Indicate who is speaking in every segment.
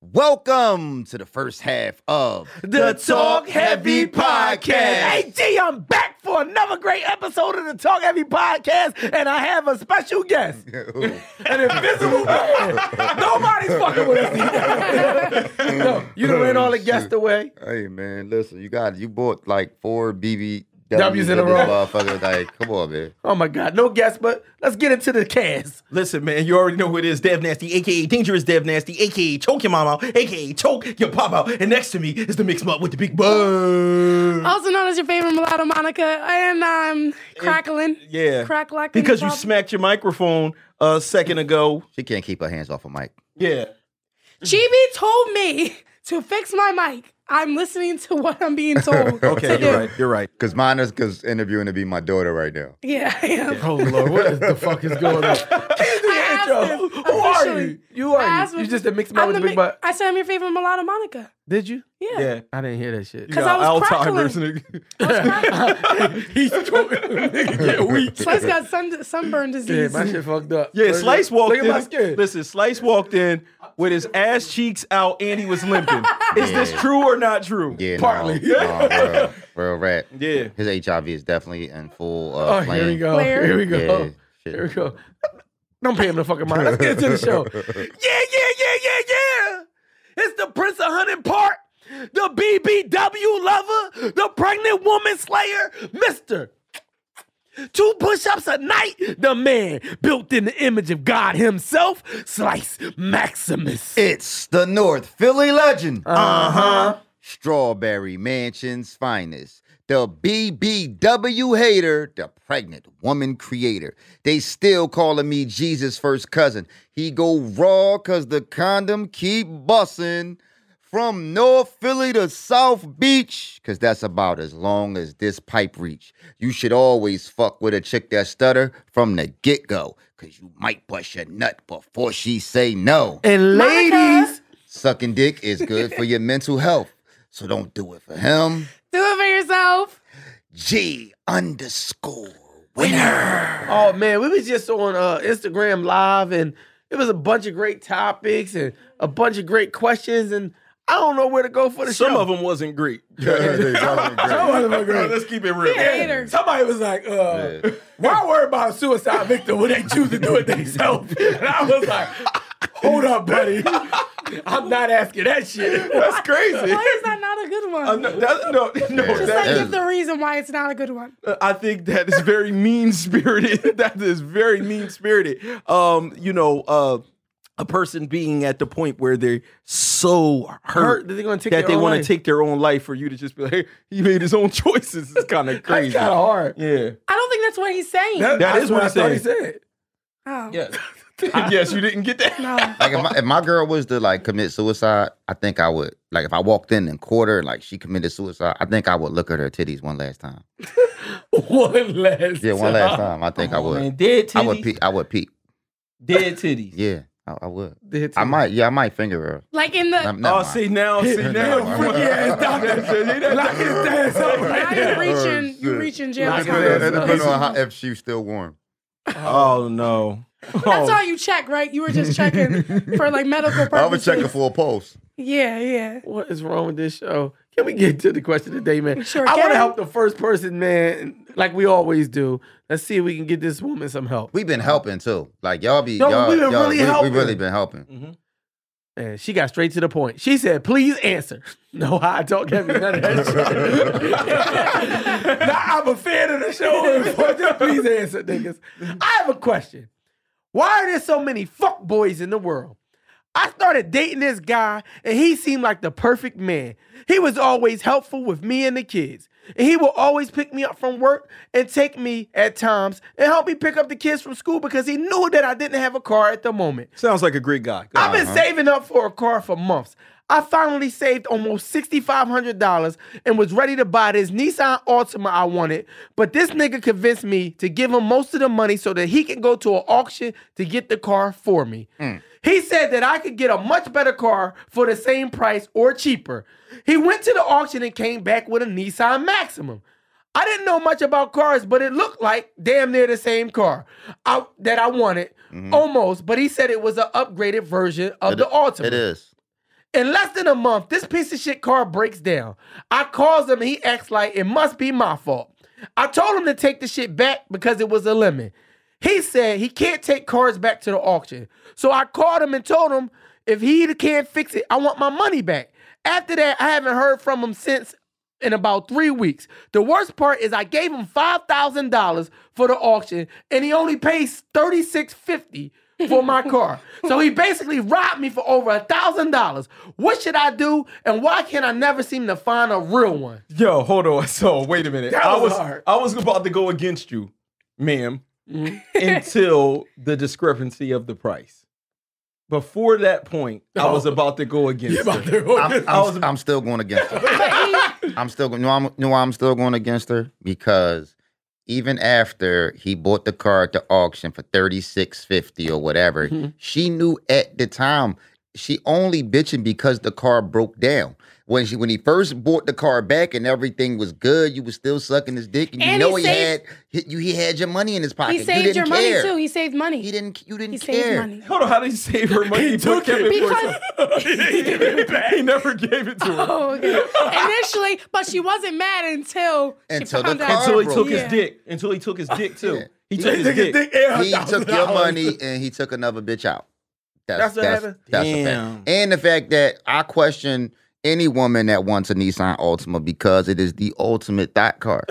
Speaker 1: welcome to the first half of
Speaker 2: The Talk Heavy Podcast.
Speaker 1: Hey,
Speaker 2: AG, I'm back for another great episode of the Talk Heavy Podcast, and I have a special guest, an invisible man. Nobody's fucking with us. no, you done ran
Speaker 3: Oh,
Speaker 2: all the guests away.
Speaker 1: hey, man, listen, you got you bought like four BBWs
Speaker 2: W's in a
Speaker 1: of this
Speaker 2: row.
Speaker 1: motherfucker. Like, come on, man.
Speaker 2: Oh my God, no guests, but let's get into the cast.
Speaker 3: Listen, man, you already know who it is. Dev Nasty, aka Dangerous Dev Nasty, aka Choke Your Mom Out, aka Choke Your Pop Out. And next to me is the Mix 'em Up with the Big Bug.
Speaker 4: Also known as your favorite mulatto, Monica, Uh, and I'm crackling.
Speaker 3: Yeah.
Speaker 4: Crack like
Speaker 3: Because you smacked your microphone a second ago.
Speaker 1: She can't keep her hands off a mic.
Speaker 3: Yeah.
Speaker 4: Chibi told me to fix my mic. I'm listening to what I'm being told.
Speaker 3: Okay,
Speaker 4: to
Speaker 3: you're
Speaker 4: do.
Speaker 3: right. You're right.
Speaker 1: Cause mine is cause interviewing to be my daughter right now.
Speaker 4: Yeah, I am.
Speaker 2: Oh Lord, what is the fuck is going on?
Speaker 4: I asked
Speaker 2: Intro.
Speaker 4: him
Speaker 2: Who are you?
Speaker 4: officially.
Speaker 2: You
Speaker 4: I
Speaker 2: are
Speaker 4: asked
Speaker 2: you?
Speaker 4: him-
Speaker 2: You just a mixed man
Speaker 4: I'm
Speaker 2: with
Speaker 4: the
Speaker 2: a big
Speaker 4: mi-
Speaker 2: butt.
Speaker 4: I said I'm your favorite mulatto, Monica.
Speaker 2: Did you?
Speaker 4: Yeah.
Speaker 3: Yeah.
Speaker 2: I didn't hear that shit.
Speaker 4: 'Cause I was
Speaker 3: Alzheimer's,
Speaker 4: crackling.
Speaker 3: nigga.
Speaker 4: I was crackling.
Speaker 2: He's nigga get weak.
Speaker 4: Slice got sun, sunburn
Speaker 2: Yeah,
Speaker 4: disease.
Speaker 2: my shit fucked up.
Speaker 3: Yeah, Slice walked
Speaker 2: Look at my
Speaker 3: in.
Speaker 2: skin.
Speaker 3: Listen, Slice walked in with his ass cheeks out and he was limping. Is this
Speaker 1: Yeah.
Speaker 3: true or not true?
Speaker 1: Yeah, no,
Speaker 2: Partly.
Speaker 1: no, real, real rat.
Speaker 3: Yeah.
Speaker 1: His HIV is definitely in full uh
Speaker 2: Oh, here we
Speaker 1: flame.
Speaker 2: go.
Speaker 4: Blair.
Speaker 2: Here we go.
Speaker 1: Yeah, shit.
Speaker 2: Here we go. Don't pay him the fucking mind. Let's get into the show. yeah, yeah, yeah, yeah, yeah. It's the Prince of Hunting Park, the BBW lover, the pregnant woman slayer, Mr. Two push-ups a night, the man built in the image of God himself, Slice Maximus.
Speaker 1: It's the North Philly legend.
Speaker 2: Uh-huh.
Speaker 1: Strawberry Mansion's finest. The BBW hater, the pregnant woman creator. They still calling me Jesus' first cousin. He go raw cause the condom keep bussin'. From North Philly to South Beach, cause that's about as long as this pipe reach. You should always fuck with a chick that stutter from the get-go, cause you might bust your nut before she say no.
Speaker 2: And ladies,
Speaker 4: Monica.
Speaker 1: Sucking dick is good for your mental health. So don't do it for him.
Speaker 4: Do it for yourself.
Speaker 1: G underscore winner.
Speaker 2: Oh man, we was just on uh, Instagram Live, and it was a bunch of great topics and a bunch of great questions, and I don't know where to go for the
Speaker 3: Some
Speaker 2: show.
Speaker 3: of them wasn't great.
Speaker 2: of them are great.
Speaker 3: Let's keep it real.
Speaker 4: Yeah. Haters.
Speaker 2: Somebody was like, uh, "Why worry about a suicide victim when they choose to do it themselves?" And I was like, "Hold up, buddy, I'm not asking that shit."
Speaker 3: That's crazy.
Speaker 4: Why is that not a good one?
Speaker 3: No, that, no, no.
Speaker 1: Just
Speaker 4: Just
Speaker 3: that-
Speaker 4: like
Speaker 1: is-
Speaker 4: give the reason why it's not a good one.
Speaker 3: I think that is very mean spirited. that is very mean spirited. Um, you know, uh, a person being at the point where they're so hurt,
Speaker 2: Hurt that they're gonna take
Speaker 3: that
Speaker 2: their
Speaker 3: they
Speaker 2: own
Speaker 3: wanna
Speaker 2: life.
Speaker 3: take their own life for you to just be like, hey, he made his own choices. It's kind of
Speaker 2: That's
Speaker 3: crazy.
Speaker 2: kind of hard.
Speaker 3: yeah.
Speaker 4: I don't think that's what he's saying.
Speaker 3: That
Speaker 2: That's
Speaker 3: is what
Speaker 2: I
Speaker 3: he
Speaker 2: thought he
Speaker 3: said.
Speaker 2: said.
Speaker 4: oh.
Speaker 3: yes, you didn't get that.
Speaker 4: No.
Speaker 1: Like if my, if my girl was to like commit suicide, I think I would. Like if I walked in and caught her, like she committed suicide, I think I would look at her titties one last time.
Speaker 2: One last.
Speaker 1: Yeah, one last time. I
Speaker 2: Oh,
Speaker 1: think I would.
Speaker 3: dead
Speaker 1: I would peep. I would peep.
Speaker 3: Dead titties.
Speaker 1: Yeah, I, I would.
Speaker 2: Dead
Speaker 1: I might. Yeah, I might finger her.
Speaker 4: Like in the.
Speaker 1: Nah, never
Speaker 3: Oh,
Speaker 1: mind.
Speaker 3: see now, see
Speaker 1: Never
Speaker 3: now,
Speaker 1: mind.
Speaker 3: freaky ass doctor.
Speaker 2: Lock his ass up right
Speaker 4: Now
Speaker 2: now.
Speaker 4: you're reaching, you're reaching jail
Speaker 2: Like
Speaker 1: That
Speaker 2: Lock her
Speaker 4: time.
Speaker 2: ass
Speaker 1: depends- that
Speaker 2: up.
Speaker 1: depends on how, if she's still warm.
Speaker 3: Oh no.
Speaker 4: That's all you check, right? You were just checking for like medical purposes.
Speaker 1: I would check her for a pulse.
Speaker 4: Yeah, yeah.
Speaker 2: What is wrong with this show? Can we get to the question today, man?
Speaker 4: Sure
Speaker 2: I want to
Speaker 4: can.
Speaker 2: help the first person, man, like we always do. Let's see if we can get this woman some help.
Speaker 1: We've been helping too. Like y'all be
Speaker 2: Yo,
Speaker 1: y'all,
Speaker 2: we been
Speaker 1: y'all-
Speaker 2: really
Speaker 1: we,
Speaker 2: helping.
Speaker 1: We really been helping.
Speaker 2: And she got straight to the point. She said, please answer. No, I don't get me none of that shit. now, I'm a fan of the show. but just please answer, niggas. I have a question. Why are there so many fuck boys in the world? I started dating this guy, and he seemed like the perfect man. He was always helpful with me and the kids. And he would always pick me up from work and take me at times and help me pick up the kids from school because he knew that I didn't have a car at the moment.
Speaker 3: Sounds like a great guy.
Speaker 2: I've been saving up for a car for months. I finally saved almost $6,500 and was ready to buy this Nissan Altima I wanted, but this nigga convinced me to give him most of the money so that he can go to an auction to get the car for me. He said that I could get a much better car for the same price or cheaper. He went to the auction and came back with a Nissan Maximum. I didn't know much about cars, but it looked like damn near the same car I, that I wanted, almost. But he said it was an upgraded version of the Altima.
Speaker 1: It is.
Speaker 2: In less than a month, this piece of shit car breaks down. I calls him and he acts like it must be my fault. I told him to take the shit back because it was a lemon. He said he can't take cars back to the auction. So I called him and told him if he can't fix it, I want my money back. After that, I haven't heard from him since in about three weeks. The worst part is I gave him five thousand dollars for the auction, and he only pays thirty six fifty for my car. so he basically robbed me for over a thousand dollars. What should I do? And why can I never seem to find a real one?
Speaker 5: Yo, hold on. So wait a minute.
Speaker 2: That
Speaker 5: I
Speaker 2: was
Speaker 5: was
Speaker 2: hard.
Speaker 5: I was about to go against you, ma'am,
Speaker 1: Mm-hmm.
Speaker 5: until the discrepancy of the price. Before that point, I was about to go against her.
Speaker 1: I'm,
Speaker 5: I was-
Speaker 1: I'm, I'm still going against her. I'm still going. No, I'm, no, I'm still going against her because even after he bought the car at the auction for thirty six fifty or whatever, she knew at the time she only bitching because the car broke down. When she when he first bought the car back and everything was good, you was still sucking his dick, and you
Speaker 4: And he
Speaker 1: know he,
Speaker 4: saved-
Speaker 1: had he, you, he had your money in his pocket.
Speaker 4: He
Speaker 1: you
Speaker 4: saved your
Speaker 1: didn't
Speaker 4: money
Speaker 1: care.
Speaker 4: too. He saved money.
Speaker 1: He didn't. You didn't
Speaker 4: He
Speaker 1: care.
Speaker 4: saved money.
Speaker 5: Hold on, how did he save her money? He took Kevin
Speaker 4: it.
Speaker 5: Porter. he, gave it back. he never gave it to her.
Speaker 4: Oh, okay. Initially, but she wasn't mad until
Speaker 1: Until
Speaker 4: she
Speaker 1: the
Speaker 4: found out.
Speaker 1: car
Speaker 5: Until he
Speaker 1: broke.
Speaker 5: took
Speaker 4: Yeah.
Speaker 5: his dick. Until he took his dick too.
Speaker 1: Yeah.
Speaker 5: He took his dick.
Speaker 1: he took your money and he took another bitch out.
Speaker 2: That's what happened?
Speaker 1: That's a
Speaker 5: Damn.
Speaker 1: fact. And the fact that I question any woman that wants a Nissan Altima because it is the ultimate thought car.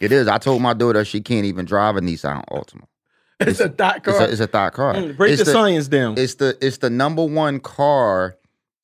Speaker 1: it is. I told my daughter she can't even drive a Nissan Altima.
Speaker 2: It's a dot
Speaker 1: It's
Speaker 2: car. Mm,
Speaker 1: a, it's a thought car.
Speaker 5: Mm, Break
Speaker 1: it's
Speaker 5: the, science down.
Speaker 1: It's the it's the number one car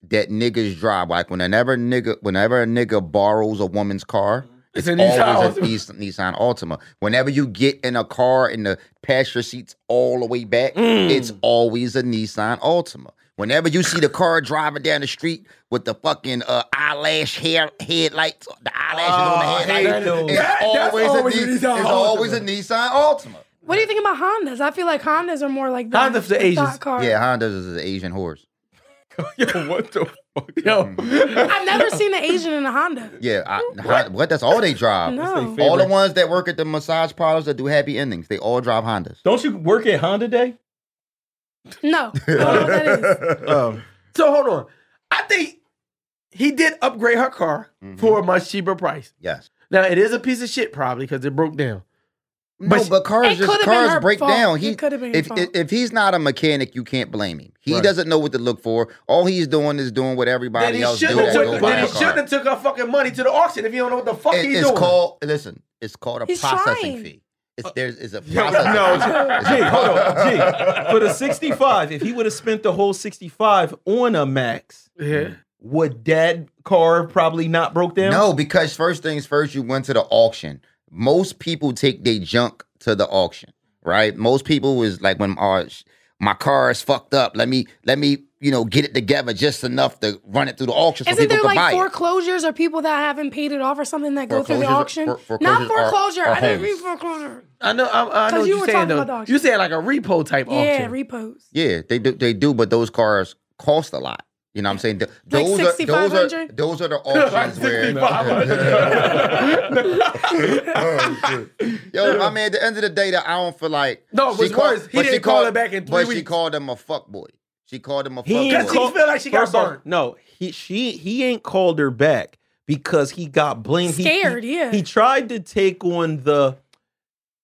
Speaker 1: that niggas drive. Like whenever nigga whenever a nigga borrows a woman's car, it's,
Speaker 2: It's a Nissan
Speaker 1: always a Nis- Nissan Altima. Whenever you get in a car and the passenger seats all the way back, it's
Speaker 4: Mm.
Speaker 1: always a Nissan Altima. Whenever you see the car driving down the street with the fucking uh, eyelash hair headlights, the eyelashes
Speaker 5: Oh,
Speaker 1: on the
Speaker 5: I hate those.
Speaker 1: headlights, it's,
Speaker 2: That- that's
Speaker 1: always,
Speaker 2: always a
Speaker 1: a, Ni- it's
Speaker 2: Nissan
Speaker 1: always a Nissan Altima.
Speaker 4: What do you think about Hondas? I feel like Hondas are more like the,
Speaker 2: Hondas for
Speaker 4: the
Speaker 2: Asians.
Speaker 4: thought car.
Speaker 1: Yeah, Honda's is an Asian horse.
Speaker 5: Yo, what the fuck?
Speaker 2: Yo,
Speaker 4: I've never seen an Asian in a Honda.
Speaker 1: Yeah, I, what? what? That's all they drive.
Speaker 4: No.
Speaker 5: favorite.
Speaker 1: All the ones that work at the massage parlors that do happy endings, they all drive Hondas.
Speaker 5: Don't you work at Honda Day?
Speaker 4: No. I don't know what Oh, that is.
Speaker 5: Um,
Speaker 2: so hold on. I think he did upgrade her car
Speaker 1: Mm-hmm.
Speaker 2: for a much cheaper price.
Speaker 1: Yes.
Speaker 2: Now it is a piece of shit probably because it broke down.
Speaker 1: No,
Speaker 2: But
Speaker 1: but, cars
Speaker 4: it could've
Speaker 1: just
Speaker 4: been her
Speaker 1: cars break
Speaker 4: fault.
Speaker 1: down.
Speaker 4: It
Speaker 1: He
Speaker 4: could've been her
Speaker 1: if,
Speaker 4: fault.
Speaker 1: if if he's not a mechanic, you can't blame him. He doesn't know what to look for. All he's doing is doing what
Speaker 2: Then
Speaker 1: everybody
Speaker 2: he
Speaker 1: else do.
Speaker 2: shouldn't have
Speaker 1: That
Speaker 5: took-
Speaker 1: go
Speaker 2: took,
Speaker 1: buy
Speaker 2: then
Speaker 1: a
Speaker 2: he shouldn't
Speaker 1: car.
Speaker 2: have took her fucking money to the auction if you don't know what the fuck
Speaker 1: It-
Speaker 2: he's
Speaker 1: it's
Speaker 2: doing.
Speaker 1: called. Listen, it's called a
Speaker 4: He's
Speaker 1: processing
Speaker 4: trying.
Speaker 1: fee. It's there's is a
Speaker 5: no,
Speaker 1: processing. fee.
Speaker 5: G, G, hold on. G, for the 65, if he would have spent the whole 65 on a Max,
Speaker 2: yeah.
Speaker 5: would that car probably not broke down?
Speaker 1: No, because first things first, you went to the auction. Most people take their junk to the auction, right? Most people is like when our my car is fucked up. Let me let me you know get it together just enough to run it through the auction so
Speaker 4: Isn't
Speaker 1: people
Speaker 4: there
Speaker 1: can buy
Speaker 4: like
Speaker 1: it.
Speaker 4: foreclosures or people that haven't paid it off or something that go through the
Speaker 1: Foreclosures
Speaker 4: auction?
Speaker 1: are- fore-
Speaker 4: Not
Speaker 1: foreclosures are-
Speaker 4: foreclosure.
Speaker 1: are
Speaker 4: I didn't mean
Speaker 1: homes.
Speaker 4: foreclosure.
Speaker 2: I know. I, I know
Speaker 4: Cause
Speaker 2: what
Speaker 4: you
Speaker 2: you
Speaker 4: were
Speaker 2: are saying
Speaker 4: talking
Speaker 2: though.
Speaker 4: about the auction.
Speaker 2: You said like a repo type
Speaker 4: Yeah,
Speaker 2: auction.
Speaker 4: repos.
Speaker 1: Yeah, they do. They do, but those cars cost a lot. You know what I'm saying? Th-
Speaker 4: Like
Speaker 1: those are those are
Speaker 4: 6,500?
Speaker 1: those are the auctions where. Yo, I mean, at the end of the day, that I don't feel like
Speaker 2: No, what's worse, he
Speaker 1: but
Speaker 2: didn't call her back in three
Speaker 1: but she
Speaker 2: weeks.
Speaker 1: called him a fuck boy. She called him a fuck
Speaker 5: He
Speaker 1: boy.
Speaker 5: ain't
Speaker 2: Because he
Speaker 5: call-
Speaker 2: feel like she got
Speaker 5: First off,
Speaker 2: burnt.
Speaker 5: No, he she he ain't called her back because he got blamed. He- he-
Speaker 4: Scared, yeah.
Speaker 5: He tried to take on the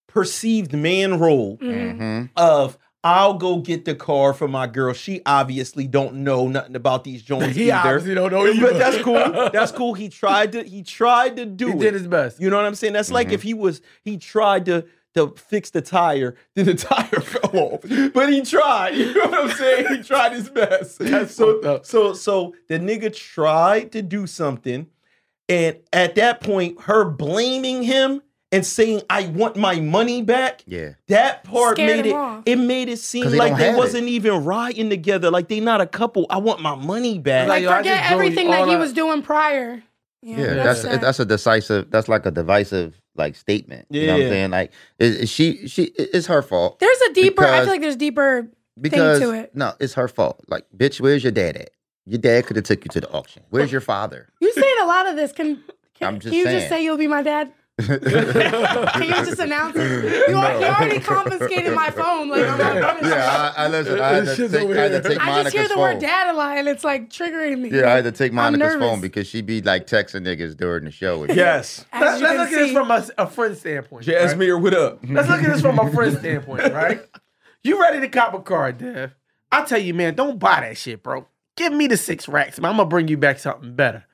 Speaker 5: perceived man role
Speaker 4: Mm-hmm.
Speaker 2: Mm-hmm.
Speaker 1: Mm-hmm.
Speaker 5: of I'll go get the car for my girl. She obviously don't know nothing about these Jones
Speaker 2: He
Speaker 5: either.
Speaker 2: obviously don't know either.
Speaker 5: But that's cool. That's cool. He tried to he tried to do
Speaker 2: He
Speaker 5: it.
Speaker 2: did his best.
Speaker 5: You know what I'm saying? That's like if he was he tried to to fix the tire, then the tire fell off. But he tried. You know what I'm saying? He tried his best.
Speaker 2: fucked
Speaker 5: so
Speaker 2: up.
Speaker 5: so so the nigga tried to do something, and at that point, her blaming him and saying I want my money back.
Speaker 1: Yeah.
Speaker 5: That part
Speaker 4: Scared
Speaker 5: made
Speaker 4: him
Speaker 5: it.
Speaker 4: off.
Speaker 5: It made it seem
Speaker 1: 'Cause they
Speaker 5: like
Speaker 1: don't
Speaker 5: they
Speaker 1: have it.
Speaker 5: wasn't even riding together. Like they not a couple. I want my money back.
Speaker 2: Like,
Speaker 4: Like
Speaker 2: yo, I
Speaker 4: forget
Speaker 2: just drove you
Speaker 4: everything that
Speaker 2: all
Speaker 4: he
Speaker 2: out.
Speaker 4: was doing prior. Yeah,
Speaker 1: Yeah, that's
Speaker 4: sad.
Speaker 1: that's a decisive. That's like a divisive like statement. You know what
Speaker 5: Yeah.
Speaker 1: I'm saying? Like is, is she she it's her fault
Speaker 4: There's a deeper. I
Speaker 1: Because-
Speaker 4: feel like there's deeper.
Speaker 1: because
Speaker 4: to it.
Speaker 1: no, it's her fault. Like bitch, where's your dad at? Your dad could have took you to the auction. Where's your father?
Speaker 4: You saying a lot of this. Can, can
Speaker 1: I'm just
Speaker 4: you
Speaker 1: saying.
Speaker 4: just say you'll be my dad? Can you just announce it? You, al- you already confiscated my phone. Like, I'm not doing it.
Speaker 1: Yeah, I, I listen. I had,
Speaker 6: This
Speaker 1: to
Speaker 6: shit's
Speaker 1: take,
Speaker 6: over
Speaker 1: I had to
Speaker 6: here.
Speaker 1: take
Speaker 4: I just hear
Speaker 1: Monica's
Speaker 4: the
Speaker 1: phone.
Speaker 4: word dad a lot and it's like triggering me.
Speaker 1: Yeah, I had to take Monica's
Speaker 4: nervous.
Speaker 1: phone because she be like texting niggas during the show. with me.
Speaker 5: Yes.
Speaker 2: Let's,
Speaker 4: As you
Speaker 2: let's
Speaker 4: can
Speaker 2: look at this
Speaker 4: see.
Speaker 2: from a, s- a friend standpoint. right?
Speaker 5: Jasmine, what up?
Speaker 2: Let's look at this from a friend standpoint, right? You ready to cop a car, Dev? I tell you, man, don't buy that shit, bro. Give me the six racks, man. I'm gonna bring you back something better.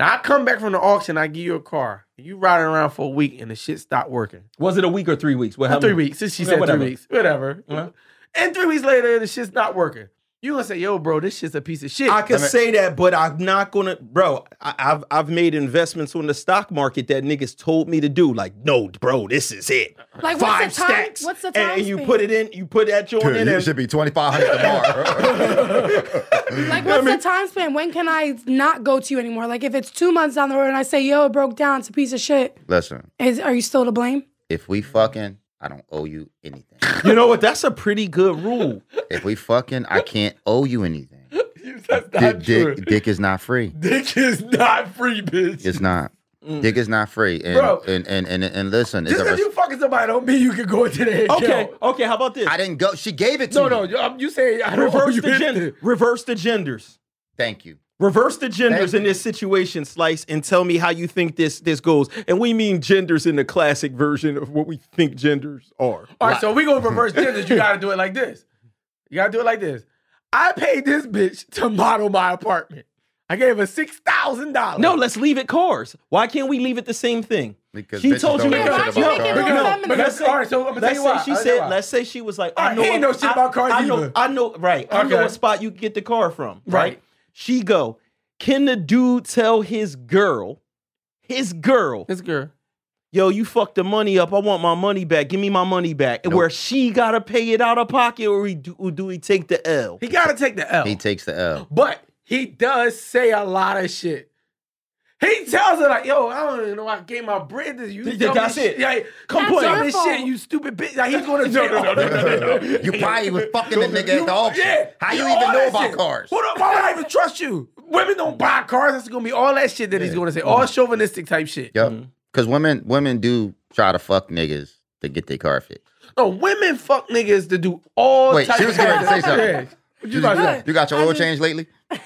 Speaker 2: Now I come back from the auction, I give you a car. You riding around for a week and the shit stopped working.
Speaker 5: Was it a week or three weeks? What
Speaker 2: Or
Speaker 5: happened?
Speaker 2: Uh, three weeks. Since she
Speaker 5: Yeah,
Speaker 2: said
Speaker 5: whatever.
Speaker 2: three weeks. Whatever. uh-huh.
Speaker 5: Yeah.
Speaker 2: And three weeks later, the shit's not working. You gonna say, yo, bro, this shit's a piece of shit.
Speaker 5: I can
Speaker 1: mean-
Speaker 5: say that, but I'm not gonna, bro. I, I've I've made investments on the stock market that niggas told me to do. Like, no, bro, this is it.
Speaker 4: Like, what's the
Speaker 5: Five
Speaker 4: time-
Speaker 5: stacks.
Speaker 4: what's the
Speaker 5: And-
Speaker 4: time
Speaker 5: And you
Speaker 4: span?
Speaker 5: put it in. You put that joint in.
Speaker 1: Dude, you
Speaker 5: And,
Speaker 1: should be twenty five hundred tomorrow.
Speaker 4: Like, what's the time span? When can I not go to you anymore? Like, if it's two months down the road and I say, yo, it broke down, it's a piece of shit,
Speaker 1: listen,
Speaker 4: is, are you still to blame?
Speaker 1: if we fucking, I don't owe you anything.
Speaker 5: you know what? That's a pretty good rule.
Speaker 1: If we fucking, I can't owe you anything.
Speaker 6: That's
Speaker 1: Dick,
Speaker 6: not true.
Speaker 1: dick, dick is not free.
Speaker 6: Dick is not free, bitch.
Speaker 1: It's not. Dick is not free. And
Speaker 6: Mm. Bro.
Speaker 1: and, and and and listen, it's
Speaker 6: Just
Speaker 1: a
Speaker 6: because
Speaker 1: res-
Speaker 6: you fucking somebody don't mean you can go into their
Speaker 5: Okay.
Speaker 6: account.
Speaker 5: Okay. How about this?
Speaker 1: I didn't go. She gave it to
Speaker 6: No,
Speaker 1: me.
Speaker 6: no, you, um, you say I don't owe
Speaker 5: reverse
Speaker 6: you
Speaker 5: the
Speaker 6: anything.
Speaker 5: gender. Reverse the genders.
Speaker 1: Thank you.
Speaker 5: Reverse the genders
Speaker 1: Thank
Speaker 5: in
Speaker 1: you.
Speaker 5: this situation, Slice, and tell me how you think this this goes. And we mean genders in the classic version of what we think genders are.
Speaker 2: All right, so we gonna reverse genders. You gotta do it like this. You gotta do it like this. I paid this bitch to model my apartment. I gave her six thousand dollars.
Speaker 5: No, let's leave it cars. Why can't we leave it the same thing?
Speaker 1: Because
Speaker 5: She
Speaker 1: bitches
Speaker 5: told you
Speaker 1: don't give
Speaker 5: to
Speaker 1: a
Speaker 5: go-
Speaker 1: shit
Speaker 4: Why'd you
Speaker 1: about
Speaker 4: make it
Speaker 1: cars.
Speaker 4: look-
Speaker 2: because,
Speaker 4: feminine.
Speaker 2: because, all right, so I'm gonna tell
Speaker 5: Let's
Speaker 2: you
Speaker 5: say
Speaker 2: why.
Speaker 5: she
Speaker 2: I'll tell you
Speaker 5: said.
Speaker 2: why.
Speaker 5: Let's say she was like,
Speaker 2: All
Speaker 5: I
Speaker 2: right,
Speaker 5: know.
Speaker 2: he ain't know
Speaker 5: a-
Speaker 2: shit
Speaker 5: I-
Speaker 2: about cars
Speaker 5: I know.
Speaker 2: either.
Speaker 5: I know. Right. I know
Speaker 2: Okay.
Speaker 5: a spot you can get the car from.
Speaker 2: Right.
Speaker 5: Right. She go. Can the dude tell his girl, his girl,
Speaker 2: this girl.
Speaker 5: yo, you fucked the money up. I want my money back. Give me my money back. And Where she gotta pay it out of pocket, or, he do, or do he take the L?
Speaker 2: He gotta take the L.
Speaker 1: He takes the L.
Speaker 2: but he does say a lot of shit. He tells her like, "Yo, I don't even know. I gave my bread to you.
Speaker 5: Th-
Speaker 2: Tell me
Speaker 5: that's
Speaker 2: shit.
Speaker 5: it.
Speaker 2: Yeah, come
Speaker 4: That's
Speaker 2: put
Speaker 4: your
Speaker 2: on this
Speaker 4: fault.
Speaker 2: shit, you stupid bitch. Like, he's gonna jail.
Speaker 1: you probably was fucking the nigga at the auction.
Speaker 2: Yeah.
Speaker 1: How you
Speaker 2: Yeah,
Speaker 1: even
Speaker 2: all
Speaker 1: know
Speaker 2: that
Speaker 1: about
Speaker 2: shit.
Speaker 1: cars?
Speaker 2: What up? Why would I even trust you? Women don't buy cars. That's gonna be all that shit that he's gonna say. All chauvinistic type shit.
Speaker 1: Yep.
Speaker 4: Mm.
Speaker 1: Because women women do try to fuck niggas to get their car fixed.
Speaker 2: No, women fuck niggas to do all
Speaker 1: Wait,
Speaker 2: types
Speaker 1: she was
Speaker 2: of
Speaker 1: getting ready to say something.
Speaker 2: Yeah. What you
Speaker 1: You,
Speaker 2: about to say?
Speaker 1: you got your
Speaker 4: I
Speaker 1: oil
Speaker 4: just-
Speaker 1: changed lately?
Speaker 4: I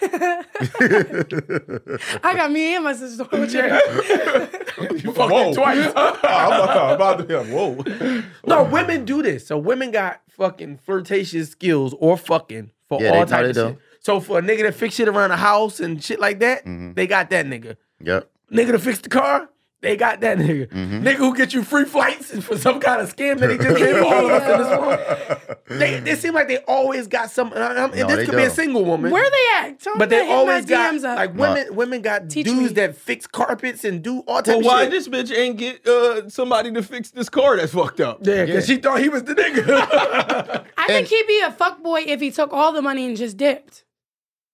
Speaker 4: got me and my sister.
Speaker 2: You fucked it twice.
Speaker 6: I'm about to Whoa.
Speaker 2: no, women do this. So women got fucking flirtatious skills or fucking for
Speaker 1: Yeah, they-
Speaker 2: all
Speaker 1: no,
Speaker 2: types
Speaker 1: they
Speaker 2: of
Speaker 1: do.
Speaker 2: shit. So for a nigga to fix shit around the house and shit like that,
Speaker 1: Mhm.
Speaker 2: they got that nigga.
Speaker 1: Yep.
Speaker 2: Nigga to fix the car, they got that nigga.
Speaker 1: Mm-hmm.
Speaker 2: Nigga who get you free flights for some kind of scam that he just did for all of us in this room. They, they seem like they always got some. And I'm- and
Speaker 1: No,
Speaker 2: this
Speaker 1: they
Speaker 2: could be a
Speaker 1: do.
Speaker 2: single woman.
Speaker 4: Where they at? Tell
Speaker 2: but
Speaker 4: them
Speaker 2: they
Speaker 4: to hit
Speaker 2: always
Speaker 4: my
Speaker 2: got
Speaker 4: DMs up.
Speaker 2: like women. Women got
Speaker 4: Teach
Speaker 2: dudes
Speaker 4: me.
Speaker 2: that fix carpets and do all types
Speaker 5: Well, why
Speaker 2: of shit.
Speaker 5: this bitch ain't get uh, somebody to fix this car that's fucked up?
Speaker 2: yeah, because she thought he was the nigga.
Speaker 4: I think he'd be a fuckboy if he took all the money and just dipped.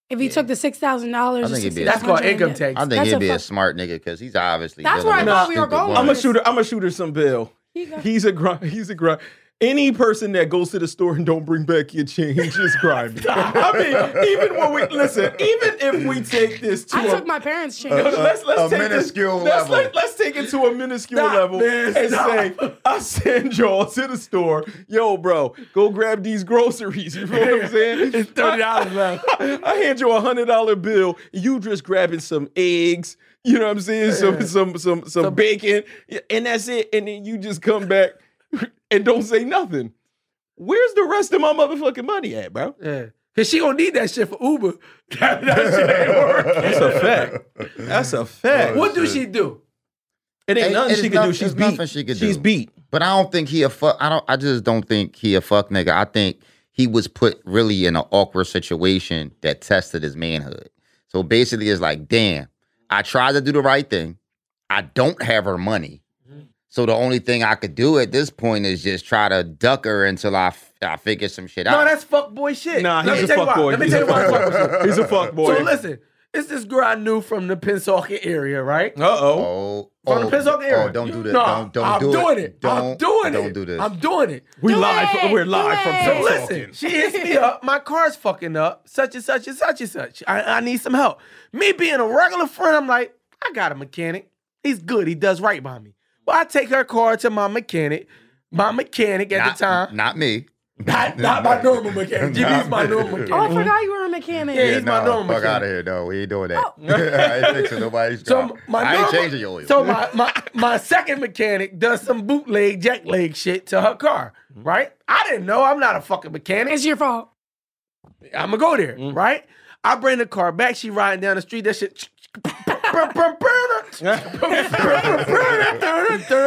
Speaker 4: If he took the six thousand
Speaker 1: I
Speaker 4: dollars,
Speaker 1: think he'd be-
Speaker 2: That's called income tax.
Speaker 1: I think
Speaker 4: That's
Speaker 1: he'd
Speaker 4: a
Speaker 1: be a
Speaker 4: fuck-
Speaker 1: smart nigga because he's obviously.
Speaker 4: That's
Speaker 1: dealing
Speaker 4: where I
Speaker 1: with
Speaker 4: thought we were
Speaker 1: stupid
Speaker 4: going with
Speaker 1: women.
Speaker 5: I'm a
Speaker 4: Yes.
Speaker 5: shooter. I'm a shooter some bill.
Speaker 4: He got-
Speaker 5: He's a grind. He's a grind. Any person that goes to the store and don't bring back your change is grimy. I mean, even when we listen, even if we take this to
Speaker 4: I
Speaker 5: a-
Speaker 4: took my parents'
Speaker 2: Uh,
Speaker 4: change.
Speaker 5: let's let's
Speaker 1: a
Speaker 5: take this-
Speaker 1: minuscule
Speaker 5: let's,
Speaker 1: level.
Speaker 5: Let, let's take it to a minuscule
Speaker 2: Stop,
Speaker 5: level
Speaker 2: man,
Speaker 5: and
Speaker 2: stop.
Speaker 5: say, I send y'all to the store. Yo, bro, go grab these groceries. You know what I'm saying?
Speaker 2: It's $30 left.
Speaker 5: I, I hand you a hundred dollar bill. You just grabbing some eggs. You know what I'm saying? Some some some some, bacon, yeah, and that's it. And then you just come back and don't say nothing. Where's the rest of my motherfucking money at, bro?
Speaker 2: Yeah. Cause she gonna need that shit for Uber. That, that shit ain't working.
Speaker 5: That's a fact. That's a fact.
Speaker 2: What do she do?
Speaker 5: It ain't
Speaker 1: Ain't-
Speaker 5: nothing
Speaker 1: it
Speaker 5: she
Speaker 1: is
Speaker 5: can do.
Speaker 1: noth-
Speaker 5: She's
Speaker 1: it's
Speaker 5: beat.
Speaker 1: nothing she could
Speaker 5: She's
Speaker 1: do.
Speaker 5: beat.
Speaker 1: But I don't think he a fuck. I don't. I just don't think he a fuck nigga. I think he was put really in an awkward situation that tested his manhood. So basically, it's like, damn, I tried to do the right thing. I don't have her money,
Speaker 2: Mm-hmm.
Speaker 1: so the only thing I could do at this point is just try to duck her until I f- I figure some shit
Speaker 2: No,
Speaker 1: out.
Speaker 2: that's fuckboy shit.
Speaker 5: Nah,
Speaker 2: Let
Speaker 5: he's
Speaker 2: me tell
Speaker 5: a
Speaker 2: you why.
Speaker 5: fuckboy.
Speaker 2: Let me
Speaker 5: He's
Speaker 2: tell you
Speaker 5: a
Speaker 2: why. it's fuckboy shit.
Speaker 5: fuckboy. He's a fuckboy.
Speaker 2: So listen, it's this girl I knew from the Pensauken area, right?
Speaker 5: Uh oh.
Speaker 1: oh,
Speaker 2: From
Speaker 1: oh,
Speaker 2: the Pensauken area.
Speaker 1: Oh, don't do this.
Speaker 2: No,
Speaker 1: don't don't
Speaker 2: I'm
Speaker 1: do
Speaker 2: doing it.
Speaker 1: Don't,
Speaker 2: I'm doing it.
Speaker 1: Don't do this.
Speaker 2: I'm doing it.
Speaker 5: We
Speaker 4: Do
Speaker 5: live.
Speaker 4: it.
Speaker 5: We're
Speaker 4: Do
Speaker 5: live from
Speaker 4: it.
Speaker 2: So
Speaker 5: Pensacola.
Speaker 2: listen, she hits me up. My car's fucking up. Such and such and such and such. I, I need some help. Me being a regular friend, I'm like, I got a mechanic. He's good. He does right by me. But I take her car to my mechanic. My mechanic at
Speaker 1: Not-
Speaker 2: the time.
Speaker 1: Not me.
Speaker 7: Not, not my normal mechanic. Jimmy's my normal
Speaker 4: Oh, I
Speaker 7: mechanic.
Speaker 4: forgot you were a mechanic.
Speaker 2: Yeah, He's my
Speaker 1: no,
Speaker 2: normal
Speaker 1: fuck
Speaker 2: mechanic.
Speaker 1: out of here. No, we ain't doing that. I ain't fixing nobody's car.
Speaker 2: So my
Speaker 1: I ain't
Speaker 2: normal-
Speaker 1: changing your oil.
Speaker 2: So my, my my second mechanic does some bootleg jack leg shit to her car, right? I didn't know. I'm not a fucking mechanic.
Speaker 4: It's your fault.
Speaker 2: I'm gonna go there,
Speaker 5: Mm.
Speaker 2: right? I bring the car back. She riding down the street. That shit.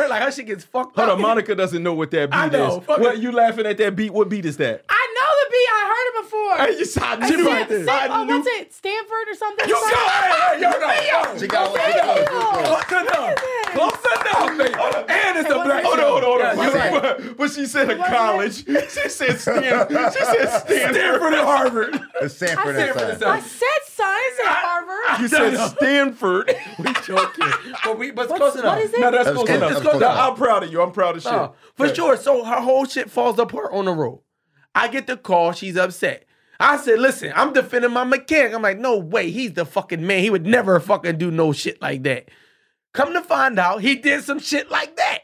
Speaker 2: like her shit gets fucked
Speaker 5: Hold
Speaker 2: up.
Speaker 5: on, Monica doesn't know what that beat
Speaker 2: I know,
Speaker 5: is.
Speaker 2: fuck
Speaker 5: What
Speaker 2: it.
Speaker 5: you laughing at that beat? What beat is that?
Speaker 4: I know the beat. I heard it before.
Speaker 5: you saw
Speaker 4: I
Speaker 5: Jimmy
Speaker 4: said-
Speaker 5: right there.
Speaker 4: said- oh,
Speaker 5: I knew-
Speaker 4: what's it? Stanford or something?
Speaker 5: You got it. Yo, no, no.
Speaker 1: She
Speaker 4: Oh,
Speaker 1: got one. she got one, she got one.
Speaker 5: Close enough. Close enough, baby. And it's
Speaker 4: It
Speaker 5: a
Speaker 4: wasn't
Speaker 5: black.
Speaker 4: that
Speaker 5: Hold on, hold on, hold on.
Speaker 1: you
Speaker 5: But- But she said a college. She said Stanford. She said Stanford and Harvard.
Speaker 1: It's Sanford
Speaker 4: I
Speaker 1: and
Speaker 4: said,
Speaker 1: Son.
Speaker 4: I said son. I said Harvard.
Speaker 5: You said Stanford.
Speaker 2: We joking, but we but it's
Speaker 4: What's-
Speaker 2: close enough.
Speaker 4: what is it?
Speaker 5: No, that's
Speaker 1: That was
Speaker 5: close
Speaker 1: close.
Speaker 5: enough.
Speaker 1: That was
Speaker 5: No,
Speaker 1: close enough.
Speaker 5: I'm proud of you. I'm proud of Oh, shit.
Speaker 2: Uh, for sure. So her whole shit falls apart on the road. I get the call. She's upset. I said, listen, I'm defending my mechanic. I'm like, no way. He's the fucking man. He would never fucking do no shit like that. Come to find out, he did some shit like that.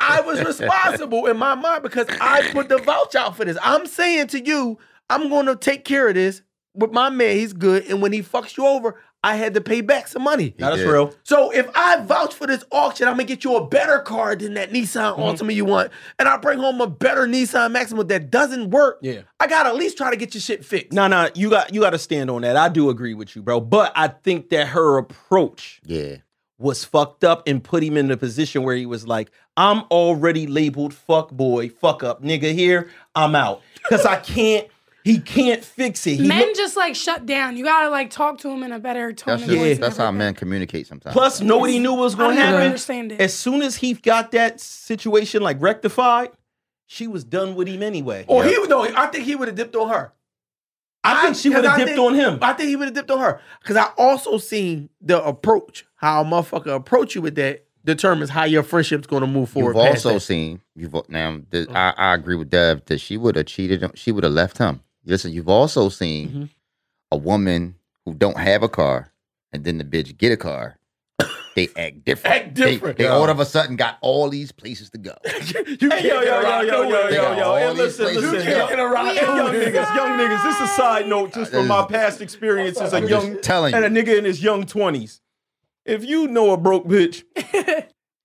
Speaker 2: I was responsible in my mind because I put the vouch out for this. I'm saying to you, I'm going to take care of this with my man. He's good. And when he fucks you over, I had to pay back some money.
Speaker 1: He did.
Speaker 2: So if I vouch for this auction, I'm gonna get you a better car than that Nissan
Speaker 5: Mm-hmm.
Speaker 2: Altima you want, and I bring home a better Nissan Maxima that doesn't work.
Speaker 5: Yeah.
Speaker 2: I gotta at least try to get your shit fixed.
Speaker 5: No, no, you got you got to stand on that. I do agree with you, bro. But I think that her approach
Speaker 1: Yeah.
Speaker 5: was fucked up and put him in a position where he was like, "I'm already labeled fuck boy, fuck up nigga here. I'm out because I can't. He can't fix it. He
Speaker 4: Men just like shut down. You gotta like talk to them in a better tone.
Speaker 1: That's
Speaker 4: of
Speaker 1: just
Speaker 4: voice and
Speaker 1: that's how
Speaker 4: everything.
Speaker 1: men communicate sometimes.
Speaker 5: Plus, nobody knew what was
Speaker 4: I
Speaker 5: going
Speaker 4: don't
Speaker 5: to happen.
Speaker 4: understand it.
Speaker 5: As soon as he got that situation like rectified, she was done with him anyway.
Speaker 2: Or he would no, I think he would have dipped on her.
Speaker 5: I think she would have
Speaker 2: because I
Speaker 5: dipped
Speaker 2: think-
Speaker 5: on him.
Speaker 2: I think he would have dipped on her. Cause I also seen the approach, how a motherfucker approach you with that determines how your friendship's gonna move forward.
Speaker 1: You've
Speaker 2: past
Speaker 1: also
Speaker 2: that.
Speaker 1: seen you've al- now th-
Speaker 2: Oh.
Speaker 1: I, I agree with Dev that she would have cheated on- she would have left him. Listen, you've also seen
Speaker 2: Mm-hmm.
Speaker 1: a woman who don't have a car and then the bitch get a car. They act different.
Speaker 2: Act
Speaker 1: They-
Speaker 2: different,
Speaker 1: They,
Speaker 2: yeah.
Speaker 1: all of a sudden got all these places to go.
Speaker 2: you
Speaker 5: Hey, yo,
Speaker 2: can't
Speaker 5: yo,
Speaker 2: get
Speaker 5: yo,
Speaker 2: around
Speaker 5: yo, yo,
Speaker 2: nowhere.
Speaker 5: yo, yo.
Speaker 1: All
Speaker 5: And
Speaker 1: these
Speaker 5: listen,
Speaker 1: places.
Speaker 5: listen.
Speaker 1: You can't
Speaker 5: yo-
Speaker 1: get
Speaker 2: around
Speaker 5: Hey, young
Speaker 4: nowhere.
Speaker 5: niggas, young niggas. This is a side note just from my past experiences. A
Speaker 1: I'm
Speaker 5: young
Speaker 1: just telling
Speaker 5: and a
Speaker 1: you.
Speaker 5: nigga in his young twenties. If you know a broke bitch,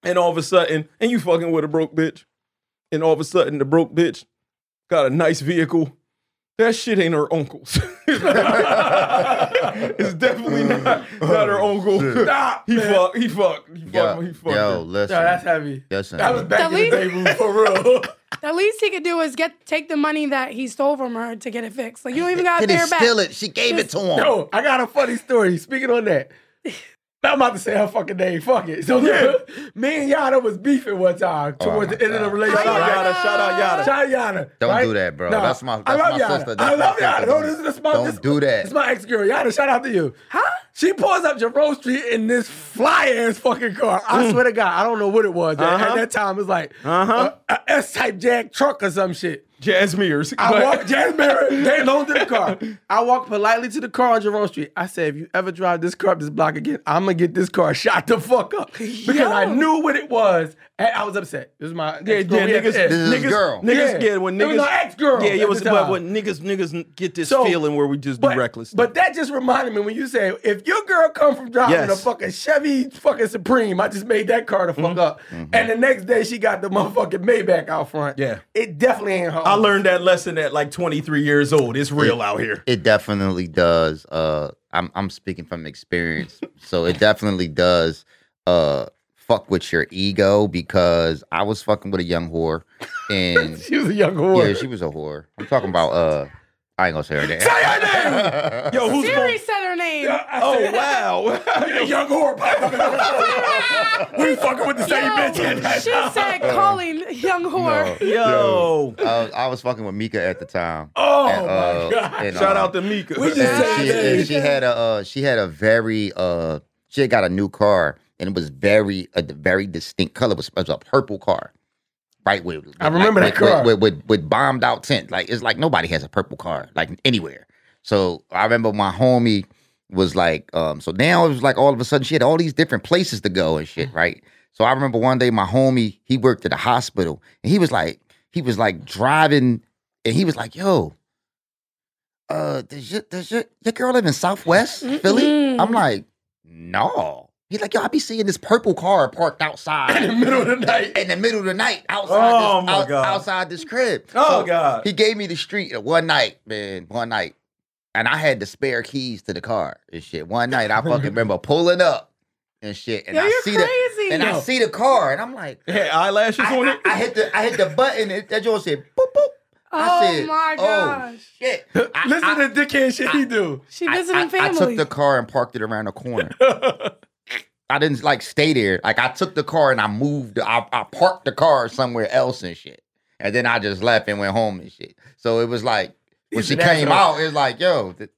Speaker 5: and all of a sudden, and you fucking with a broke bitch, and all of a sudden the broke bitch got a nice vehicle. That shit ain't her uncle's. it's definitely
Speaker 1: Mm.
Speaker 5: not, not her uncle. Stop. He fuck. He fuck. He fuck.
Speaker 1: Yo,
Speaker 5: He fuck.
Speaker 1: Oh, yo,
Speaker 5: her.
Speaker 1: listen.
Speaker 2: Yo, that's heavy.
Speaker 1: listen.
Speaker 7: I was back in the
Speaker 4: Delete.
Speaker 7: day room for real.
Speaker 4: The least he could do is get take the money that he stole from her to get it fixed. Like you don't even got to
Speaker 1: Did
Speaker 4: pay
Speaker 1: he
Speaker 4: her back.
Speaker 1: steal it? She gave it to him.
Speaker 2: Yo, I got a funny story. Speaking on that. I'm about to say her fucking name. Fuck it. So me and Yana was beefing one time
Speaker 1: Oh
Speaker 2: towards
Speaker 1: my
Speaker 2: the end of the
Speaker 1: God.
Speaker 2: relationship.
Speaker 5: Shout out Yada. Shout out Yada.
Speaker 2: Shout out Yana.
Speaker 1: Don't
Speaker 2: right?
Speaker 1: do that, bro.
Speaker 2: Nah,
Speaker 1: That's my that's
Speaker 2: I love
Speaker 1: my
Speaker 2: Yana.
Speaker 1: sister.
Speaker 2: I
Speaker 1: That's
Speaker 2: love
Speaker 1: my
Speaker 2: Yana.
Speaker 1: sister.
Speaker 2: No, this, this is my,
Speaker 1: Don't
Speaker 2: this,
Speaker 1: do that.
Speaker 2: It's my ex girl. Yana, shout out to you. Huh? She pulls up Jerome Street in this fly ass fucking car. I swear to God, I don't know what it was. At- At,
Speaker 5: Mm. Uh-huh.
Speaker 2: that time, it was like
Speaker 5: Uh-huh.
Speaker 2: a, a S type Jag truck or some shit.
Speaker 5: Jasmine's.
Speaker 2: I walk Jasmine, they loaned to the car. I walk politely to the car on Jerome Street. I said, if you ever drive this car up this block again, I'm gonna get this car shot the fuck up. Because I
Speaker 4: Yo.
Speaker 2: knew what it was. And I was upset. This is my
Speaker 5: Yeah, yeah,
Speaker 2: ex-girl. We had
Speaker 5: niggas,
Speaker 2: sex.
Speaker 1: This is his
Speaker 5: niggas,
Speaker 1: girl.
Speaker 5: niggas,
Speaker 2: Yeah.
Speaker 5: yeah, when
Speaker 2: It was
Speaker 5: niggas,
Speaker 2: my ex-girl
Speaker 5: yeah,
Speaker 2: at
Speaker 5: it was,
Speaker 2: the
Speaker 5: but
Speaker 2: time.
Speaker 5: when niggas, niggas get this
Speaker 2: So-
Speaker 5: feeling where we just
Speaker 2: but,
Speaker 5: do reckless.
Speaker 2: But that just reminded me when you say if your girl come from driving
Speaker 5: Yes. Mm-hmm.
Speaker 2: a fucking Chevy fucking Supreme, I just made that car to fuck up. And the next day she got the motherfucking Maybach out front.
Speaker 5: Yeah.
Speaker 2: It definitely ain't her.
Speaker 5: I
Speaker 2: own.
Speaker 5: learned that lesson at like 23 years old. It's real out here.
Speaker 1: It definitely does. Uh, I'm I'm speaking from experience, so it definitely does. Uh, fuck with your ego because I was fucking with a young whore, and
Speaker 2: she was a young whore.
Speaker 1: yeah, she was a whore. I'm talking about uh, I ain't gonna say her name.
Speaker 5: Yo, who's
Speaker 4: Siri said her name.
Speaker 5: Oh wow, young whore.
Speaker 7: we fucking with the same
Speaker 4: Yo,
Speaker 7: bitch.
Speaker 4: she said
Speaker 1: Oh.
Speaker 4: calling young whore.
Speaker 5: Yo,
Speaker 1: I was, I was fucking with Mika at the time.
Speaker 7: Oh
Speaker 1: And, uh,
Speaker 7: my god.
Speaker 1: and,
Speaker 5: shout
Speaker 1: uh,
Speaker 5: out to Mika.
Speaker 7: We just
Speaker 1: and
Speaker 7: said
Speaker 1: she,
Speaker 7: that.
Speaker 1: and she had a uh, she had a very uh, she had got a new car and it was very a very distinct color. It was, it was a purple car, right? With, with-
Speaker 2: I remember
Speaker 1: like,
Speaker 2: that
Speaker 1: with-
Speaker 2: car.
Speaker 1: with, with, with bombed out tint. Like it's like nobody has a purple car like anywhere. So I remember my homie was like, um, so now it was like all of a sudden she had all these different places to go and shit, right? So I remember one day my homie, he worked at a hospital and he was like, he was like driving and he was like, yo, uh, does your, does your, your girl live in Southwest
Speaker 8: Mm-hmm.
Speaker 1: Philly? I'm like, no. He's like, yo, I be seeing this purple car parked outside in the middle of the night. In the middle of the night, outside,
Speaker 8: Oh,
Speaker 1: this,
Speaker 8: my
Speaker 1: out-
Speaker 8: God.
Speaker 1: outside this crib.
Speaker 8: Oh,
Speaker 1: So
Speaker 8: God.
Speaker 1: He gave me the street uh, one night, man, one night. And I had the spare keys to the car and shit. One night I fucking remember pulling up and shit. And
Speaker 4: Yo,
Speaker 1: I
Speaker 4: you're
Speaker 1: see
Speaker 4: crazy.
Speaker 1: the and I
Speaker 4: No.
Speaker 1: see the car and I'm like,
Speaker 3: Hey, eyelashes
Speaker 1: I,
Speaker 3: on
Speaker 1: I-
Speaker 3: it.
Speaker 1: I hit the I hit the button and that joint said boop boop.
Speaker 4: Oh,
Speaker 1: I said,
Speaker 4: my
Speaker 1: Oh
Speaker 4: gosh.
Speaker 1: shit. I-
Speaker 2: Listen
Speaker 1: I-
Speaker 2: to the dickhead shit he do.
Speaker 4: She
Speaker 1: I-
Speaker 4: visiting
Speaker 1: I, I
Speaker 4: family.
Speaker 1: took the car and parked it around the corner. I didn't like stay there. Like I took the car and I moved. I, I parked the car somewhere else and shit. And then I just left and went home and shit. So it was like when she came out, it was like, yo, did,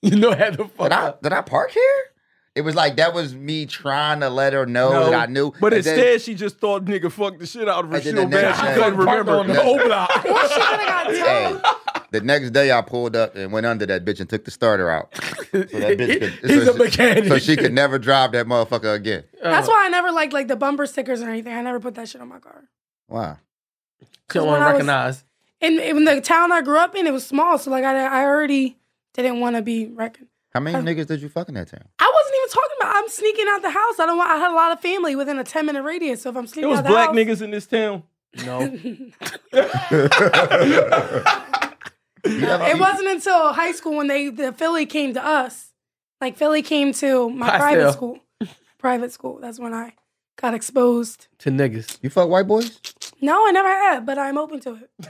Speaker 2: You know how to fuck
Speaker 1: did I
Speaker 2: up.
Speaker 1: did I park here? It was like that was me trying to let her know
Speaker 3: No,
Speaker 1: Oh, that I knew.
Speaker 3: But
Speaker 1: And then-
Speaker 3: instead, she just thought nigga fucked the shit out of her.
Speaker 1: And
Speaker 3: She so
Speaker 1: then the
Speaker 3: bad
Speaker 1: next
Speaker 3: she
Speaker 1: day-
Speaker 3: couldn't
Speaker 1: Parked
Speaker 3: remember.
Speaker 1: on the Yeah.
Speaker 4: Well, she would have got
Speaker 1: Hey,
Speaker 4: towed.
Speaker 1: the next day I pulled up and went under that bitch and took the starter out. So that bitch could,
Speaker 2: He's
Speaker 1: so
Speaker 2: a
Speaker 1: she-
Speaker 2: mechanic.
Speaker 1: So she could never drive that motherfucker again.
Speaker 4: That's
Speaker 3: Oh.
Speaker 4: why I never liked like the bumper stickers or anything. I never put that shit on my car.
Speaker 1: Wow.
Speaker 2: She don't want
Speaker 4: when
Speaker 2: to
Speaker 4: I was-
Speaker 2: recognize.
Speaker 4: And in the town I grew up in, it was small, so like I, I already didn't want to be reckoned.
Speaker 1: How many niggas did you fuck in that town?
Speaker 4: I wasn't even talking about. I'm sneaking out the house. I don't want. I had a lot of family within a ten minute radius, so if I'm
Speaker 3: It
Speaker 4: sneaking
Speaker 3: was
Speaker 4: out the
Speaker 3: black
Speaker 4: house,
Speaker 3: niggas in this town.
Speaker 2: No.
Speaker 4: It wasn't until high school when they the Philly came to us. Like Philly came to my
Speaker 2: Pastel.
Speaker 4: private school. Private school. That's when I got exposed.
Speaker 2: to niggas.
Speaker 1: You fuck white boys?
Speaker 4: No, I never had, but I'm open to it.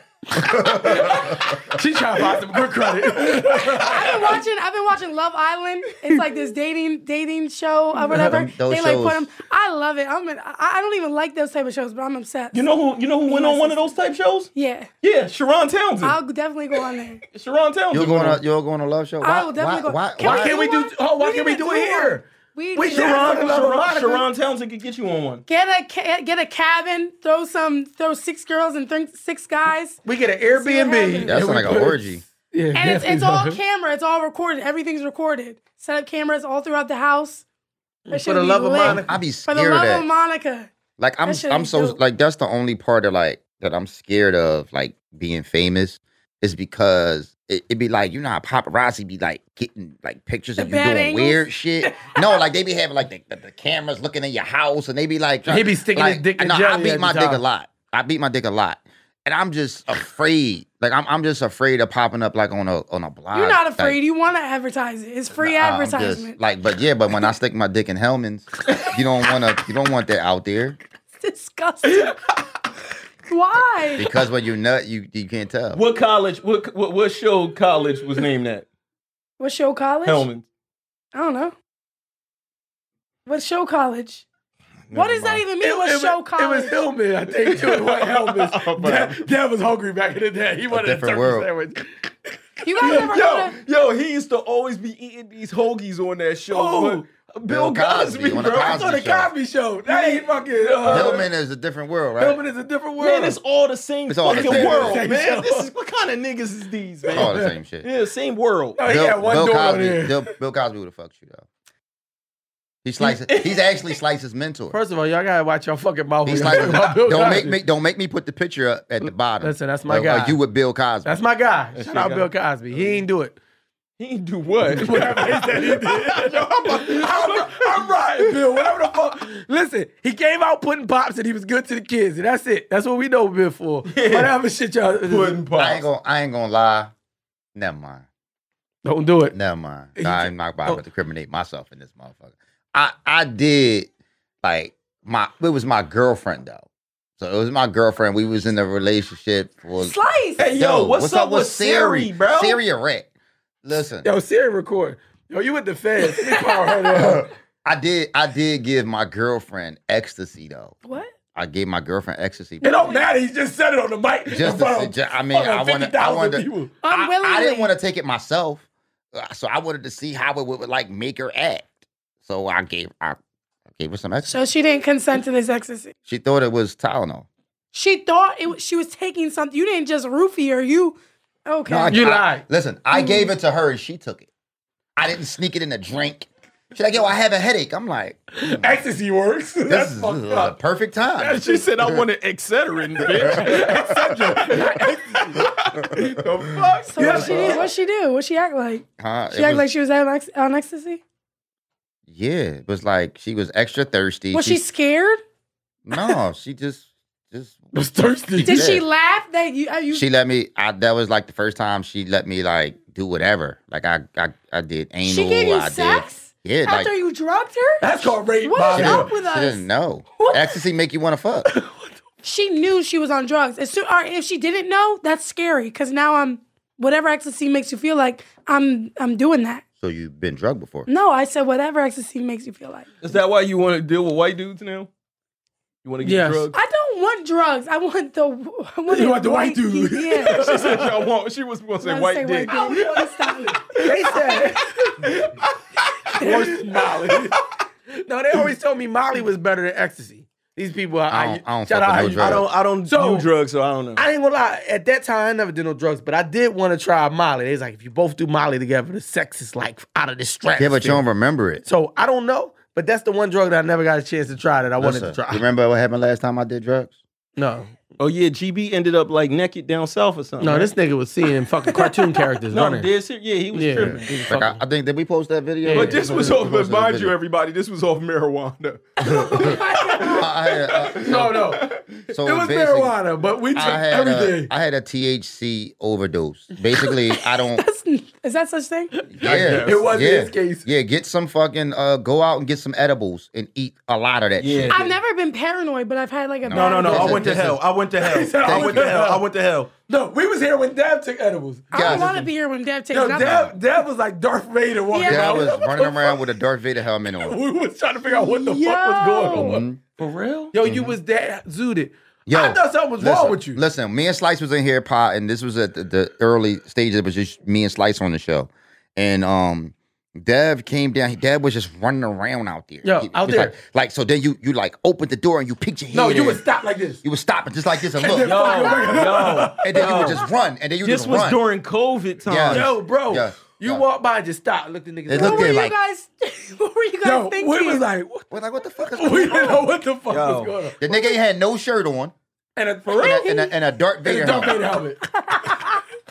Speaker 2: She trying to find some good credit.
Speaker 4: I've been watching. I've been watching Love Island. It's like this dating dating show or whatever.
Speaker 1: Them- those
Speaker 4: they like put
Speaker 1: shows.
Speaker 4: them. I love it. I'm. An, I I don't even like those type of shows, but I'm obsessed.
Speaker 3: You know who? You know who went on one of those type shows?
Speaker 4: Yeah,
Speaker 3: Yeah, Sharon Townsend.
Speaker 4: I'll definitely go on there.
Speaker 3: Sharon Townsend.
Speaker 1: You're
Speaker 3: went
Speaker 1: going
Speaker 3: on.
Speaker 1: on, you're going on a love show?
Speaker 4: I will definitely go.
Speaker 1: why,
Speaker 4: Can
Speaker 1: why,
Speaker 2: Can we do?
Speaker 4: one?
Speaker 2: Oh, why
Speaker 4: We
Speaker 2: can't we
Speaker 4: need to
Speaker 2: do
Speaker 4: do
Speaker 2: it here?
Speaker 4: We
Speaker 2: We
Speaker 4: did-
Speaker 2: sure are.
Speaker 3: Sharon, Sharon,
Speaker 2: Veronica.
Speaker 3: Sharon Townsend could get you on one.
Speaker 4: get a ca- get a cabin. Throw some. Throw six girls and th- six guys.
Speaker 2: We get an
Speaker 4: happens.
Speaker 2: Airbnb.
Speaker 1: That
Speaker 2: That's
Speaker 1: sounds like an orgy.
Speaker 2: Yeah,
Speaker 4: And it's, it's
Speaker 2: definitely.
Speaker 4: all camera. It's all recorded. Everything's recorded. Set up cameras all throughout the house. That
Speaker 2: For
Speaker 4: should
Speaker 2: the
Speaker 4: be
Speaker 2: love of
Speaker 4: lit.
Speaker 2: Monica.
Speaker 1: I'd be
Speaker 4: For
Speaker 1: scared
Speaker 4: the
Speaker 1: of
Speaker 4: love
Speaker 1: that.
Speaker 4: of Monica.
Speaker 1: like I'm,
Speaker 4: that shit
Speaker 1: I'm
Speaker 4: is
Speaker 1: so
Speaker 4: dope.
Speaker 1: like that's the only part of like that I'm scared of, like being famous, is because it, it be like you know how paparazzi be like getting like pictures
Speaker 4: The
Speaker 1: of you doing
Speaker 4: bad angles?
Speaker 1: weird shit. no, like they be having like the, the, the cameras looking in your house, and they be like
Speaker 2: He be sticking his
Speaker 1: like,
Speaker 2: dick in
Speaker 1: no, I
Speaker 2: jelly
Speaker 1: beat
Speaker 2: at
Speaker 1: my
Speaker 2: the
Speaker 1: dick a
Speaker 2: time.
Speaker 1: lot. I beat my dick a lot. And I'm just afraid. Like I'm, I'm just afraid of popping up like on a on a blog.
Speaker 4: You're not
Speaker 1: like, uh,
Speaker 4: afraid. you want to advertise it. It's free
Speaker 1: I'm just,
Speaker 4: advertisement.
Speaker 1: like, but yeah, but when I stick my dick in Hellman's, you don't want to. You don't want that out there
Speaker 4: disgusting. Why?
Speaker 1: because when you nut, you you can't tell.
Speaker 3: What college? What what, what show college was named that?
Speaker 4: What show college?
Speaker 3: Hellman.
Speaker 4: I don't know. What show college? what does that even mean? what show college?
Speaker 2: It was Hillman, I think, too. It wasn't
Speaker 3: Oh,
Speaker 2: Hellman.
Speaker 3: bro.
Speaker 2: Dad, Dad was hungry back in the day. He wanted a,
Speaker 1: different
Speaker 2: turkey
Speaker 1: world.
Speaker 2: sandwich.
Speaker 4: you guys never
Speaker 3: Yo,
Speaker 4: heard of?
Speaker 3: yo, he used to always be eating these hoagies on that show.
Speaker 2: Who?
Speaker 3: but- Bill,
Speaker 1: Bill Cosby
Speaker 3: Cosby,
Speaker 1: on
Speaker 3: bro.
Speaker 1: the
Speaker 2: I saw the
Speaker 1: Cosby Show.
Speaker 2: Cosby show. That ain't fucking. Uh,
Speaker 1: Hellman is a different world, right?
Speaker 2: Hellman is a different world.
Speaker 3: Man, it's all the same
Speaker 1: It's all the
Speaker 3: fucking
Speaker 1: same.
Speaker 3: world,
Speaker 2: Same
Speaker 3: man.
Speaker 2: show.
Speaker 3: This is what kind of niggas is these, man?
Speaker 1: It's all the same shit.
Speaker 3: Yeah, same world.
Speaker 2: Oh, he had one door on
Speaker 1: Cosby,
Speaker 2: there.
Speaker 1: Bill, Bill Cosby would have fucked you though. He slices. he's actually Slice's mentor.
Speaker 2: First of all, y'all gotta watch your fucking mouth.
Speaker 1: He's
Speaker 2: when y'all
Speaker 1: like,
Speaker 2: talk about Bill
Speaker 1: don't make
Speaker 2: Cosby.
Speaker 1: me, don't make me put the picture up at the bottom.
Speaker 2: Listen, that's my
Speaker 1: Or- or
Speaker 2: guy.
Speaker 1: You with Bill Cosby.
Speaker 2: That's my guy. Shout
Speaker 3: your
Speaker 2: out
Speaker 3: guy.
Speaker 2: Bill Cosby. He ain't do it.
Speaker 3: He ain't do what?
Speaker 2: I'm, I'm riding Bill. Whatever the fuck. Listen, he came out putting pops and he was good to the kids, and that's it. That's what we know Bill for. Whatever shit y'all
Speaker 3: Pudding
Speaker 1: I ain't
Speaker 3: pops.
Speaker 1: gonna, I ain't gonna lie. Never mind.
Speaker 2: don't do it.
Speaker 1: Never mind. Nah, I'm not about
Speaker 2: Oh.
Speaker 1: to criminate myself in this motherfucker. I I did like my it was my girlfriend though. So it was my girlfriend. We was in a relationship for
Speaker 4: Slice.
Speaker 3: Hey, yo, what's, up, with Siri, bro?
Speaker 1: Siri a rat. Listen,
Speaker 2: Yo, Siri record. Yo, you with the feds. Let me power her up.
Speaker 1: I did I did give my girlfriend ecstasy though.
Speaker 4: What?
Speaker 1: I gave my girlfriend ecstasy.
Speaker 2: It don't matter. He just said it on the mic. in
Speaker 1: Just to,
Speaker 2: front
Speaker 1: see,
Speaker 2: of
Speaker 1: ju- I mean, I
Speaker 2: fucking
Speaker 1: wanted, I
Speaker 2: 50,000
Speaker 1: wanted,
Speaker 2: people.
Speaker 1: I,
Speaker 4: Unwillingly.
Speaker 1: I didn't want to take it myself, Uh, so I wanted to see how it would, would, like make her act. So I gave, I, I gave her some ecstasy.
Speaker 4: So she didn't consent to this ecstasy.
Speaker 1: She thought it was Tylenol.
Speaker 4: She thought it. Was, she was taking something. You didn't just roofie her. You. Okay.
Speaker 1: No, I-
Speaker 2: You
Speaker 1: I-
Speaker 2: lied.
Speaker 1: Listen, I gave it to her and she took it. I didn't sneak it in a drink. She's like, yo, I have a headache. I'm like,
Speaker 8: Ecstasy works.
Speaker 1: this
Speaker 8: That's
Speaker 1: is
Speaker 8: fucked
Speaker 1: the
Speaker 8: up.
Speaker 1: perfect time.
Speaker 3: She said, "I want an Excedrin, bitch." the fuck?
Speaker 4: So what she did? What she do? What she act like?
Speaker 1: Huh?
Speaker 4: She
Speaker 1: It
Speaker 4: act
Speaker 1: was-
Speaker 4: like she was on, ex- on ecstasy.
Speaker 1: yeah, it was like she was extra thirsty.
Speaker 4: Was she scared?
Speaker 1: no, she just just
Speaker 8: was thirsty.
Speaker 4: Did she
Speaker 1: Yeah.
Speaker 4: laugh that you? uh, you she,
Speaker 1: she let me. I, that was like the first time she let me like do whatever. Like I I, I did anal.
Speaker 4: gave you
Speaker 1: I
Speaker 4: sex
Speaker 1: Did. Yeah, like
Speaker 4: after you drugged her?
Speaker 8: That's called rape.
Speaker 4: What
Speaker 8: Bob.
Speaker 4: is
Speaker 1: didn't-
Speaker 4: up with
Speaker 1: she
Speaker 4: us?
Speaker 1: didn't know. Ecstasy make you want to fuck.
Speaker 4: She knew she was on drugs. As soon, or if she didn't know, that's scary. Cause now I'm whatever ecstasy makes you feel like. I'm I'm doing that.
Speaker 1: So you've been drugged before.
Speaker 4: No, I said whatever ecstasy makes you feel like.
Speaker 3: Is that why you want to deal with white dudes now? You want to get
Speaker 2: Yes.
Speaker 3: drugs?
Speaker 4: I don't want drugs. I want the. I want
Speaker 8: You
Speaker 4: the
Speaker 8: want the white dude.
Speaker 4: Yeah.
Speaker 3: she said y'all want. She was going to say
Speaker 4: I
Speaker 3: white
Speaker 4: say
Speaker 3: dick.
Speaker 4: white dick.
Speaker 1: Oh,
Speaker 4: Please stop me.
Speaker 2: They said
Speaker 8: Worst knowledge.
Speaker 2: no. They always told me Molly was better than ecstasy. These people, I,
Speaker 1: I don't- I don't
Speaker 2: shout
Speaker 1: fuck
Speaker 2: out.
Speaker 1: with no
Speaker 2: I
Speaker 1: drugs.
Speaker 2: don't. I don't. So,
Speaker 3: do drugs, so I don't know.
Speaker 2: I ain't gonna lie. At that time, I never did no drugs, but I did want to try Molly. They was like, if you both do Molly together, the sex is like out of the strap.
Speaker 1: Yeah, but you don't remember it.
Speaker 2: So I don't know, but that's the one drug that I never got a chance to try that I wanted to
Speaker 1: Listen,
Speaker 2: try.
Speaker 1: you remember what happened last time I did drugs?
Speaker 2: No,
Speaker 3: oh yeah, GB ended up like naked down south or something.
Speaker 2: no,
Speaker 3: right?
Speaker 2: this nigga was seeing fucking cartoon characters
Speaker 3: no, I'm
Speaker 2: running.
Speaker 3: dead serious. Yeah, he was
Speaker 2: Yeah.
Speaker 3: tripping.
Speaker 2: he was
Speaker 1: Like I,
Speaker 2: fucking-
Speaker 1: I think did we post that video?
Speaker 3: But this was
Speaker 1: We
Speaker 3: off. But
Speaker 1: posted that
Speaker 3: mind you,
Speaker 1: video.
Speaker 3: everybody, this was off marijuana.
Speaker 4: Oh
Speaker 1: I had, uh,
Speaker 8: No, no.
Speaker 1: so
Speaker 8: It was
Speaker 1: basically,
Speaker 8: marijuana, but we took
Speaker 1: I had, uh,
Speaker 8: everything.
Speaker 1: a, I had a THC overdose. Basically, I don't.
Speaker 4: Is that such thing?
Speaker 1: Yeah,
Speaker 8: It wasn't
Speaker 1: yeah.
Speaker 8: his case.
Speaker 1: Yeah, get some fucking. Uh, go out and get some edibles and eat a lot of that. shit.
Speaker 4: I've never been paranoid, but I've had like a
Speaker 1: No,
Speaker 4: bad
Speaker 5: No, no,
Speaker 1: This
Speaker 5: I
Speaker 1: is-
Speaker 5: went to
Speaker 1: this
Speaker 5: hell.
Speaker 1: is-
Speaker 5: I went to hell. I went to hell. I went to hell.
Speaker 8: No, we was here when Dev took edibles.
Speaker 4: I don't
Speaker 1: Guys,
Speaker 4: want to be here when Dev takes
Speaker 8: Yo,
Speaker 4: nothing.
Speaker 8: Dev, Dev was like Darth Vader walking
Speaker 4: Yeah,
Speaker 1: Yeah, I
Speaker 8: around.
Speaker 1: was running around with a Darth Vader helmet on.
Speaker 8: We was trying to figure out what the fuck was
Speaker 4: Yo.
Speaker 8: going on.
Speaker 1: Mhm.
Speaker 3: For real?
Speaker 2: Yo, you was that zooted.
Speaker 1: Yo,
Speaker 8: I thought something was
Speaker 1: listen,
Speaker 8: wrong with you.
Speaker 1: Listen, me and Slice was in here, pot, and this was at the, the early stages. It was just me and Slice on the show, and um, Dev came down. Dev was just running around out there.
Speaker 2: Yo,
Speaker 1: He- he
Speaker 2: out
Speaker 1: was
Speaker 2: there.
Speaker 1: Like, like, so, then you you like opened the door and you peeked your head.
Speaker 8: No, you
Speaker 1: in.
Speaker 8: would stop like this.
Speaker 1: you was stopping just like this and look,
Speaker 8: then
Speaker 5: Oh,
Speaker 3: Yo, yo.
Speaker 1: and then you would just run, and then you
Speaker 3: This
Speaker 1: just
Speaker 3: was
Speaker 1: run.
Speaker 3: during COVID time.
Speaker 1: Yeah.
Speaker 2: Yo, bro,
Speaker 1: Yeah,
Speaker 2: you
Speaker 1: yeah.
Speaker 2: walked by and just stopped, looked at niggas.
Speaker 1: It
Speaker 2: like,
Speaker 4: What
Speaker 1: looked
Speaker 4: were
Speaker 1: at
Speaker 4: you
Speaker 1: like.
Speaker 4: guys? What were you guys
Speaker 8: Yo, we
Speaker 4: thinking?
Speaker 8: was like,
Speaker 1: We're like, what the fuck is
Speaker 8: we
Speaker 1: going
Speaker 8: didn't
Speaker 1: on?
Speaker 8: know what the fuck
Speaker 3: Yo.
Speaker 8: was going on.
Speaker 1: The nigga ain't had no shirt on
Speaker 8: And a, for real,
Speaker 1: and a, and a, and a Darth Vader
Speaker 8: it's Darth
Speaker 1: helmet.
Speaker 8: Vader helmet.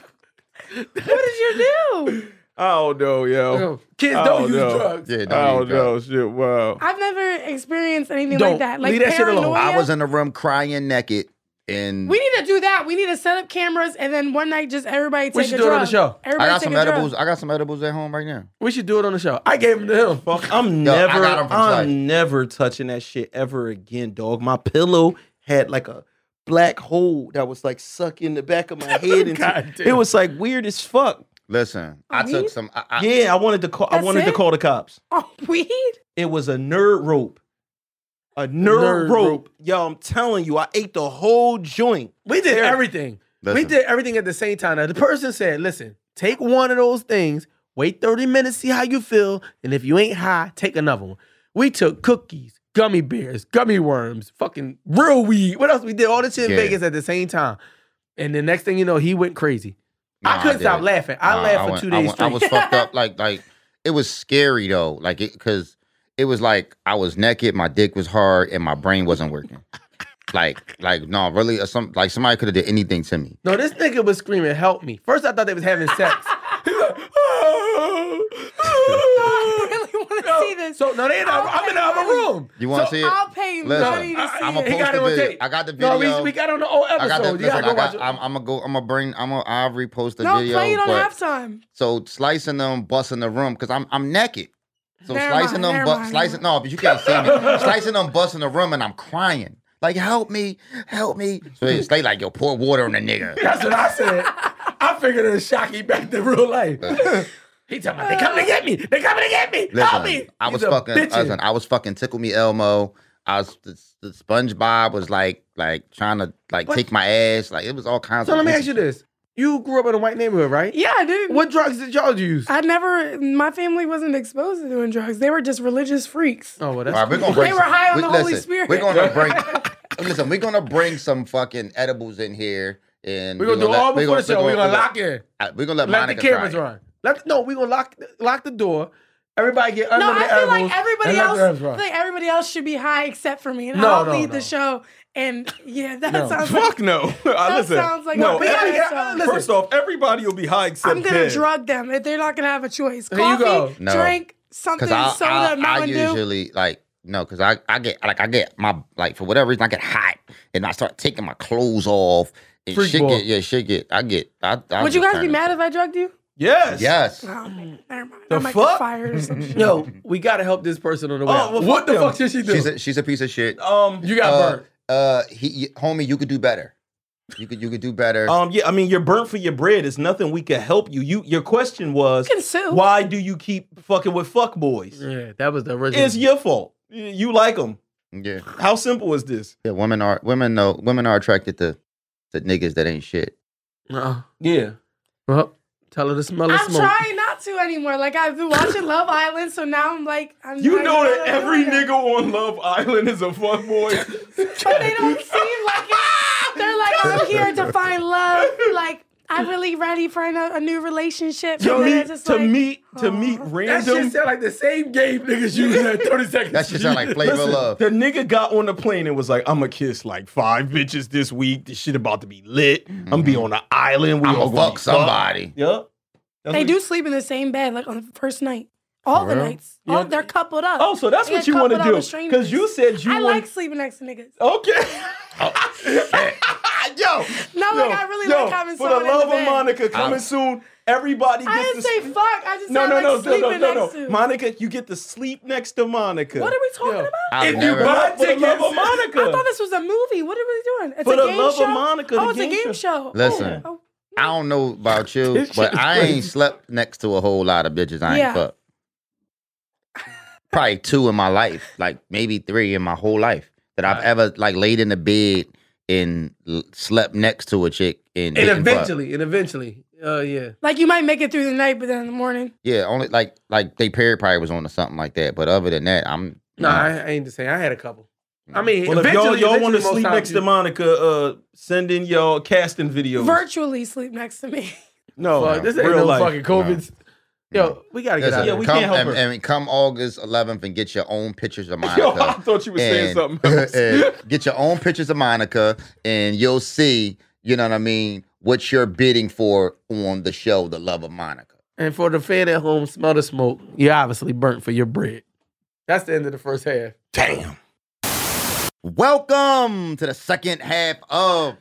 Speaker 4: what did you do?
Speaker 3: Oh no, yo.
Speaker 2: Yo, kids
Speaker 3: Oh,
Speaker 2: don't use
Speaker 3: no.
Speaker 2: drugs.
Speaker 1: Yeah, don't
Speaker 3: Oh
Speaker 1: need drugs.
Speaker 3: no, shit. Wow.
Speaker 4: I've never experienced anything
Speaker 2: Don't.
Speaker 4: like that. Like
Speaker 2: Leave that shit alone.
Speaker 4: paranoia.
Speaker 1: I was in the room crying naked, and
Speaker 4: Oh, we need to do that. We need to set up cameras and then one night just everybody take
Speaker 2: We should
Speaker 4: a
Speaker 2: do it
Speaker 4: drug.
Speaker 2: on the show.
Speaker 1: I
Speaker 4: Everybody
Speaker 1: got
Speaker 4: take
Speaker 1: some
Speaker 4: a drug.
Speaker 1: edibles. I got some edibles at home right now.
Speaker 2: We should do it on the show.
Speaker 8: I gave him to him.
Speaker 3: Fuck, I'm
Speaker 1: Yo, I
Speaker 3: never,
Speaker 1: got 'em from Slice.
Speaker 3: I'm never touching that shit ever again, dog. My pillow had like a black hole that was like sucking the back of my head,
Speaker 8: God
Speaker 3: and
Speaker 8: damn.
Speaker 3: it was like weird as fuck.
Speaker 1: Listen, I
Speaker 4: Weed?
Speaker 1: took some. I, I,
Speaker 3: Yeah, I wanted to call. I
Speaker 4: That's
Speaker 3: wanted to
Speaker 4: it?
Speaker 3: call the cops.
Speaker 4: Oh, weed?
Speaker 3: It was a nerd rope, a nerd, rope.
Speaker 2: Nerd rope.
Speaker 3: Yo, I'm telling you, I ate the whole joint.
Speaker 2: We did
Speaker 3: There.
Speaker 2: everything.
Speaker 1: Listen.
Speaker 2: We did everything at the same time. Now, the person said, listen, take one of those things, wait 30 minutes, see how you feel, and if you ain't high, take another one. We took cookies, gummy bears, gummy worms, fucking real weed. What else? We did all this shit in
Speaker 1: Yeah.
Speaker 2: Vegas at the same time. And the next thing you know, he went crazy.
Speaker 1: Nah,
Speaker 2: I couldn't stop
Speaker 1: didn't.
Speaker 2: laughing. I
Speaker 1: Nah,
Speaker 2: laughed for
Speaker 1: went-
Speaker 2: two
Speaker 1: I
Speaker 2: days
Speaker 1: went- I,
Speaker 2: straight.
Speaker 1: was fucked up. Like like it was scary though. Like it because it was like I was naked, my dick was hard, and my brain wasn't working. Like like no, really, uh, some like somebody could have did anything to me.
Speaker 2: no, this nigga was screaming, help me. First, I thought they was having sex.
Speaker 4: I really want to see this.
Speaker 2: So, no, they in our, I'm in the other room.
Speaker 1: You want to see it?
Speaker 4: I'll pay money to see
Speaker 1: I'm
Speaker 4: it.
Speaker 1: gonna
Speaker 2: He
Speaker 1: post
Speaker 2: got
Speaker 1: the
Speaker 2: it on
Speaker 1: video.
Speaker 2: tape.
Speaker 1: I got the
Speaker 2: No,
Speaker 1: video.
Speaker 2: we, we got on the old episode.
Speaker 1: I got the,
Speaker 2: you
Speaker 1: listen,
Speaker 2: gotta go
Speaker 1: I
Speaker 2: watch
Speaker 1: got,
Speaker 2: it.
Speaker 1: I'm, I'm gonna go. I'm gonna bring. I'm gonna. I'll repost the
Speaker 4: no,
Speaker 1: video.
Speaker 4: play it on
Speaker 1: but-
Speaker 4: halftime.
Speaker 1: So slicing them, busting the room because I'm I'm naked. So
Speaker 4: Never
Speaker 1: slicing
Speaker 4: mind,
Speaker 1: them,
Speaker 4: never
Speaker 1: bu-
Speaker 4: mind,
Speaker 1: slicing no, but you can't see me. slicing them, busting the room, and I'm crying. Like help me, help me. So they they like yo, pour water on the nigga.
Speaker 8: That's what I said. I figured it was Shocky back to real life. he talking about, they coming to get me. They coming to get me. Help me.
Speaker 1: Listen, I was
Speaker 8: He's a
Speaker 1: fucking.
Speaker 8: bitchin'.
Speaker 1: Listen, I was fucking. Tickle me Elmo. I was the, the SpongeBob was like like trying to like
Speaker 2: What?
Speaker 1: take my ass. Like it was all kinds
Speaker 2: So
Speaker 1: of.
Speaker 2: let me ask you this: You grew up in a white neighborhood, right? Oh,
Speaker 4: Yeah, I didn't.
Speaker 2: What drugs did y'all use?
Speaker 4: I never, my family wasn't exposed to doing drugs. They were just religious freaks.
Speaker 2: oh well,
Speaker 1: All right,
Speaker 2: that's
Speaker 1: we're gonna bring
Speaker 4: They
Speaker 1: some-
Speaker 4: were high on the Holy Spirit.
Speaker 1: We're gonna bring. listen, we're gonna bring some fucking edibles in here, and
Speaker 2: we're gonna do
Speaker 1: let-
Speaker 2: all before the show. We're gonna
Speaker 1: we
Speaker 2: lock in.
Speaker 1: Uh, We're gonna let,
Speaker 2: Let the
Speaker 1: Monica
Speaker 2: cameras
Speaker 1: try it.
Speaker 2: run. Let no, we're gonna lock lock the door. Everybody get
Speaker 4: No,
Speaker 2: unlimited
Speaker 4: I feel
Speaker 2: edibles
Speaker 4: like everybody
Speaker 2: and let
Speaker 4: else.
Speaker 2: the
Speaker 4: I
Speaker 2: herbs
Speaker 4: feel
Speaker 2: run.
Speaker 4: like everybody else should be high except for me, and
Speaker 2: No,
Speaker 4: I'll
Speaker 2: no,
Speaker 4: lead
Speaker 2: no.
Speaker 4: the show. And yeah, that
Speaker 2: No.
Speaker 4: sounds like
Speaker 3: Fuck no. That Listen,
Speaker 4: sounds like
Speaker 3: no.
Speaker 4: a bad
Speaker 3: every-
Speaker 4: song.
Speaker 2: Listen.
Speaker 3: First off, everybody will be high except
Speaker 4: I'm gonna
Speaker 3: Ken.
Speaker 4: drug them. If They're not gonna have a choice.
Speaker 2: Here you
Speaker 4: Coffee,
Speaker 2: go.
Speaker 1: No.
Speaker 4: drink, something,
Speaker 1: Cause I,
Speaker 4: soda,
Speaker 1: I, I
Speaker 4: Mountain Dew.
Speaker 1: usually like no, cause I, I get like I get my like for whatever reason I get hot and I start taking my clothes off and
Speaker 2: Freak
Speaker 1: shit
Speaker 2: boy.
Speaker 1: get yeah shit get I get I, I
Speaker 4: Would you
Speaker 1: just
Speaker 4: guys be
Speaker 1: kinda-
Speaker 4: mad if I drugged you?
Speaker 3: Yes.
Speaker 1: Yes.
Speaker 4: Oh, man, never mind.
Speaker 5: The
Speaker 4: I might
Speaker 5: fuck?
Speaker 4: get fired or some shit.
Speaker 2: Yo, we gotta help this person on the way.
Speaker 5: Oh,
Speaker 2: out.
Speaker 5: well,
Speaker 2: what
Speaker 5: fuck
Speaker 2: the
Speaker 5: them.
Speaker 2: fuck did she do?
Speaker 1: She's a, she's a piece of shit.
Speaker 5: Um,
Speaker 2: you got
Speaker 1: uh,
Speaker 2: burnt.
Speaker 1: uh, he, homie, you could do better. You could you could do better.
Speaker 4: Oh.
Speaker 5: um, yeah, I mean, you're burnt for your bread. It's nothing we can help you. You, your question was,
Speaker 4: You can sue.
Speaker 5: why do you keep fucking with fuck boys?
Speaker 2: Yeah, that was the original.
Speaker 5: It's your fault. You- You like them.
Speaker 1: yeah,
Speaker 5: How simple is this?
Speaker 1: yeah. Women are women know women are attracted to to niggas that ain't shit.
Speaker 2: uh-uh.
Speaker 3: Yeah.
Speaker 2: well, tell her to smell the
Speaker 4: I'm
Speaker 2: smoke.
Speaker 4: trying not to anymore. Like I've been watching Love Island, so now I'm like, I'm
Speaker 3: You
Speaker 4: I
Speaker 3: know
Speaker 4: I'm
Speaker 3: that every
Speaker 4: doing it.
Speaker 3: nigga on Love Island is a fuckboy.
Speaker 4: but they don't seem like it. They're like, I'm here to find love. Like, I'm really ready for an, a new relationship.
Speaker 3: to
Speaker 4: And then
Speaker 3: meet
Speaker 4: it's just
Speaker 3: to
Speaker 4: like,
Speaker 3: meet to meet
Speaker 4: "Aw."
Speaker 2: That shit
Speaker 3: random.
Speaker 2: sound like the same game niggas used at 30 seconds.
Speaker 1: That shit sound like flavor
Speaker 3: Listen,
Speaker 1: love.
Speaker 3: The nigga got on the plane and was like, "I'm gonna kiss like five bitches this week. This shit about to be lit. I'm gonna be on an island. We
Speaker 1: Mm-hmm. I'ma
Speaker 3: all gonna
Speaker 1: fuck
Speaker 3: be fucked."
Speaker 1: somebody.
Speaker 3: Yup. That's
Speaker 4: They
Speaker 3: what-
Speaker 4: do sleep in the same bed, like on the first night. All the nights. All, they're coupled up.
Speaker 3: Oh, so that's
Speaker 4: They
Speaker 3: what
Speaker 4: get
Speaker 3: you want to
Speaker 4: coupled up
Speaker 3: do?
Speaker 4: with strangers.
Speaker 3: Because you said you
Speaker 4: I
Speaker 3: want.
Speaker 4: like sleeping next to niggas.
Speaker 3: Okay.
Speaker 2: Oh,
Speaker 3: yo.
Speaker 4: No,
Speaker 3: yo,
Speaker 4: like I really
Speaker 3: yo,
Speaker 4: like having
Speaker 3: For
Speaker 4: someone
Speaker 3: the love
Speaker 4: in the
Speaker 3: of
Speaker 4: bed.
Speaker 3: Monica, coming
Speaker 2: Um,
Speaker 1: I'm-
Speaker 3: soon. Everybody gets
Speaker 4: I didn't
Speaker 3: to
Speaker 4: say fuck. I just
Speaker 3: No, no,
Speaker 4: said I
Speaker 3: no,
Speaker 4: like
Speaker 3: no,
Speaker 4: sleeping
Speaker 3: no, no,
Speaker 4: next
Speaker 3: no.
Speaker 4: to.
Speaker 3: Monica, you get to sleep next to Monica.
Speaker 4: what are we talking about?
Speaker 3: If
Speaker 1: I've
Speaker 3: you
Speaker 1: never-
Speaker 3: buy
Speaker 5: For the
Speaker 3: tickets,
Speaker 5: love of Monica.
Speaker 4: I thought this was a movie. What are we doing? It's
Speaker 5: For
Speaker 4: a
Speaker 5: the
Speaker 4: game
Speaker 5: love of
Speaker 4: show.
Speaker 5: Monica,
Speaker 4: oh,
Speaker 5: the
Speaker 4: it's a
Speaker 5: game
Speaker 4: game
Speaker 5: show.
Speaker 4: show. Oh,
Speaker 1: Listen.
Speaker 4: oh.
Speaker 1: I don't know about you, but I ain't slept next to a whole lot of bitches I ain't
Speaker 4: Yeah.
Speaker 1: fucked. Probably two in my life, like maybe three in my whole life that I've ever like laid in the bed and l- slept next to a chick and
Speaker 2: And
Speaker 1: didn't fuck.
Speaker 2: eventually, and eventually. Oh, yeah.
Speaker 4: Like you might make it through the night, but then in the morning.
Speaker 1: yeah, only like like they period probably was on or something like that. But other than that, I'm
Speaker 2: No, I, I ain't the same. I had a couple. I mean,
Speaker 5: Well, if y'all
Speaker 2: eventually,
Speaker 5: y'all want to
Speaker 2: eventually most
Speaker 5: sleep
Speaker 2: times
Speaker 5: next
Speaker 2: you-
Speaker 5: to Monica, uh, send in y'all casting videos.
Speaker 4: virtually sleep next to me.
Speaker 5: no,
Speaker 2: Fuck, this ain't
Speaker 5: real
Speaker 2: no
Speaker 5: life.
Speaker 2: fucking COVID. Yo, we gotta get
Speaker 1: Listen,
Speaker 2: out
Speaker 5: Yeah,
Speaker 2: of
Speaker 5: we
Speaker 2: here.
Speaker 1: come,
Speaker 5: can't help
Speaker 1: and,
Speaker 5: her.
Speaker 1: and come August 11th and get your own pictures of Monica.
Speaker 3: Yo, I thought you were saying
Speaker 1: and,
Speaker 3: something else.
Speaker 1: and get your own pictures of Monica, and you'll see, you know what I mean, what you're bidding for on the show, The Love of Monica.
Speaker 2: And for the fan at home, smell the smoke. You're obviously burnt for your bread. That's the end of the first half.
Speaker 5: Damn.
Speaker 1: Welcome to the second half of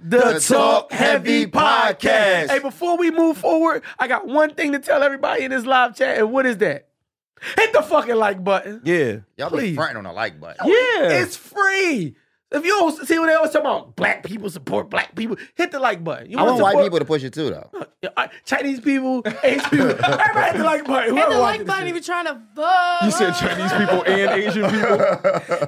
Speaker 2: Hey, before we move forward, I got one thing to tell everybody in this live chat, and what is that? Hit the fucking like button.
Speaker 5: Yeah.
Speaker 1: Y'all
Speaker 2: please.
Speaker 1: be fronting on the like button.
Speaker 5: Yeah.
Speaker 2: It's free. If you don't see what they always talk about, black people support black people, hit the like button. You
Speaker 1: I want
Speaker 2: support-
Speaker 1: white people to push it too, though.
Speaker 2: Yeah, I- Chinese people, Asian people, everybody hit the like button.
Speaker 4: Hit
Speaker 2: Whoever
Speaker 4: the like
Speaker 2: watching this
Speaker 4: button if
Speaker 2: shit.
Speaker 4: you're trying to fuck.
Speaker 3: You said Chinese people and Asian people.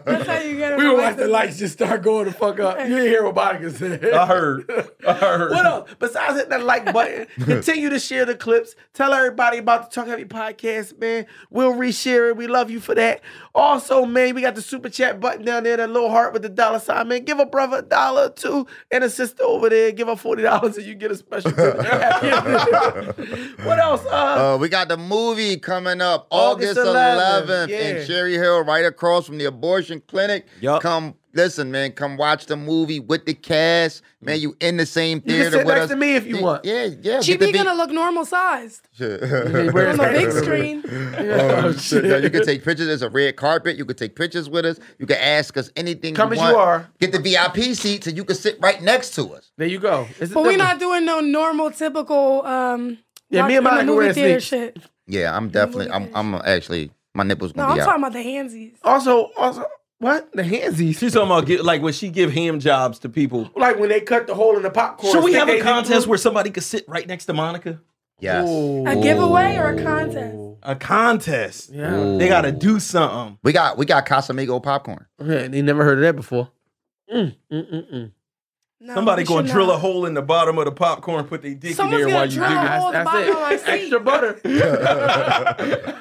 Speaker 4: That's how you get it.
Speaker 2: We would watch the lights just start going the fuck up. You ain't hear what Monica said.
Speaker 5: I heard. I heard.
Speaker 2: What else? Besides hitting that like button, continue to share the clips. Tell everybody about the Talk Heavy podcast, man. We'll reshare it. We love you for that. Also, man, we got the super chat button down there, that little heart with the dollar sign, man. Give a brother a dollar or two and a sister over there. Give her forty dollars and you get a special. gift. what else? Uh,
Speaker 1: Uh, we got the movie coming up
Speaker 2: August
Speaker 1: August 11th,
Speaker 2: 11th, yeah.
Speaker 1: in Cherry Hill, right across from the abortion clinic.
Speaker 5: Yup.
Speaker 1: Come, listen, man, come watch the movie with the cast. Man, you in the same
Speaker 2: can
Speaker 1: theater
Speaker 2: sit
Speaker 1: with
Speaker 2: next
Speaker 1: us.
Speaker 2: to me if you
Speaker 1: Yeah,
Speaker 2: want.
Speaker 1: Yeah, yeah.
Speaker 4: She
Speaker 1: get to
Speaker 4: be
Speaker 1: be-
Speaker 4: gonna look normal sized on the big screen.
Speaker 2: Oh,
Speaker 1: Um, so you can take pictures. There's a red carpet. You can take pictures with us. You can ask us anything.
Speaker 2: Come
Speaker 1: you
Speaker 2: as
Speaker 1: want.
Speaker 2: you are.
Speaker 1: Get the VIP seat so you can sit right next to us.
Speaker 2: there you go. It's
Speaker 4: But
Speaker 2: a
Speaker 4: we're
Speaker 2: different-
Speaker 4: not doing no normal, typical. Um,
Speaker 2: Yeah, me and
Speaker 4: watch-
Speaker 2: Monica
Speaker 4: in the movie
Speaker 2: wearing
Speaker 4: theater
Speaker 2: sneaks.
Speaker 4: shit.
Speaker 1: Yeah, I'm definitely. I'm. I'm actually. My nipples
Speaker 4: No,
Speaker 1: gonna
Speaker 4: I'm
Speaker 1: be out.
Speaker 4: talking about the handsies.
Speaker 2: Also, also, what the handsies?
Speaker 5: She's talking about get, like when she give ham jobs to people.
Speaker 2: like when they cut the hole in the popcorn.
Speaker 5: Should we
Speaker 2: stick
Speaker 5: have a
Speaker 2: their dick
Speaker 5: contest
Speaker 2: through?
Speaker 5: where somebody could sit right next to Monica?
Speaker 1: yes.
Speaker 4: A giveaway or a contest.
Speaker 5: A contest.
Speaker 2: Yeah.
Speaker 5: They gotta do something.
Speaker 1: We got. We got Casamigo popcorn.
Speaker 2: Yeah, they never heard of that before. Mm, mm, mm, mm.
Speaker 4: No,
Speaker 5: Somebody
Speaker 4: we
Speaker 5: gonna
Speaker 4: should
Speaker 5: drill
Speaker 4: not.
Speaker 5: a hole in the bottom of the popcorn, put their dick
Speaker 4: Someone's
Speaker 5: in there
Speaker 4: gonna
Speaker 5: while you
Speaker 4: drill
Speaker 5: dig
Speaker 4: a
Speaker 5: it.
Speaker 4: hole in the bottom of my seat.
Speaker 2: Extra butter. Extra butter.
Speaker 4: Ew,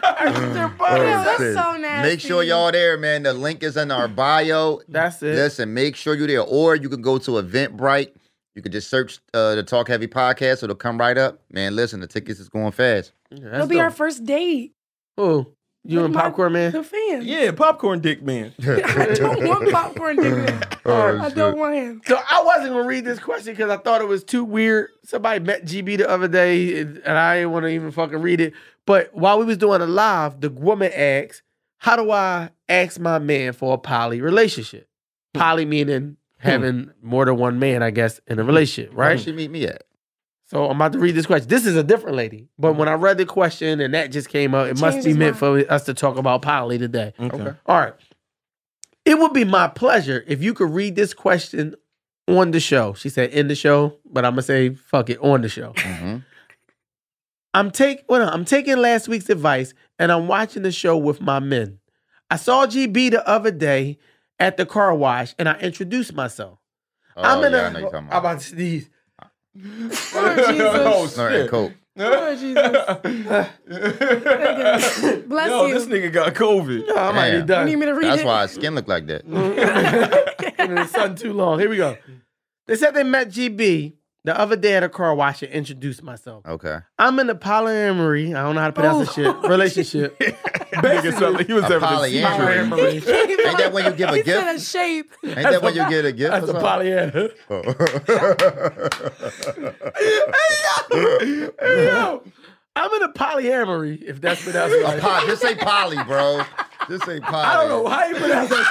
Speaker 4: Oh, that's
Speaker 1: Listen,
Speaker 4: so nasty.
Speaker 1: Make sure y'all there, man. The link is in our bio.
Speaker 2: That's it.
Speaker 1: Listen, make sure you're there, or you can go to Eventbrite. You can just search uh, the Talk Heavy podcast. It'll come right up. Man, listen, the tickets is going fast.
Speaker 2: Yeah, that's
Speaker 4: It'll be our
Speaker 2: dope.
Speaker 4: first date.
Speaker 2: Ooh. You and
Speaker 4: My-
Speaker 2: Popcorn Man?
Speaker 4: The fan.
Speaker 5: Yeah, popcorn dick man.
Speaker 4: I don't want popcorn dick man. I don't want him.
Speaker 2: So I wasn't gonna read this question because I thought it was too weird. Somebody met GB the other day, and I didn't want to even fucking read it. But while we was doing a live, the woman asked, "How do I ask my man for a poly relationship? Poly meaning having more than one man, I guess, in a relationship,
Speaker 1: Where
Speaker 2: right?"
Speaker 1: she meet me at?
Speaker 2: So I'm about to read this question. This is a different lady, but when I read the question and that just came up, it must
Speaker 4: Changed
Speaker 2: be
Speaker 4: his
Speaker 2: meant for us to talk about poly today.
Speaker 5: Okay.
Speaker 2: All right. It would be my pleasure if you could read this question on the show. She said in the show, but I'm gonna say fuck it on the show.
Speaker 1: Mhm.
Speaker 2: I'm take well, no, I'm taking last week's advice and I'm watching the show with my men. I saw GB the other day at the car wash and I introduced myself.
Speaker 1: Oh,
Speaker 2: I'm in
Speaker 1: yeah, I
Speaker 2: a-
Speaker 1: know you're talking about.
Speaker 2: I'm about Oh, to sneeze.
Speaker 4: Lord Jesus.
Speaker 1: Snorting coke.
Speaker 4: Lord Jesus.
Speaker 3: Bless
Speaker 4: Bless
Speaker 3: Yo,
Speaker 4: you.
Speaker 3: this nigga got COVID.
Speaker 2: No, I might be
Speaker 1: Damn.
Speaker 2: done.
Speaker 4: you need me to read
Speaker 1: That's
Speaker 4: it?
Speaker 1: why his skin look like that.
Speaker 2: been in the sun too long. Here we go. They said they met GB the other day at a car wash and introduced myself.
Speaker 1: Okay.
Speaker 2: I'm in a polyamory. I don't know how to pronounce this shit. Relationship.
Speaker 3: Nigga, sound like he was
Speaker 1: Oh. A
Speaker 3: having a
Speaker 1: polyamory.
Speaker 3: seizure.
Speaker 4: He gave it
Speaker 1: Ain't that when you give a
Speaker 4: he said a
Speaker 1: gift?
Speaker 4: shape.
Speaker 1: Ain't that when you get a gift?
Speaker 2: That's a
Speaker 1: or something?
Speaker 2: polyamory.
Speaker 1: Oh.
Speaker 2: I'm in a polyamory, if that's pronounced
Speaker 1: A
Speaker 2: right.
Speaker 1: po- Just say poly, bro. Just say poly.
Speaker 2: I don't know how you pronounce that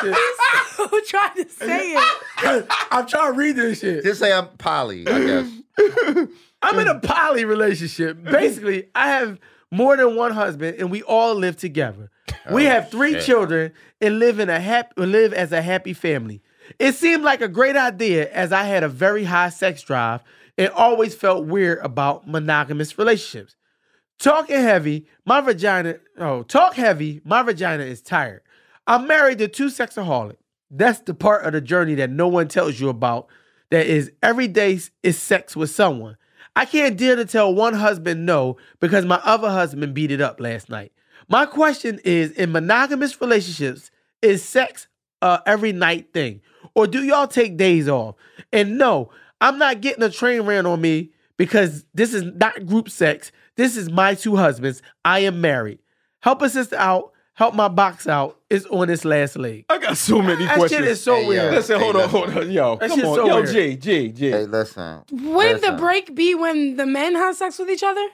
Speaker 2: shit.
Speaker 4: Who tried to say it?
Speaker 2: I'm trying to read this shit.
Speaker 1: Just say I'm poly, I guess.
Speaker 2: I'm in a poly relationship. Basically, I have more than one husband, and we all live together. we have three children and live in a happy live as a happy family. It seemed like a great idea as I had a very high sex drive and always felt weird about monogamous relationships. Talking heavy, my vagina. Oh, talk heavy, my vagina is tired. I'm married to two sexaholic. That's the part of the journey that no one tells you about. That is every day s- is sex with someone. I can't dare to tell one husband no because my other husband beat it up last night. My question is: In monogamous relationships, is sex a every night thing, or do y'all take days off? And no, I'm not getting a train ran on me because this is not group sex. This is my two husbands. I am married. Help a sister out. Help my box out. It's on its last leg.
Speaker 3: I got so many
Speaker 2: That
Speaker 3: questions.
Speaker 2: shit is so
Speaker 1: Hey, yo.
Speaker 2: weird.
Speaker 3: Listen,
Speaker 1: Hey,
Speaker 3: hold on,
Speaker 1: listen.
Speaker 3: hold on, yo.
Speaker 2: That
Speaker 3: Come
Speaker 2: shit's
Speaker 3: on,
Speaker 2: so
Speaker 3: yo,
Speaker 2: weird.
Speaker 3: G, G, G.
Speaker 1: Hey, listen.
Speaker 4: Wouldn't the
Speaker 1: Listen.
Speaker 4: break be when the men have sex with each other?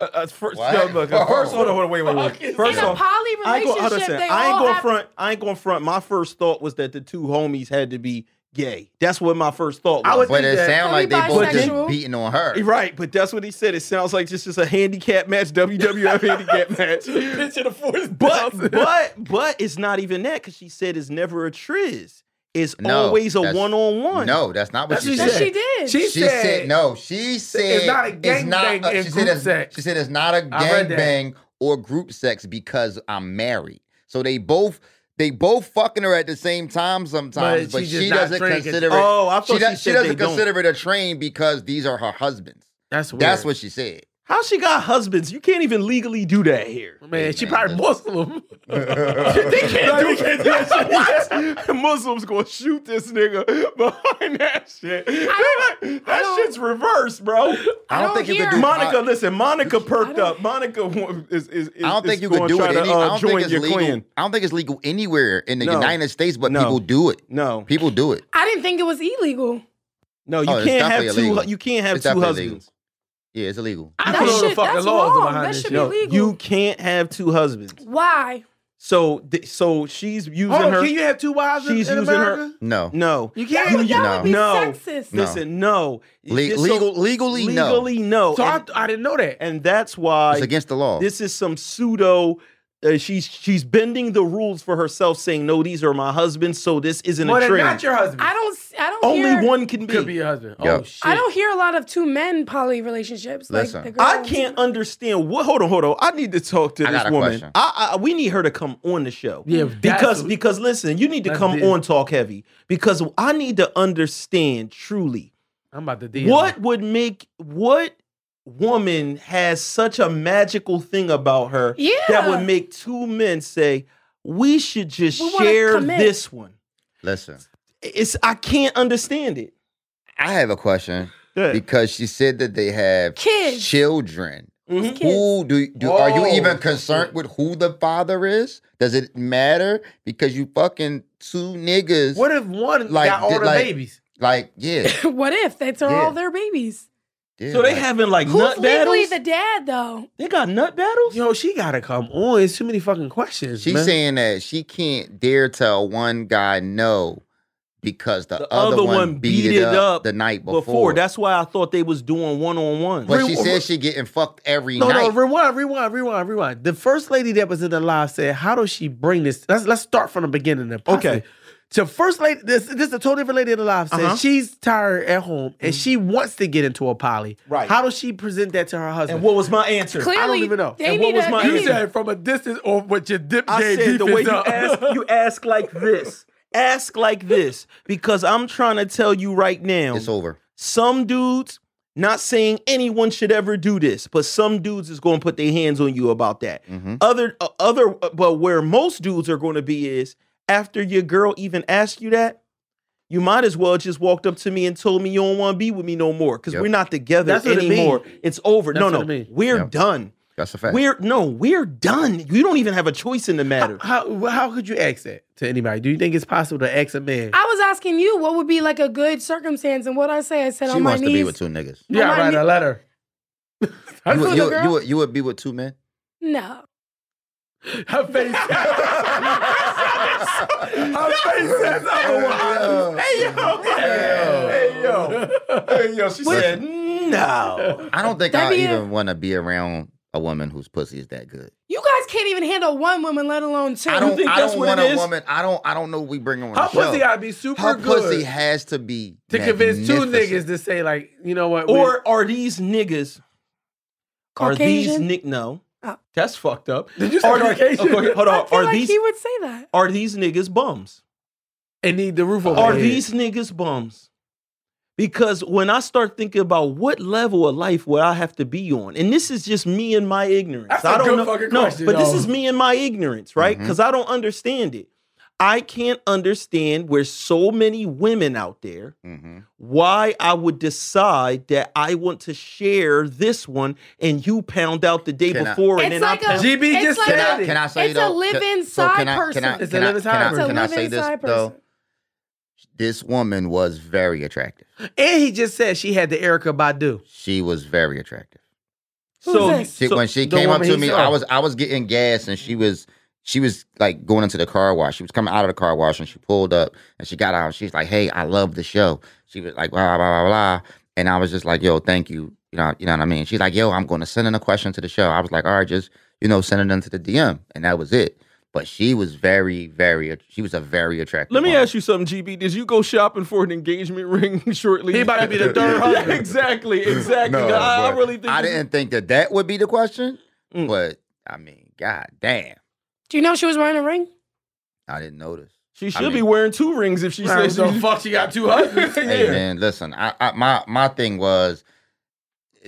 Speaker 3: Uh, uh, first,
Speaker 1: What?
Speaker 3: yo, look, uh, first, hold on, hold on,
Speaker 5: wait, wait, wait.
Speaker 4: In
Speaker 5: First
Speaker 4: a
Speaker 5: off,
Speaker 4: poly
Speaker 5: I ain't gonna,
Speaker 4: relationship,
Speaker 5: understand.
Speaker 4: they
Speaker 5: I ain't
Speaker 4: all
Speaker 5: gonna
Speaker 4: have
Speaker 5: front. I ain't gonna front. My first thought was that the two homies had to be gay. That's what my first thought was.
Speaker 2: I would
Speaker 1: But it
Speaker 2: think that-
Speaker 1: sound like they
Speaker 4: Totally
Speaker 1: both just
Speaker 4: bisexual.
Speaker 1: beating on her.
Speaker 5: right, but that's what he said. It sounds like just, just a handicap match, WWF handicap match.
Speaker 3: Picture the fourth
Speaker 5: But but but it's not even that because she said it's never a triz. It's
Speaker 1: No,
Speaker 5: always a
Speaker 1: that's-
Speaker 5: one on one.
Speaker 1: No, that's not what
Speaker 2: That's
Speaker 1: she
Speaker 2: what
Speaker 1: said.
Speaker 4: That she did.
Speaker 2: She,
Speaker 1: She
Speaker 2: said,
Speaker 1: said, no. She said
Speaker 2: not a
Speaker 1: it's not
Speaker 2: gangbang
Speaker 1: a-
Speaker 2: in
Speaker 1: she,
Speaker 2: group
Speaker 1: said it's,
Speaker 2: sex.
Speaker 1: she said it's not a
Speaker 2: I read that.
Speaker 1: gangbang or group sex because I'm married. So they both they both fucking her at the same time sometimes,
Speaker 2: But
Speaker 1: but,
Speaker 2: she just
Speaker 1: she
Speaker 2: not
Speaker 1: doesn't
Speaker 2: drinking.
Speaker 1: consider it.
Speaker 5: Oh, I thought she
Speaker 1: does-
Speaker 5: said they
Speaker 1: doesn't
Speaker 5: don't.
Speaker 1: consider it a train because these are her husbands.
Speaker 2: That's weird.
Speaker 1: That's what she said.
Speaker 5: How she got husbands? You can't even legally do that here.
Speaker 2: Man, she probably Muslim.
Speaker 3: They can't do, can't do that shit. Muslims gonna shoot this nigga behind that shit. that
Speaker 4: don't-
Speaker 3: shit's reversed, bro.
Speaker 1: I don't,
Speaker 4: don't
Speaker 1: think you could
Speaker 4: hear
Speaker 1: do
Speaker 4: it.
Speaker 5: Monica,
Speaker 1: I-
Speaker 5: listen. Monica perked
Speaker 4: don't-
Speaker 5: up. Monica wa- is is. is
Speaker 1: I don't think
Speaker 5: is
Speaker 1: you could
Speaker 5: gonna
Speaker 1: do it.
Speaker 5: try to,
Speaker 1: Any-
Speaker 5: uh,
Speaker 1: I don't
Speaker 5: join
Speaker 1: think it's
Speaker 5: your
Speaker 1: legal.
Speaker 5: clan.
Speaker 1: I don't think it's legal anywhere in the
Speaker 5: No.
Speaker 1: United States, but
Speaker 5: No.
Speaker 1: people do it.
Speaker 5: No,
Speaker 1: People do it.
Speaker 4: I didn't think it was illegal.
Speaker 5: no, you
Speaker 1: Oh, it's
Speaker 5: can't have
Speaker 1: definitely
Speaker 5: two.
Speaker 1: illegal.
Speaker 5: hu- You can't have
Speaker 1: It's
Speaker 5: two
Speaker 1: definitely illegal.
Speaker 5: husbands.
Speaker 1: Yeah, it's illegal.
Speaker 2: I
Speaker 4: That
Speaker 2: don't know the
Speaker 4: shit,
Speaker 2: fucking
Speaker 4: that's
Speaker 2: laws
Speaker 4: wrong.
Speaker 2: behind
Speaker 4: That
Speaker 2: this
Speaker 4: should
Speaker 2: shit.
Speaker 4: be
Speaker 5: No,
Speaker 4: legal.
Speaker 5: you can't have two husbands.
Speaker 4: Why?
Speaker 5: So, th- so she's using
Speaker 2: Hold on,
Speaker 5: her.
Speaker 2: Oh, can you have two wives in,
Speaker 5: She's
Speaker 2: in
Speaker 5: using her-
Speaker 2: America?
Speaker 1: No.
Speaker 5: no,
Speaker 2: You
Speaker 4: That
Speaker 2: can't.
Speaker 4: would,
Speaker 1: No.
Speaker 4: that would be
Speaker 5: No.
Speaker 4: sexist.
Speaker 1: No.
Speaker 5: Listen, no.
Speaker 1: Le-
Speaker 5: This- so-
Speaker 1: legal, legally, no.
Speaker 5: legally, no.
Speaker 2: so
Speaker 5: and,
Speaker 2: I, I didn't know that.
Speaker 5: and that's why
Speaker 1: It's against the law.
Speaker 5: this is some pseudo. Uh, she's she's bending the rules for herself, saying no, these are my husbands, so this isn't
Speaker 2: But
Speaker 5: a
Speaker 2: it's
Speaker 5: trend.
Speaker 2: not your husband.
Speaker 4: I don't. s- I don't.
Speaker 5: Only
Speaker 4: hear,
Speaker 5: one can be.
Speaker 2: could be your husband.
Speaker 1: Yeah.
Speaker 2: Oh shit.
Speaker 4: I don't hear a lot of two men poly relationships.
Speaker 1: Listen.
Speaker 4: like the
Speaker 5: I
Speaker 4: girl-
Speaker 5: can't understand what. Hold on, hold on. I need to talk to
Speaker 1: I
Speaker 5: this
Speaker 1: got a
Speaker 5: woman.
Speaker 1: question.
Speaker 5: I, I we need her to come on the show.
Speaker 2: Yeah, that's-
Speaker 5: because because listen, you need to
Speaker 2: That's
Speaker 5: come
Speaker 2: it.
Speaker 5: on Talk Heavy because I need to understand truly
Speaker 2: I'm about to DM. her.
Speaker 5: what would make what woman has such a magical thing about her
Speaker 4: Yeah.
Speaker 5: that would make two men say we should just
Speaker 4: We wanna
Speaker 5: share
Speaker 4: commit."
Speaker 5: this one.
Speaker 1: Listen,
Speaker 5: It's I can't understand it.
Speaker 1: I have a question
Speaker 5: Yeah.
Speaker 1: because she said that they have
Speaker 4: Kids.
Speaker 1: children
Speaker 5: Mm-hmm.
Speaker 4: These kids.
Speaker 1: Who do, do are you
Speaker 3: Oh.
Speaker 1: even concerned with who the father is? Does it matter? Because you fucking two niggas.
Speaker 2: What if one
Speaker 1: Like,
Speaker 2: got all
Speaker 1: did-
Speaker 2: the
Speaker 1: like-
Speaker 2: babies?
Speaker 1: Like, yeah.
Speaker 4: what if that's are
Speaker 1: Yeah.
Speaker 4: all their babies?
Speaker 1: yeah,
Speaker 5: So they
Speaker 1: like,
Speaker 5: having like
Speaker 4: Who's
Speaker 5: nut
Speaker 4: legally
Speaker 5: battles?
Speaker 4: the dad though?
Speaker 5: they got nut battles?
Speaker 2: Yo, she gotta come on. It's too many fucking questions.
Speaker 1: She's
Speaker 2: man.
Speaker 1: saying that she can't dare tell one guy no because the,
Speaker 5: The
Speaker 1: other, one, beat, it up,
Speaker 5: up
Speaker 1: the night
Speaker 5: Before.
Speaker 1: before.
Speaker 5: that's why I thought they was doing one on one.
Speaker 1: but she said she getting fucked every
Speaker 2: No,
Speaker 1: night.
Speaker 2: no, rewind, rewind, rewind, rewind. The first lady that was in the live said, "How does she bring this?" Let's let's start from the beginning. Then, possibly.
Speaker 5: Okay.
Speaker 2: So first lady, this this is a totally different lady in the live said
Speaker 5: Uh-huh.
Speaker 2: she's tired at home and she wants to get into a poly.
Speaker 5: Right.
Speaker 2: How does she present that to her husband?
Speaker 5: And what was my answer?
Speaker 4: Clearly,
Speaker 2: even know.
Speaker 4: They
Speaker 5: And
Speaker 4: need
Speaker 5: what was
Speaker 4: a,
Speaker 5: my
Speaker 4: they
Speaker 5: answer?
Speaker 8: You
Speaker 4: need a-
Speaker 8: said from a distance or with your dip
Speaker 5: I
Speaker 8: game
Speaker 5: said the way
Speaker 8: defense
Speaker 5: you
Speaker 8: up.
Speaker 5: ask, you ask like this. Ask like this because I'm trying to tell you right now.
Speaker 1: It's over.
Speaker 5: some dudes not saying anyone should ever do this but some dudes is going to put their hands on you about that
Speaker 1: Mhm.
Speaker 5: other uh, other but where most dudes are going to be is after your girl even asked you that you might as well just walked up to me and told me you don't want to be with me no more because
Speaker 1: Yep.
Speaker 5: we're not together
Speaker 2: That's what it mean.
Speaker 5: anymore it's over
Speaker 2: That's
Speaker 5: no
Speaker 2: what
Speaker 5: no
Speaker 2: it mean.
Speaker 5: we're
Speaker 1: Yep.
Speaker 5: done
Speaker 1: That's a fact.
Speaker 5: we're no we're done you don't even have a choice in the matter
Speaker 2: how how could you ask that to anybody? Do you think it's possible to ask a man?
Speaker 4: I was asking you what would be like a good circumstance, and what I say, I said
Speaker 1: she
Speaker 4: on my
Speaker 1: wants to
Speaker 4: knees.
Speaker 1: be with two niggas.
Speaker 2: yeah,
Speaker 4: I
Speaker 2: write a letter.
Speaker 1: You would,
Speaker 4: with
Speaker 1: you,
Speaker 4: a
Speaker 1: would, you,
Speaker 4: girl?
Speaker 1: would, you would be with two men?
Speaker 4: no,
Speaker 8: Her face. Her face says otherwise.
Speaker 1: Hey, yo.
Speaker 8: Hey yo. Hey yo. She
Speaker 5: Yeah,
Speaker 8: said.
Speaker 5: no
Speaker 1: I don't think
Speaker 4: That'd
Speaker 1: I
Speaker 4: be
Speaker 1: even want to be around a woman whose pussy is that good.
Speaker 4: you guys can't even handle one woman, let alone two.
Speaker 1: I don't.
Speaker 5: think
Speaker 1: I
Speaker 5: that's
Speaker 1: don't
Speaker 5: what
Speaker 1: want
Speaker 5: it
Speaker 1: a
Speaker 5: is?
Speaker 1: woman. I don't. I don't know. We bring her on
Speaker 8: Her
Speaker 1: the show.
Speaker 8: pussy gotta be super
Speaker 1: Her
Speaker 8: good.
Speaker 1: pussy has to be
Speaker 2: to convince two niggas
Speaker 1: magnificent.
Speaker 2: to say like, you know what? we-
Speaker 5: or are these niggas are these
Speaker 4: Caucasian?
Speaker 5: nick no
Speaker 4: Oh.
Speaker 5: that's fucked up
Speaker 8: Did you say
Speaker 5: Are-
Speaker 8: Caucasian?
Speaker 5: okay, hold
Speaker 4: I
Speaker 5: on.
Speaker 4: feel
Speaker 5: Are
Speaker 4: like
Speaker 5: these
Speaker 4: he would say that.
Speaker 5: are these niggas bums?
Speaker 2: and need the roof over.
Speaker 5: Are
Speaker 2: their head.
Speaker 5: these niggas bums? Because when I start thinking about what level of life would I have to be on, and this is just me and my ignorance.
Speaker 8: That's a
Speaker 5: I don't
Speaker 8: good
Speaker 5: know.
Speaker 8: fucking
Speaker 5: no,
Speaker 8: question,
Speaker 5: but this
Speaker 8: though.
Speaker 5: is me and my ignorance, right?
Speaker 1: Mhm.
Speaker 5: Because I don't understand it. I can't understand where so many women out there
Speaker 1: Mhm.
Speaker 5: why I would decide that I want to share this one and you pound out the day
Speaker 1: Can I-
Speaker 5: before and then
Speaker 4: It's like
Speaker 5: I
Speaker 4: a-
Speaker 5: pound
Speaker 2: GB
Speaker 4: It's
Speaker 2: just
Speaker 4: like
Speaker 2: said
Speaker 4: a-
Speaker 2: it.
Speaker 1: Can I say
Speaker 4: It's a
Speaker 1: though?
Speaker 4: live-in
Speaker 1: can-
Speaker 4: side
Speaker 1: can I,
Speaker 4: person.
Speaker 1: Can I,
Speaker 2: It's a
Speaker 1: can I-
Speaker 2: live-in
Speaker 1: can I-
Speaker 2: side person.
Speaker 1: can I
Speaker 4: It's a
Speaker 1: say
Speaker 4: live-in
Speaker 1: this
Speaker 4: side
Speaker 1: though?
Speaker 4: person.
Speaker 1: This woman was very attractive.
Speaker 2: And he just said she had the Erica Badu.
Speaker 1: She was very attractive.
Speaker 4: Who's this?
Speaker 1: She,
Speaker 5: so-
Speaker 1: when she
Speaker 2: the
Speaker 1: came up
Speaker 2: woman
Speaker 1: to
Speaker 2: he
Speaker 1: me,
Speaker 2: saw.
Speaker 1: I was I was getting gas, and she was she was like going into the car wash. She was coming out of the car wash, and she pulled up, and she got out. and She's like, "Hey, I love the show." She was like, "Blah blah blah blah," and I was just like, "Yo, thank you." You know, you know what I mean? She's like, "Yo, I'm going to send in a question to the show." I was like, "All right, just you know, send it into the DM," and that was it. But she was very, very. She was a very attractive.
Speaker 3: Let me
Speaker 1: woman.
Speaker 3: ask you something, GB. Did you go shopping for an engagement ring shortly?
Speaker 2: He about to be the third
Speaker 3: Yeah,
Speaker 2: husband.
Speaker 3: exactly, exactly.
Speaker 1: No,
Speaker 3: I, I
Speaker 1: but
Speaker 3: really think
Speaker 1: I
Speaker 3: you-
Speaker 1: didn't think that that would be the question,
Speaker 5: Mm.
Speaker 1: but I mean, god damn,
Speaker 4: Do you know she was wearing a ring?
Speaker 1: I didn't notice.
Speaker 3: She
Speaker 1: I
Speaker 3: should be
Speaker 1: mean-
Speaker 3: wearing two rings if she
Speaker 8: Nah,
Speaker 3: says
Speaker 8: so
Speaker 3: she
Speaker 8: fuck, she got two husbands.
Speaker 1: Hey
Speaker 8: Yeah.
Speaker 1: man, listen, I, I my my thing was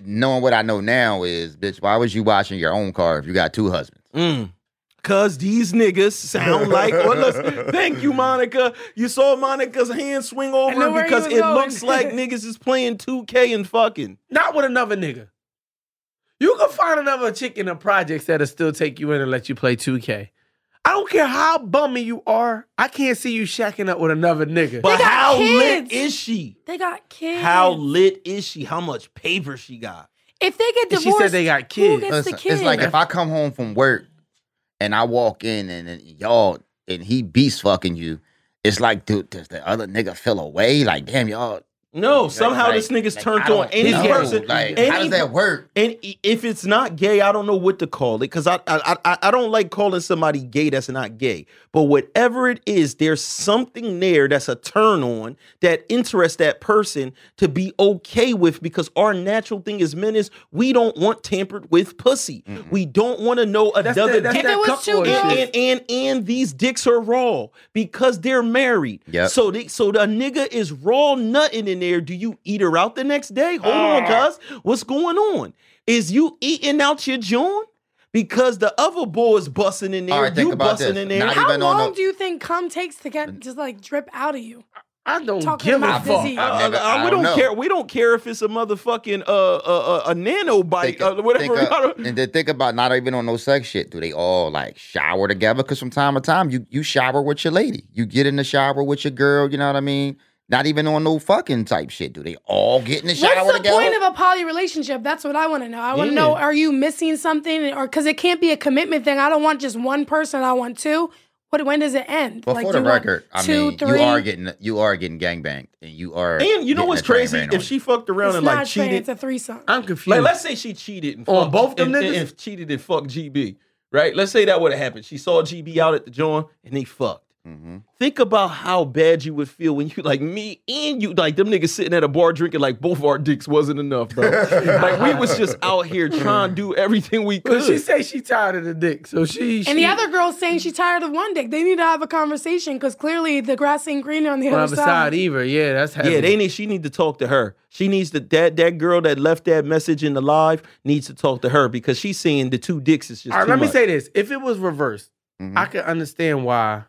Speaker 1: knowing what I know now is, bitch, why was you washing your own car if you got two husbands?
Speaker 5: Mm. Cause these niggas sound like. Well, listen, thank you, Monica. You saw Monica's hand swing
Speaker 4: know
Speaker 5: over
Speaker 4: where
Speaker 5: because
Speaker 4: you
Speaker 5: it
Speaker 4: was going.
Speaker 5: looks like niggas is playing 2K and fucking.
Speaker 2: Not with another nigga. You can find another chick in the projects that'll still take you in and let you play 2K. I don't care how bummy you are. I can't see you shacking up with another nigga.
Speaker 5: But
Speaker 4: got
Speaker 5: how lit
Speaker 4: kids.
Speaker 5: is she?
Speaker 4: They got kids.
Speaker 5: How lit is she? How much paper she got?
Speaker 4: If they get
Speaker 2: And
Speaker 4: divorced,
Speaker 2: she said they got
Speaker 4: who
Speaker 2: kids.
Speaker 4: gets
Speaker 1: Listen,
Speaker 4: the kids?
Speaker 1: it's like if I come home from work and I walk in and, and y'all and he beast fucking you, it's like, dude, does the other nigga feel away? Like, damn, y'all.
Speaker 5: No, somehow
Speaker 1: like-
Speaker 5: this nigga's
Speaker 1: like, I
Speaker 5: turned
Speaker 1: don't
Speaker 5: on any
Speaker 1: know.
Speaker 5: person.
Speaker 1: Like,
Speaker 5: any,
Speaker 1: how does that work?
Speaker 5: And i- if it's not gay, I don't know what to call it because I, I I I don't like calling somebody gay that's not gay. But whatever it is, there's something there that's a turn on that interests that person to be okay with because our natural thing as men is we don't want tampered with pussy. We don't want to know
Speaker 2: That's
Speaker 5: another
Speaker 2: that- that's
Speaker 5: dick.
Speaker 2: that
Speaker 4: it was
Speaker 2: cup
Speaker 4: two
Speaker 2: boy shit.
Speaker 4: girls-
Speaker 5: And, and and and these dicks are raw because they're married.
Speaker 1: Yep.
Speaker 5: So they, so the nigga is raw nutting in there. Do you eat her out the next day? Hold on, cuz. What's going on? Is you eating out your joint? Because the other boy is busting in there,
Speaker 1: All right, think
Speaker 5: you
Speaker 1: about
Speaker 5: busting
Speaker 1: this.
Speaker 5: in there.
Speaker 1: Not
Speaker 4: how
Speaker 1: even on Mm.
Speaker 4: long
Speaker 1: the-
Speaker 4: do you think cum takes to get just like drip out of you?
Speaker 2: I don't
Speaker 4: Talking
Speaker 2: give a
Speaker 4: about
Speaker 2: fuck.
Speaker 4: disease.
Speaker 1: I
Speaker 5: Uh,
Speaker 1: never-
Speaker 5: uh,
Speaker 1: I
Speaker 5: we
Speaker 1: don't
Speaker 5: don't
Speaker 1: know.
Speaker 5: care. We don't care if it's a motherfucking uh, uh, uh, a nanobite,
Speaker 1: Think-
Speaker 5: uh, whatever.
Speaker 1: think, uh,
Speaker 5: I don't-
Speaker 1: and then think about not even on no sex shit. Do they all like shower together? Because from time to time, you you shower with your lady. You get in the shower with your girl. You know what I mean? Not even on no fucking type shit. Do they all get in the shower
Speaker 4: What's the
Speaker 1: together?
Speaker 4: point of a poly relationship? That's what I want to know. I want to
Speaker 1: Yeah.
Speaker 4: know: Are you missing something, or because it can't be a commitment thing? I don't want just one person. I want two. What? When does it end?
Speaker 1: but
Speaker 4: Like,
Speaker 1: for
Speaker 4: do
Speaker 1: the
Speaker 4: you want
Speaker 1: record, I
Speaker 4: two,
Speaker 1: mean, you are
Speaker 4: three?
Speaker 1: getting you are getting gangbanged, and you are.
Speaker 5: and you know
Speaker 1: getting
Speaker 5: what's
Speaker 1: a train
Speaker 5: crazy?
Speaker 1: ran on
Speaker 5: If
Speaker 1: you.
Speaker 5: she fucked around
Speaker 4: It's
Speaker 5: and
Speaker 4: not
Speaker 5: like
Speaker 4: cheating.
Speaker 5: cheated,
Speaker 4: It's a threesome.
Speaker 2: I'm confused.
Speaker 5: Like, let's say she cheated and
Speaker 2: On
Speaker 5: fucked,
Speaker 2: both them
Speaker 5: and,
Speaker 2: niggas?
Speaker 5: and cheated and fucked GB, right? Let's say that would have happened. She saw GB out at the joint and they fucked.
Speaker 1: Mhm.
Speaker 5: Think about how bad you would feel when you like me and you like them niggas sitting at a bar drinking like both our dicks wasn't enough, bro. like we was just out here trying to do everything we
Speaker 2: But
Speaker 5: could.
Speaker 2: she say she tired of the dick, so she.
Speaker 4: and the other girl's saying she's tired of one dick. They need to have a conversation because clearly the grass ain't greener on the
Speaker 2: on
Speaker 4: other side.
Speaker 2: either. Yeah, that's heavy.
Speaker 5: yeah, they need. She need to talk to her. She needs to that that girl that left that message in the live needs to talk to her because she's seeing the two dicks is just.
Speaker 2: All right,
Speaker 5: too
Speaker 2: let me
Speaker 5: much.
Speaker 2: say this: if it was reversed,
Speaker 1: Mhm.
Speaker 2: I could understand why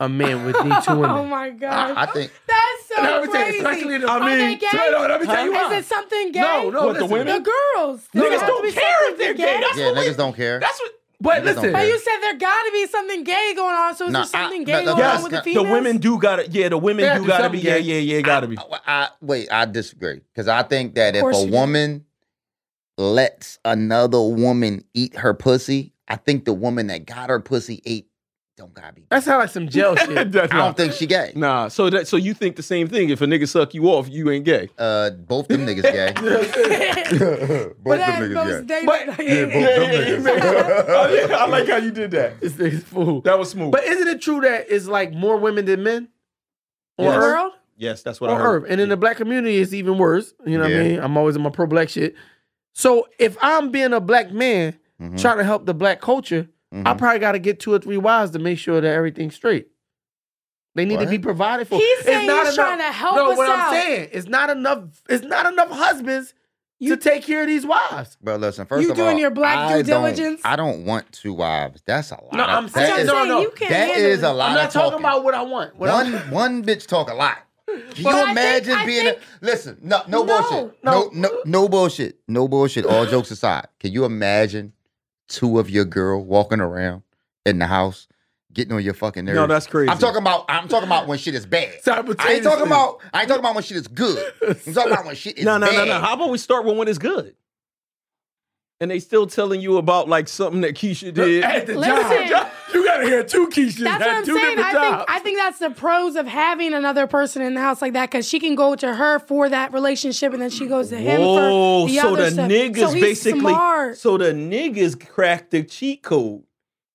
Speaker 2: a man would need two women.
Speaker 4: oh my god,
Speaker 1: Mm-hmm. I, I think
Speaker 4: that's so
Speaker 2: Let me tell you,
Speaker 4: crazy.
Speaker 2: especially the-
Speaker 4: Are
Speaker 2: I
Speaker 4: they
Speaker 2: mean,
Speaker 4: gay?
Speaker 2: no, no, let me tell you
Speaker 4: Is
Speaker 2: why.
Speaker 4: it something gay?
Speaker 2: No, no,
Speaker 5: What, the
Speaker 2: listen.
Speaker 5: women?
Speaker 4: The girls. There
Speaker 5: Niggas
Speaker 4: has to
Speaker 5: don't
Speaker 4: be
Speaker 5: care if
Speaker 4: something
Speaker 5: they're gay. That's
Speaker 1: yeah,
Speaker 5: what we-
Speaker 1: niggas don't care.
Speaker 5: That's what.
Speaker 2: But
Speaker 1: Niggas don't
Speaker 2: listen,
Speaker 1: care.
Speaker 4: But you said there gotta be something gay going on. So is
Speaker 1: Nah,
Speaker 4: there something
Speaker 1: I-
Speaker 4: gay
Speaker 1: no,
Speaker 4: going
Speaker 1: yes,
Speaker 4: on with
Speaker 1: the-
Speaker 4: the
Speaker 1: the
Speaker 4: females?
Speaker 5: The women do gotta, yeah, the women
Speaker 2: They have
Speaker 5: do
Speaker 2: to
Speaker 5: gotta be,
Speaker 2: something,
Speaker 5: yeah,
Speaker 2: yeah.
Speaker 5: yeah, yeah, gotta be.
Speaker 1: I, I- wait, I disagree because I think that
Speaker 4: Of
Speaker 1: if
Speaker 4: course
Speaker 1: a
Speaker 4: you do.
Speaker 1: woman lets another woman eat her pussy, I think the woman that got her pussy ate don't gotta be.
Speaker 2: that sounds like some jail Oh, shit.
Speaker 1: I don't think she gay.
Speaker 5: Nah, so that so you think the same thing? If a nigga suck you off, you ain't gay.
Speaker 1: Uh, both them niggas gay.
Speaker 4: But that goes they-
Speaker 2: Oh,
Speaker 5: Oh, I, like how you did that.
Speaker 2: This nigga's fool.
Speaker 5: That was smooth.
Speaker 2: But isn't it true that it's like more women than men? On
Speaker 4: in the
Speaker 5: Yes.
Speaker 2: earth,
Speaker 4: world?
Speaker 5: yes, that's what I
Speaker 2: on
Speaker 5: heard.
Speaker 2: earth, and in the black community, it's even worse. You know what
Speaker 1: Yeah.
Speaker 2: I mean? I'm always in my pro black shit. So if I'm being a black man
Speaker 1: Mhm,
Speaker 2: trying to help the black culture,
Speaker 1: mhm.
Speaker 2: I probably got to get two or three wives to make sure that everything's straight. They need
Speaker 1: What?
Speaker 2: to be provided for.
Speaker 4: He's
Speaker 2: It's
Speaker 4: saying
Speaker 2: not
Speaker 4: he's
Speaker 2: enough-
Speaker 4: trying to help
Speaker 2: no,
Speaker 4: us
Speaker 2: what
Speaker 4: out.
Speaker 2: I'm saying, it's not enough. It's not enough husbands to take care of these wives.
Speaker 1: Bro, listen. First
Speaker 4: You
Speaker 1: of
Speaker 4: doing
Speaker 1: all,
Speaker 4: your black
Speaker 1: I
Speaker 4: due
Speaker 1: don't-
Speaker 4: diligence?
Speaker 1: I don't want two wives. That's a lot.
Speaker 2: No,
Speaker 1: of-
Speaker 2: I'm
Speaker 1: that
Speaker 2: saying-
Speaker 1: is-
Speaker 2: no, no.
Speaker 4: You can't
Speaker 1: that
Speaker 4: handle
Speaker 1: is
Speaker 4: it.
Speaker 1: a lot.
Speaker 2: I'm not
Speaker 1: of
Speaker 2: talking,
Speaker 1: talking
Speaker 2: about what I want. What I
Speaker 1: one
Speaker 2: want.
Speaker 1: one bitch talk a lot. Can
Speaker 4: I
Speaker 1: you
Speaker 4: think-
Speaker 1: imagine
Speaker 4: I
Speaker 1: being
Speaker 4: think-
Speaker 1: a listen? No, no,
Speaker 4: No,
Speaker 1: bullshit. No,
Speaker 2: no.
Speaker 1: no, no, bullshit. No bullshit. All jokes aside, can you imagine two of your girl walking around in the house, getting on your fucking nerves?
Speaker 5: No, that's crazy.
Speaker 1: I'm talking about. I'm talking about when shit is bad. I ain't
Speaker 2: Simultaneously.
Speaker 1: talking about. I ain't talking about when shit is good. I'm talking about when shit is
Speaker 5: No, no, no,
Speaker 1: bad.
Speaker 5: no. How about we start with when it's good? And they still telling you about like something that Keisha did.
Speaker 8: At the
Speaker 4: Listen.
Speaker 8: job. You gotta hear two Keishas.
Speaker 4: That's what
Speaker 8: had
Speaker 4: I'm
Speaker 8: two
Speaker 4: saying.
Speaker 8: different
Speaker 4: I
Speaker 8: jobs.
Speaker 4: think I think that's the pros of having another person in the house like that because she can go to her for that relationship and then she goes to him
Speaker 5: Whoa,
Speaker 4: for the
Speaker 5: so
Speaker 4: other
Speaker 5: the
Speaker 4: stuff.
Speaker 5: niggas
Speaker 4: so he's
Speaker 5: basically
Speaker 4: smart.
Speaker 5: so the niggas cracked the cheat code.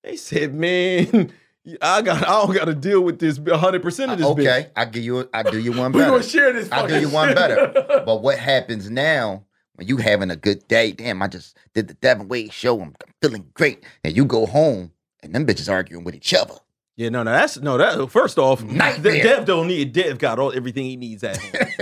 Speaker 5: They said, "Man, I got I don't got to deal with this 100% of this bitch."
Speaker 1: Okay, I give you. I do you one
Speaker 8: We're
Speaker 1: better.
Speaker 8: gonna share this.
Speaker 1: I'll do
Speaker 8: fucking
Speaker 1: you one
Speaker 8: shit.
Speaker 1: better. But what happens now when you having a good day? Damn, I just did the Devin Wade show. I'm, I'm feeling great. And you go home and them bitches arguing with each other.
Speaker 5: Yeah, no, no, that's no. That first off,
Speaker 1: Nightmare.
Speaker 5: the Dev don't need. Dev got all everything he needs at home.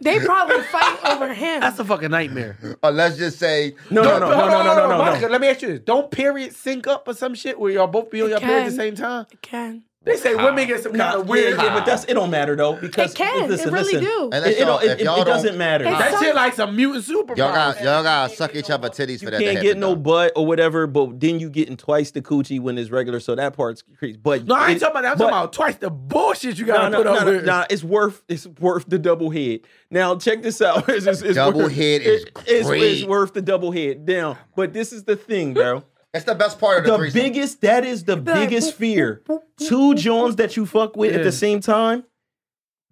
Speaker 4: they probably fight over him.
Speaker 2: That's a fucking nightmare.
Speaker 1: Or let's just say,
Speaker 5: No, no, no,
Speaker 2: Don't-
Speaker 5: no, no, no, no, no.
Speaker 2: Monica, let me ask you this: Don't periods sync up or some shit where y'all both be on
Speaker 4: It
Speaker 2: your period at the
Speaker 4: can.
Speaker 2: same time?
Speaker 4: Can.
Speaker 8: They say women get some kind of weird.
Speaker 5: Yeah, yeah, but that's it. Don't matter though because
Speaker 4: It can.
Speaker 5: Listen,
Speaker 4: it really
Speaker 5: listen.
Speaker 4: do.
Speaker 1: and
Speaker 5: It,
Speaker 1: let's
Speaker 5: it,
Speaker 1: y'all,
Speaker 5: don't- it,
Speaker 1: if
Speaker 5: it-
Speaker 1: y'all
Speaker 5: it
Speaker 1: don't,
Speaker 5: doesn't matter.
Speaker 4: It's
Speaker 2: That
Speaker 4: Some-
Speaker 2: shit like some mutant superpower.
Speaker 1: y'all got y'all got to suck each other titties
Speaker 5: you
Speaker 1: for that.
Speaker 5: can't
Speaker 1: to
Speaker 5: get
Speaker 1: happen,
Speaker 5: no
Speaker 1: though.
Speaker 5: butt or whatever, but then you getting twice the coochie when it's regular, so that part's crazy. But
Speaker 2: no, I ain't
Speaker 5: it-
Speaker 2: talking about that. I'm
Speaker 5: but-
Speaker 2: talking about twice the bullshit you
Speaker 5: No,
Speaker 2: gotta
Speaker 5: no,
Speaker 2: put up
Speaker 5: no, no,
Speaker 2: with.
Speaker 5: no, it's worth it's worth the double head. Now check this out. It's, it's, it's
Speaker 1: Double
Speaker 5: worth-
Speaker 1: head is
Speaker 5: it- it's, it's
Speaker 1: great.
Speaker 5: worth the double head. Now, but this is the thing, bro.
Speaker 1: That's the best part of the,
Speaker 5: the
Speaker 1: threesome.
Speaker 5: biggest that is the
Speaker 4: like,
Speaker 5: biggest
Speaker 4: boop,
Speaker 5: fear.
Speaker 4: boop, boop,
Speaker 5: Two Johns that you fuck with at
Speaker 2: Yeah.
Speaker 5: the same time,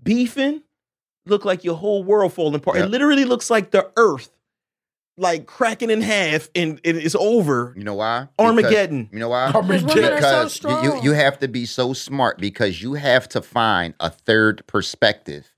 Speaker 5: beefing, look like your whole world falling apart.
Speaker 1: Yeah.
Speaker 5: It literally looks like the earth, like cracking in half, and, and it's over.
Speaker 1: You know why?
Speaker 5: Armageddon.
Speaker 1: Because, you know why?
Speaker 4: Because women are so
Speaker 1: because you,
Speaker 4: strong.
Speaker 1: you, you have to be so smart because you have to find a third perspective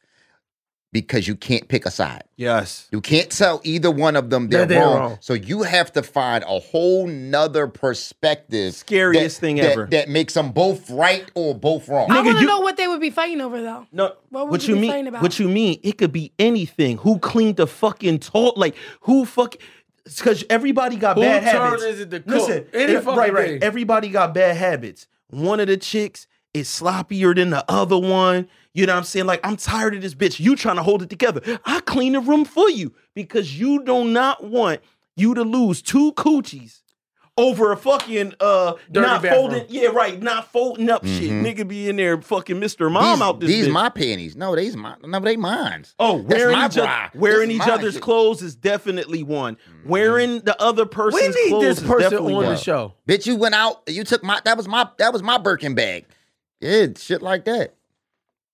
Speaker 1: because you can't pick a side.
Speaker 5: Yes.
Speaker 1: You can't tell either one of them they're,
Speaker 2: That they're
Speaker 1: wrong.
Speaker 2: wrong.
Speaker 1: So you have to find a whole nother perspective.
Speaker 5: Scariest thing
Speaker 1: that-
Speaker 5: ever.
Speaker 1: That makes them both right or both wrong.
Speaker 4: I
Speaker 5: Nigga,
Speaker 4: want to
Speaker 5: you-
Speaker 4: know what they would be fighting over though.
Speaker 5: No.
Speaker 4: What would
Speaker 5: what
Speaker 4: you
Speaker 5: you
Speaker 4: be
Speaker 5: mean?
Speaker 4: fighting about?
Speaker 5: What you mean? It could be anything. Who cleaned the fucking toilet? Like who fuck? Because everybody got
Speaker 2: Who
Speaker 5: bad
Speaker 2: turn
Speaker 5: habits.
Speaker 2: is it to cook?
Speaker 5: Listen,
Speaker 2: Any
Speaker 5: eh,
Speaker 2: fucking
Speaker 5: right, right.
Speaker 2: thing.
Speaker 5: Everybody got bad habits. One of the chicks is sloppier than the other one. You know what I'm saying? Like, I'm tired of this bitch. You trying to hold it together. I clean the room for you because you do not want you to lose two coochies over a fucking uh
Speaker 2: Dirty
Speaker 5: not
Speaker 2: bathroom.
Speaker 5: folding. Yeah, right. Not folding up shit.
Speaker 1: Mhm.
Speaker 5: Nigga be in there fucking Mr. Mom
Speaker 1: these,
Speaker 5: out this
Speaker 1: these
Speaker 5: bitch.
Speaker 1: my panties. No, these my no, they mine.
Speaker 5: Oh,
Speaker 1: That's
Speaker 5: wearing
Speaker 1: my
Speaker 5: each, oth-
Speaker 1: bra.
Speaker 5: wearing
Speaker 1: This is
Speaker 5: each
Speaker 1: my
Speaker 5: other's
Speaker 1: shit. Mm-hmm.
Speaker 5: clothes is definitely one. Wearing the other person's
Speaker 2: We need
Speaker 5: clothes
Speaker 2: this
Speaker 5: is
Speaker 2: person
Speaker 5: definitely
Speaker 2: on
Speaker 5: one.
Speaker 2: the show.
Speaker 1: Bitch, you went out. You took my that was my that was my Birkin bag. Yeah, shit like that.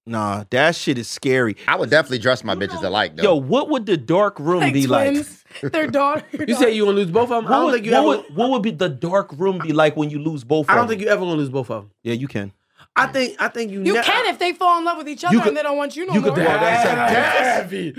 Speaker 5: Nah, that shit is scary.
Speaker 1: I would definitely dress my bitches alike though.
Speaker 5: Yo, what would the dark room
Speaker 4: Like
Speaker 5: be like?
Speaker 4: twins, their daughter.
Speaker 2: You say you gonna lose both of them? I
Speaker 5: What
Speaker 2: don't
Speaker 5: would,
Speaker 2: think you
Speaker 5: what
Speaker 2: ever.
Speaker 5: would- what would be the dark room be like when you lose both?
Speaker 2: I
Speaker 5: of
Speaker 2: don't
Speaker 5: them?
Speaker 2: think you ever gonna lose both of them.
Speaker 5: Yeah, you can.
Speaker 2: I think I think you.
Speaker 4: you
Speaker 2: ne-
Speaker 4: can if they fall in love with each other
Speaker 5: could-
Speaker 4: and they don't want you no
Speaker 5: you could
Speaker 4: more.
Speaker 5: do all that.
Speaker 2: heavy.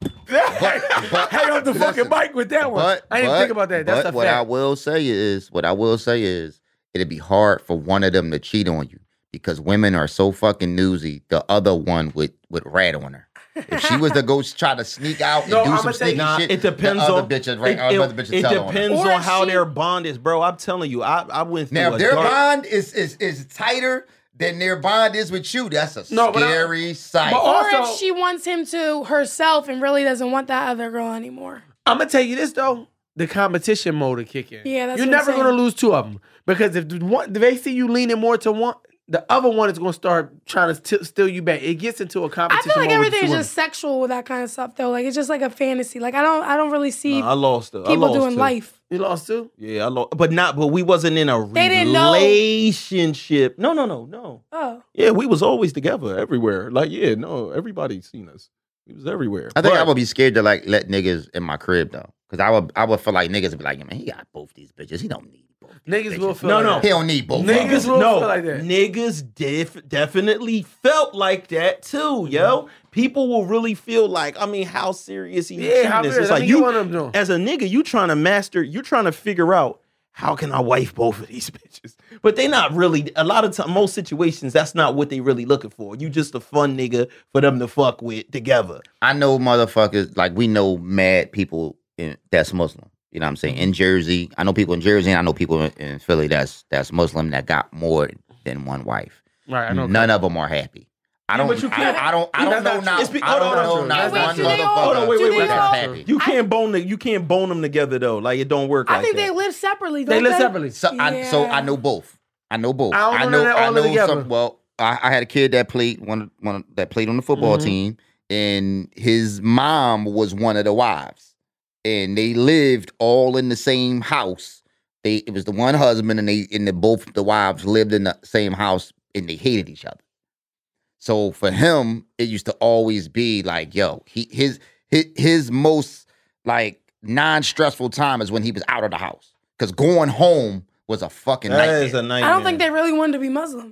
Speaker 2: Hang up the fucking mic with that one.
Speaker 1: But,
Speaker 2: I didn't
Speaker 1: but-
Speaker 2: think about that. That's
Speaker 1: but
Speaker 2: a
Speaker 1: what I
Speaker 2: fact.
Speaker 1: will say is, what I will say is, it'd be hard for one of them to cheat on you because women are so fucking newsy. The other one would would rat on her. If she was to go s- try to sneak out and
Speaker 2: No,
Speaker 1: do
Speaker 2: I'ma
Speaker 1: some
Speaker 2: say-
Speaker 1: sneaky
Speaker 5: Nah,
Speaker 1: shit,
Speaker 5: it depends
Speaker 1: the
Speaker 5: on
Speaker 1: other bitches. Right,
Speaker 5: it,
Speaker 1: other bitches
Speaker 5: it
Speaker 1: tell on her.
Speaker 5: depends
Speaker 4: Or
Speaker 5: on
Speaker 4: if
Speaker 5: how
Speaker 4: she-
Speaker 5: their bond is, bro. I'm telling you, I I went through
Speaker 1: Now,
Speaker 5: a
Speaker 1: if their
Speaker 5: dark-
Speaker 1: bond is, is is tighter than their bond is with you, that's a
Speaker 2: No, but I-
Speaker 1: scary sight.
Speaker 2: But
Speaker 4: Or
Speaker 2: Also-
Speaker 4: if she wants him to herself and really doesn't want that other girl anymore.
Speaker 2: I'm gonna tell you this though. The competition mode will kick in.
Speaker 4: Yeah, that's
Speaker 2: You're
Speaker 4: what I'm
Speaker 2: never
Speaker 4: saying.
Speaker 2: gonna lose two of them because if the one, if they see you leaning more to one, the other one is gonna start trying to st- steal you back. It gets into a
Speaker 4: I
Speaker 2: competition.
Speaker 4: feel like
Speaker 2: mode with
Speaker 4: everything's
Speaker 2: two
Speaker 4: just sexual with that kind of stuff though. Like it's just like a fantasy. Like I don't I don't really see
Speaker 5: Nah, I lost her. I
Speaker 4: people
Speaker 5: lost
Speaker 4: doing
Speaker 5: her.
Speaker 4: life.
Speaker 2: women. you lost two.
Speaker 5: Yeah, I lost, but not. But we wasn't in a
Speaker 4: didn't know.
Speaker 5: relationship. No, no, no, no.
Speaker 4: Oh.
Speaker 5: Yeah, we was always together everywhere. Like, yeah, no, everybody seen us. We was everywhere.
Speaker 1: I think I
Speaker 5: But-
Speaker 1: would be scared to like let niggas in my crib though, because I would I would feel like niggas would be like, man, he got both these bitches. He don't need both. these
Speaker 2: Niggas will
Speaker 1: bitches.
Speaker 2: feel
Speaker 5: No,
Speaker 2: like
Speaker 5: no.
Speaker 2: that.
Speaker 1: He don't need both. of them.
Speaker 2: Niggas will
Speaker 5: no,
Speaker 2: feel like that.
Speaker 5: niggas def- definitely felt like that too, yo. People will really feel like, I mean, how serious he
Speaker 2: Yeah, how
Speaker 5: cheating is.
Speaker 2: real? Let
Speaker 5: It's like
Speaker 2: me get
Speaker 5: you,
Speaker 2: one of them doing.
Speaker 5: as a nigga, you trying to master, you trying to figure out how can I wife both of these bitches. But they not really. A lot of time, most situations, that's not what they really looking for. You just a fun nigga for them to fuck with together.
Speaker 1: I know motherfuckers like we know mad people in, that's Muslim. You know what I'm saying? In Jersey, I know people in Jersey, and I know people in, in Philly that's that's Muslim that got more than one wife.
Speaker 2: Right, I know.
Speaker 1: None of them are happy. I don't.
Speaker 5: but you can't-
Speaker 1: I, I don't. I don't
Speaker 2: That's
Speaker 1: know.
Speaker 2: not
Speaker 1: Not,
Speaker 5: true. It's be-
Speaker 1: I don't
Speaker 5: hold on,
Speaker 1: know.
Speaker 5: hold
Speaker 1: Not
Speaker 5: on.
Speaker 1: one
Speaker 4: Wait, do they all-
Speaker 1: motherfucker
Speaker 5: hold on, wait, wait, wait.
Speaker 1: that's
Speaker 2: That's
Speaker 1: happy.
Speaker 5: You can't bone the, you can't bone them together though. Like it don't work.
Speaker 4: I
Speaker 5: like
Speaker 4: think
Speaker 5: that.
Speaker 4: they live separately.
Speaker 2: They
Speaker 4: don't
Speaker 2: live separately.
Speaker 1: So I so I
Speaker 4: Yeah.
Speaker 1: know both. I know both.
Speaker 2: I don't know
Speaker 1: know.
Speaker 2: that
Speaker 1: I
Speaker 2: all
Speaker 1: know
Speaker 2: together.
Speaker 1: some. Well, I, I had a kid that played one of- one of- that played on the football
Speaker 2: Mhm.
Speaker 1: team, and his mom was one of the wives, and they lived all in the same house. They it was the one husband, and they and the both the wives lived in the same house, and they hated each other. So for him, it used to always be like, yo, he his his, his most like non-stressful time is when he was out of the house. Cause going home was a fucking
Speaker 5: That
Speaker 1: nightmare.
Speaker 5: is a nightmare.
Speaker 4: I don't think they really wanted to be Muslim.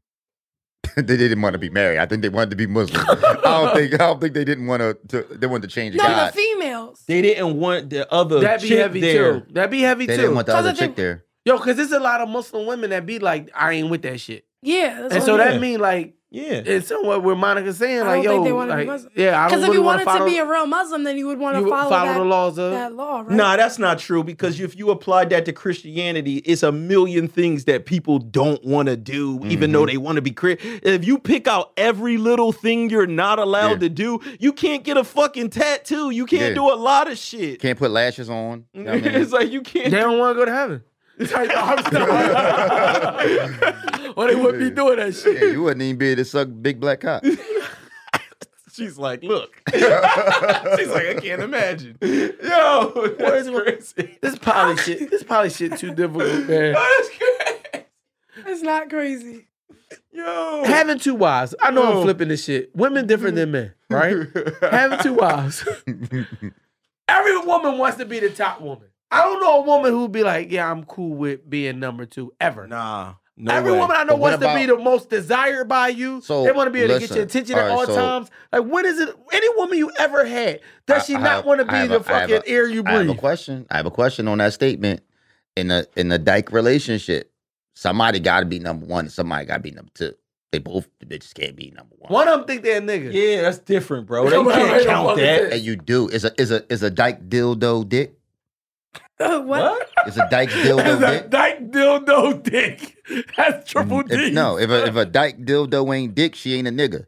Speaker 1: they didn't want to be married. I think they wanted to be Muslim. I don't think I don't think they didn't want to they wanted to change
Speaker 4: No,
Speaker 1: God.
Speaker 4: the females.
Speaker 5: They didn't want the other
Speaker 2: That'd be
Speaker 5: chick
Speaker 2: heavy
Speaker 5: there.
Speaker 2: too. That'd be heavy
Speaker 1: they
Speaker 2: too.
Speaker 1: didn't want the
Speaker 4: Cause
Speaker 1: other
Speaker 4: if they-
Speaker 1: chick there.
Speaker 2: Yo, because there's a lot of Muslim women that be like, I ain't with that shit.
Speaker 4: Yeah. That's
Speaker 2: and
Speaker 4: what
Speaker 2: so
Speaker 4: I mean.
Speaker 2: that mean like,
Speaker 5: Yeah.
Speaker 2: it's somewhat where Monica's saying
Speaker 4: I
Speaker 2: like,
Speaker 4: don't think
Speaker 2: yo,
Speaker 4: they wanna be
Speaker 2: like,
Speaker 4: Muslim.
Speaker 2: yeah, I don't
Speaker 4: Because
Speaker 2: really
Speaker 4: if you
Speaker 2: want
Speaker 4: wanted to be a real Muslim, then you would want to
Speaker 2: you
Speaker 4: follow, that,
Speaker 2: the laws of
Speaker 4: that law, right?
Speaker 5: Nah, that's not true because if you applied that to Christianity, it's a million things that people don't want to do, even though
Speaker 1: Mm-hmm.
Speaker 5: they want to be Christian. If you pick out every little thing you're not allowed
Speaker 1: Yeah.
Speaker 5: to do, you can't get a fucking tattoo. You can't
Speaker 1: Yeah.
Speaker 5: do a lot of shit.
Speaker 1: Can't put lashes on. You know what I mean?
Speaker 5: it's like you
Speaker 2: They
Speaker 5: can't.
Speaker 2: don't want to go to heaven. or they wouldn't be doing that shit.
Speaker 1: Yeah, you wouldn't even be able to suck big black cock.
Speaker 5: She's like, look. She's like, I can't imagine. Yo, that's crazy.
Speaker 2: This poly shit. This poly shit too difficult, man.
Speaker 5: That's crazy.
Speaker 4: It's not crazy.
Speaker 5: Yo.
Speaker 2: Having two wives. I know
Speaker 5: Oh.
Speaker 2: I'm flipping this shit. Women different than men, right? Having two wives. Every woman wants to be the top woman. I don't know a woman who'd be like, yeah, I'm cool with being number two ever.
Speaker 5: Nah. No
Speaker 2: Every
Speaker 5: way.
Speaker 2: woman I know
Speaker 1: But what
Speaker 2: wants to be
Speaker 1: about-
Speaker 2: the most desired by you.
Speaker 1: So,
Speaker 2: they want to be able to get
Speaker 1: listen,
Speaker 2: your attention at
Speaker 1: all right,
Speaker 2: all
Speaker 1: so-
Speaker 2: times. Like, when is it? Any woman you ever had, does
Speaker 1: I-
Speaker 2: she
Speaker 1: I
Speaker 2: not
Speaker 1: have-
Speaker 2: want to
Speaker 1: I
Speaker 2: be
Speaker 1: have
Speaker 2: the
Speaker 1: a- I have
Speaker 2: fucking
Speaker 1: a-
Speaker 2: air you
Speaker 1: I have a
Speaker 2: breathe?
Speaker 1: question. I have a question on that statement. In a in a dyke relationship, somebody got to be number one. Somebody got to be number two. They both the bitches can't be number one.
Speaker 2: One of them think they're a nigga.
Speaker 5: Yeah, that's different, bro. They
Speaker 2: Come on,
Speaker 5: can't
Speaker 2: ain't no
Speaker 5: count
Speaker 2: fucking
Speaker 5: that.
Speaker 2: thing.
Speaker 1: And you do is a is a is a dyke dildo dick.
Speaker 4: what?
Speaker 1: Is a dyke dildo dick. Mm,
Speaker 2: Dyke dildo dick. That's triple
Speaker 1: If, no, if a, if a dyke dildo ain't dick, she ain't a nigga.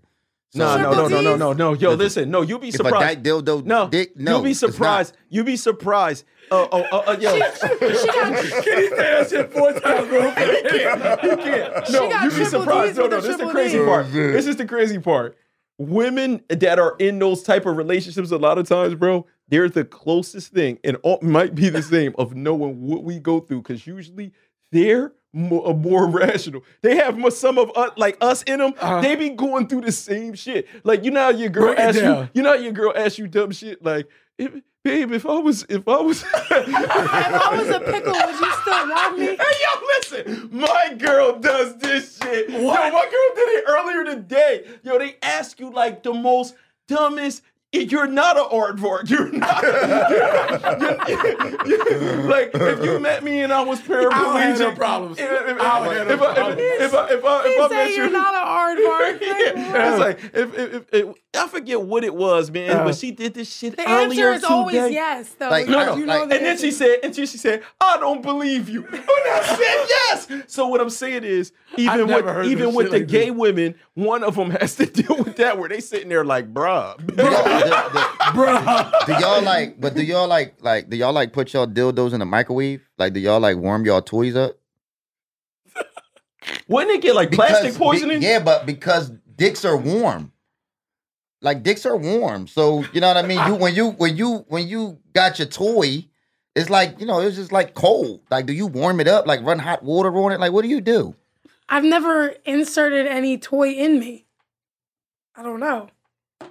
Speaker 5: No, no,
Speaker 4: Triple
Speaker 5: no, no, no,
Speaker 4: Ds?
Speaker 5: no, no. Yo, listen. No, you'll be
Speaker 1: If a dyke
Speaker 5: surprised.
Speaker 1: dildo
Speaker 5: No,
Speaker 1: dick, no.
Speaker 5: you'll be
Speaker 1: it's not.
Speaker 5: surprised. You'll be surprised. Uh, oh, uh, uh, yo.
Speaker 4: She got,
Speaker 5: Can you say that shit four times, bro? You can't. You can't. No,
Speaker 4: She got
Speaker 5: you be
Speaker 4: triple
Speaker 5: surprised.
Speaker 4: Ds
Speaker 5: No,
Speaker 4: with
Speaker 5: no,
Speaker 4: the
Speaker 5: this is the
Speaker 4: triple
Speaker 5: crazy
Speaker 4: Ds.
Speaker 5: part. This is the crazy part. Women that are in those type of relationships, a lot of times, bro, they're the closest thing, and all, might be the same of knowing what we go through, because usually they're more, are more rational. They have more, some of us, like us in them.
Speaker 4: Uh-huh.
Speaker 5: They be going through the same shit. Like you know, how your girl
Speaker 2: Break it
Speaker 5: asks you,
Speaker 2: down.
Speaker 5: you know, how your girl asks you dumb shit, like. If, babe, if I was, if I was,
Speaker 4: if I was a pickle, would you still want me?
Speaker 5: Hey, yo, listen. My girl does this shit. Yo, my girl did it earlier today. Yo, they ask you like the most dumbest. You're not an aardvark. You're not. like if you met me and I was paraplegic,
Speaker 2: I don't have no problems.
Speaker 5: If, if, if,
Speaker 2: I don't have no
Speaker 5: if I, if, if I if I
Speaker 4: He
Speaker 5: if I
Speaker 4: say
Speaker 5: met
Speaker 4: you're
Speaker 5: you.
Speaker 4: not an aardvark.
Speaker 5: Yeah, it's like if, if, if, if- I forget what it was, man,
Speaker 2: Uh.
Speaker 5: but she did this shit
Speaker 4: the
Speaker 5: earlier
Speaker 4: answer is always
Speaker 5: today.
Speaker 4: yes, though.
Speaker 1: Like,
Speaker 4: You
Speaker 1: no, no,
Speaker 4: know
Speaker 1: like-
Speaker 4: the
Speaker 5: And then
Speaker 4: answer.
Speaker 5: she said, and she, she said, I don't believe you. And I said yes. So what I'm saying is, even
Speaker 2: I've never
Speaker 5: with
Speaker 2: heard
Speaker 5: even
Speaker 2: some
Speaker 5: with
Speaker 2: shit
Speaker 5: the
Speaker 2: like
Speaker 5: gay women, one of them has to deal with that where they sitting there like, bruh.
Speaker 1: Do y'all, do- do- do y'all like? But do y'all like? Like, do y'all like put y'all dildos in the microwave? Like, do y'all like warm y'all toys up?
Speaker 5: Wouldn't it get like plastic
Speaker 1: be-
Speaker 5: poisoning?
Speaker 1: yeah, but because dicks are warm. Like dicks are warm. So you know what I mean? You when you when you when you got your toy, it's like, you know, it's just like cold. Like, do you warm it up? Like run hot water on it? Like, what do you do?
Speaker 4: I've never inserted any toy in me. I don't know.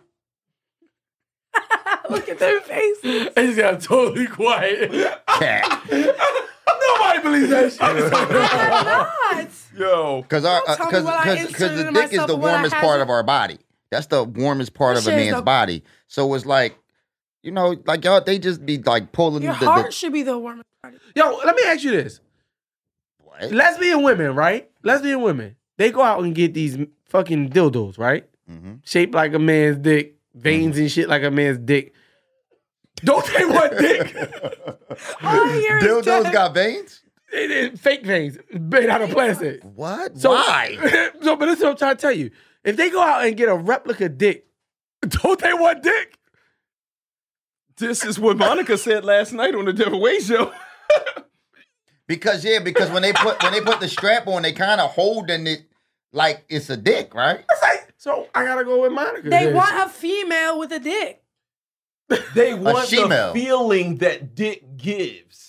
Speaker 4: Look at their face.
Speaker 2: It just got totally quiet.
Speaker 1: Cat.
Speaker 2: Nobody believes that shit.
Speaker 4: I'm not.
Speaker 5: Yo.
Speaker 1: Cause our
Speaker 4: Don't tell me
Speaker 1: because
Speaker 4: what I inserted
Speaker 1: the
Speaker 4: in
Speaker 1: dick is
Speaker 4: myself
Speaker 1: the
Speaker 4: and what I
Speaker 1: warmest part
Speaker 4: haven't.
Speaker 1: of our body. That's the warmest part
Speaker 4: That
Speaker 1: of a
Speaker 4: shit is
Speaker 1: man's
Speaker 4: the-
Speaker 1: body. So it's like, you know, like y'all they just be like pulling
Speaker 4: Your
Speaker 1: the, the-
Speaker 4: heart should be the warmest part.
Speaker 2: Yo, let me ask you this.
Speaker 1: What?
Speaker 2: Lesbian women, right? Lesbian women. They go out and get these fucking dildos, right?
Speaker 1: Mhm.
Speaker 2: Shaped like a man's dick,
Speaker 1: Mm.
Speaker 2: veins and shit like a man's dick. Don't they want dick?
Speaker 4: All I hear is
Speaker 1: Dildos
Speaker 4: death.
Speaker 1: got veins?
Speaker 2: It is fake veins made out of plastic.
Speaker 1: What?
Speaker 2: So,
Speaker 1: Why?
Speaker 2: so, but this is what I'm trying to tell you. If they go out and get a replica dick, don't they want dick?
Speaker 5: This is what Monica said last night on the Devil Way show.
Speaker 1: Because yeah, because when they put when they put the strap on, they kind of holding it like it's a dick, right?
Speaker 2: It's like, so I gotta go with Monica.
Speaker 4: They
Speaker 2: then.
Speaker 4: want a female with a dick.
Speaker 5: They want the
Speaker 1: shemale.
Speaker 5: feeling that dick gives.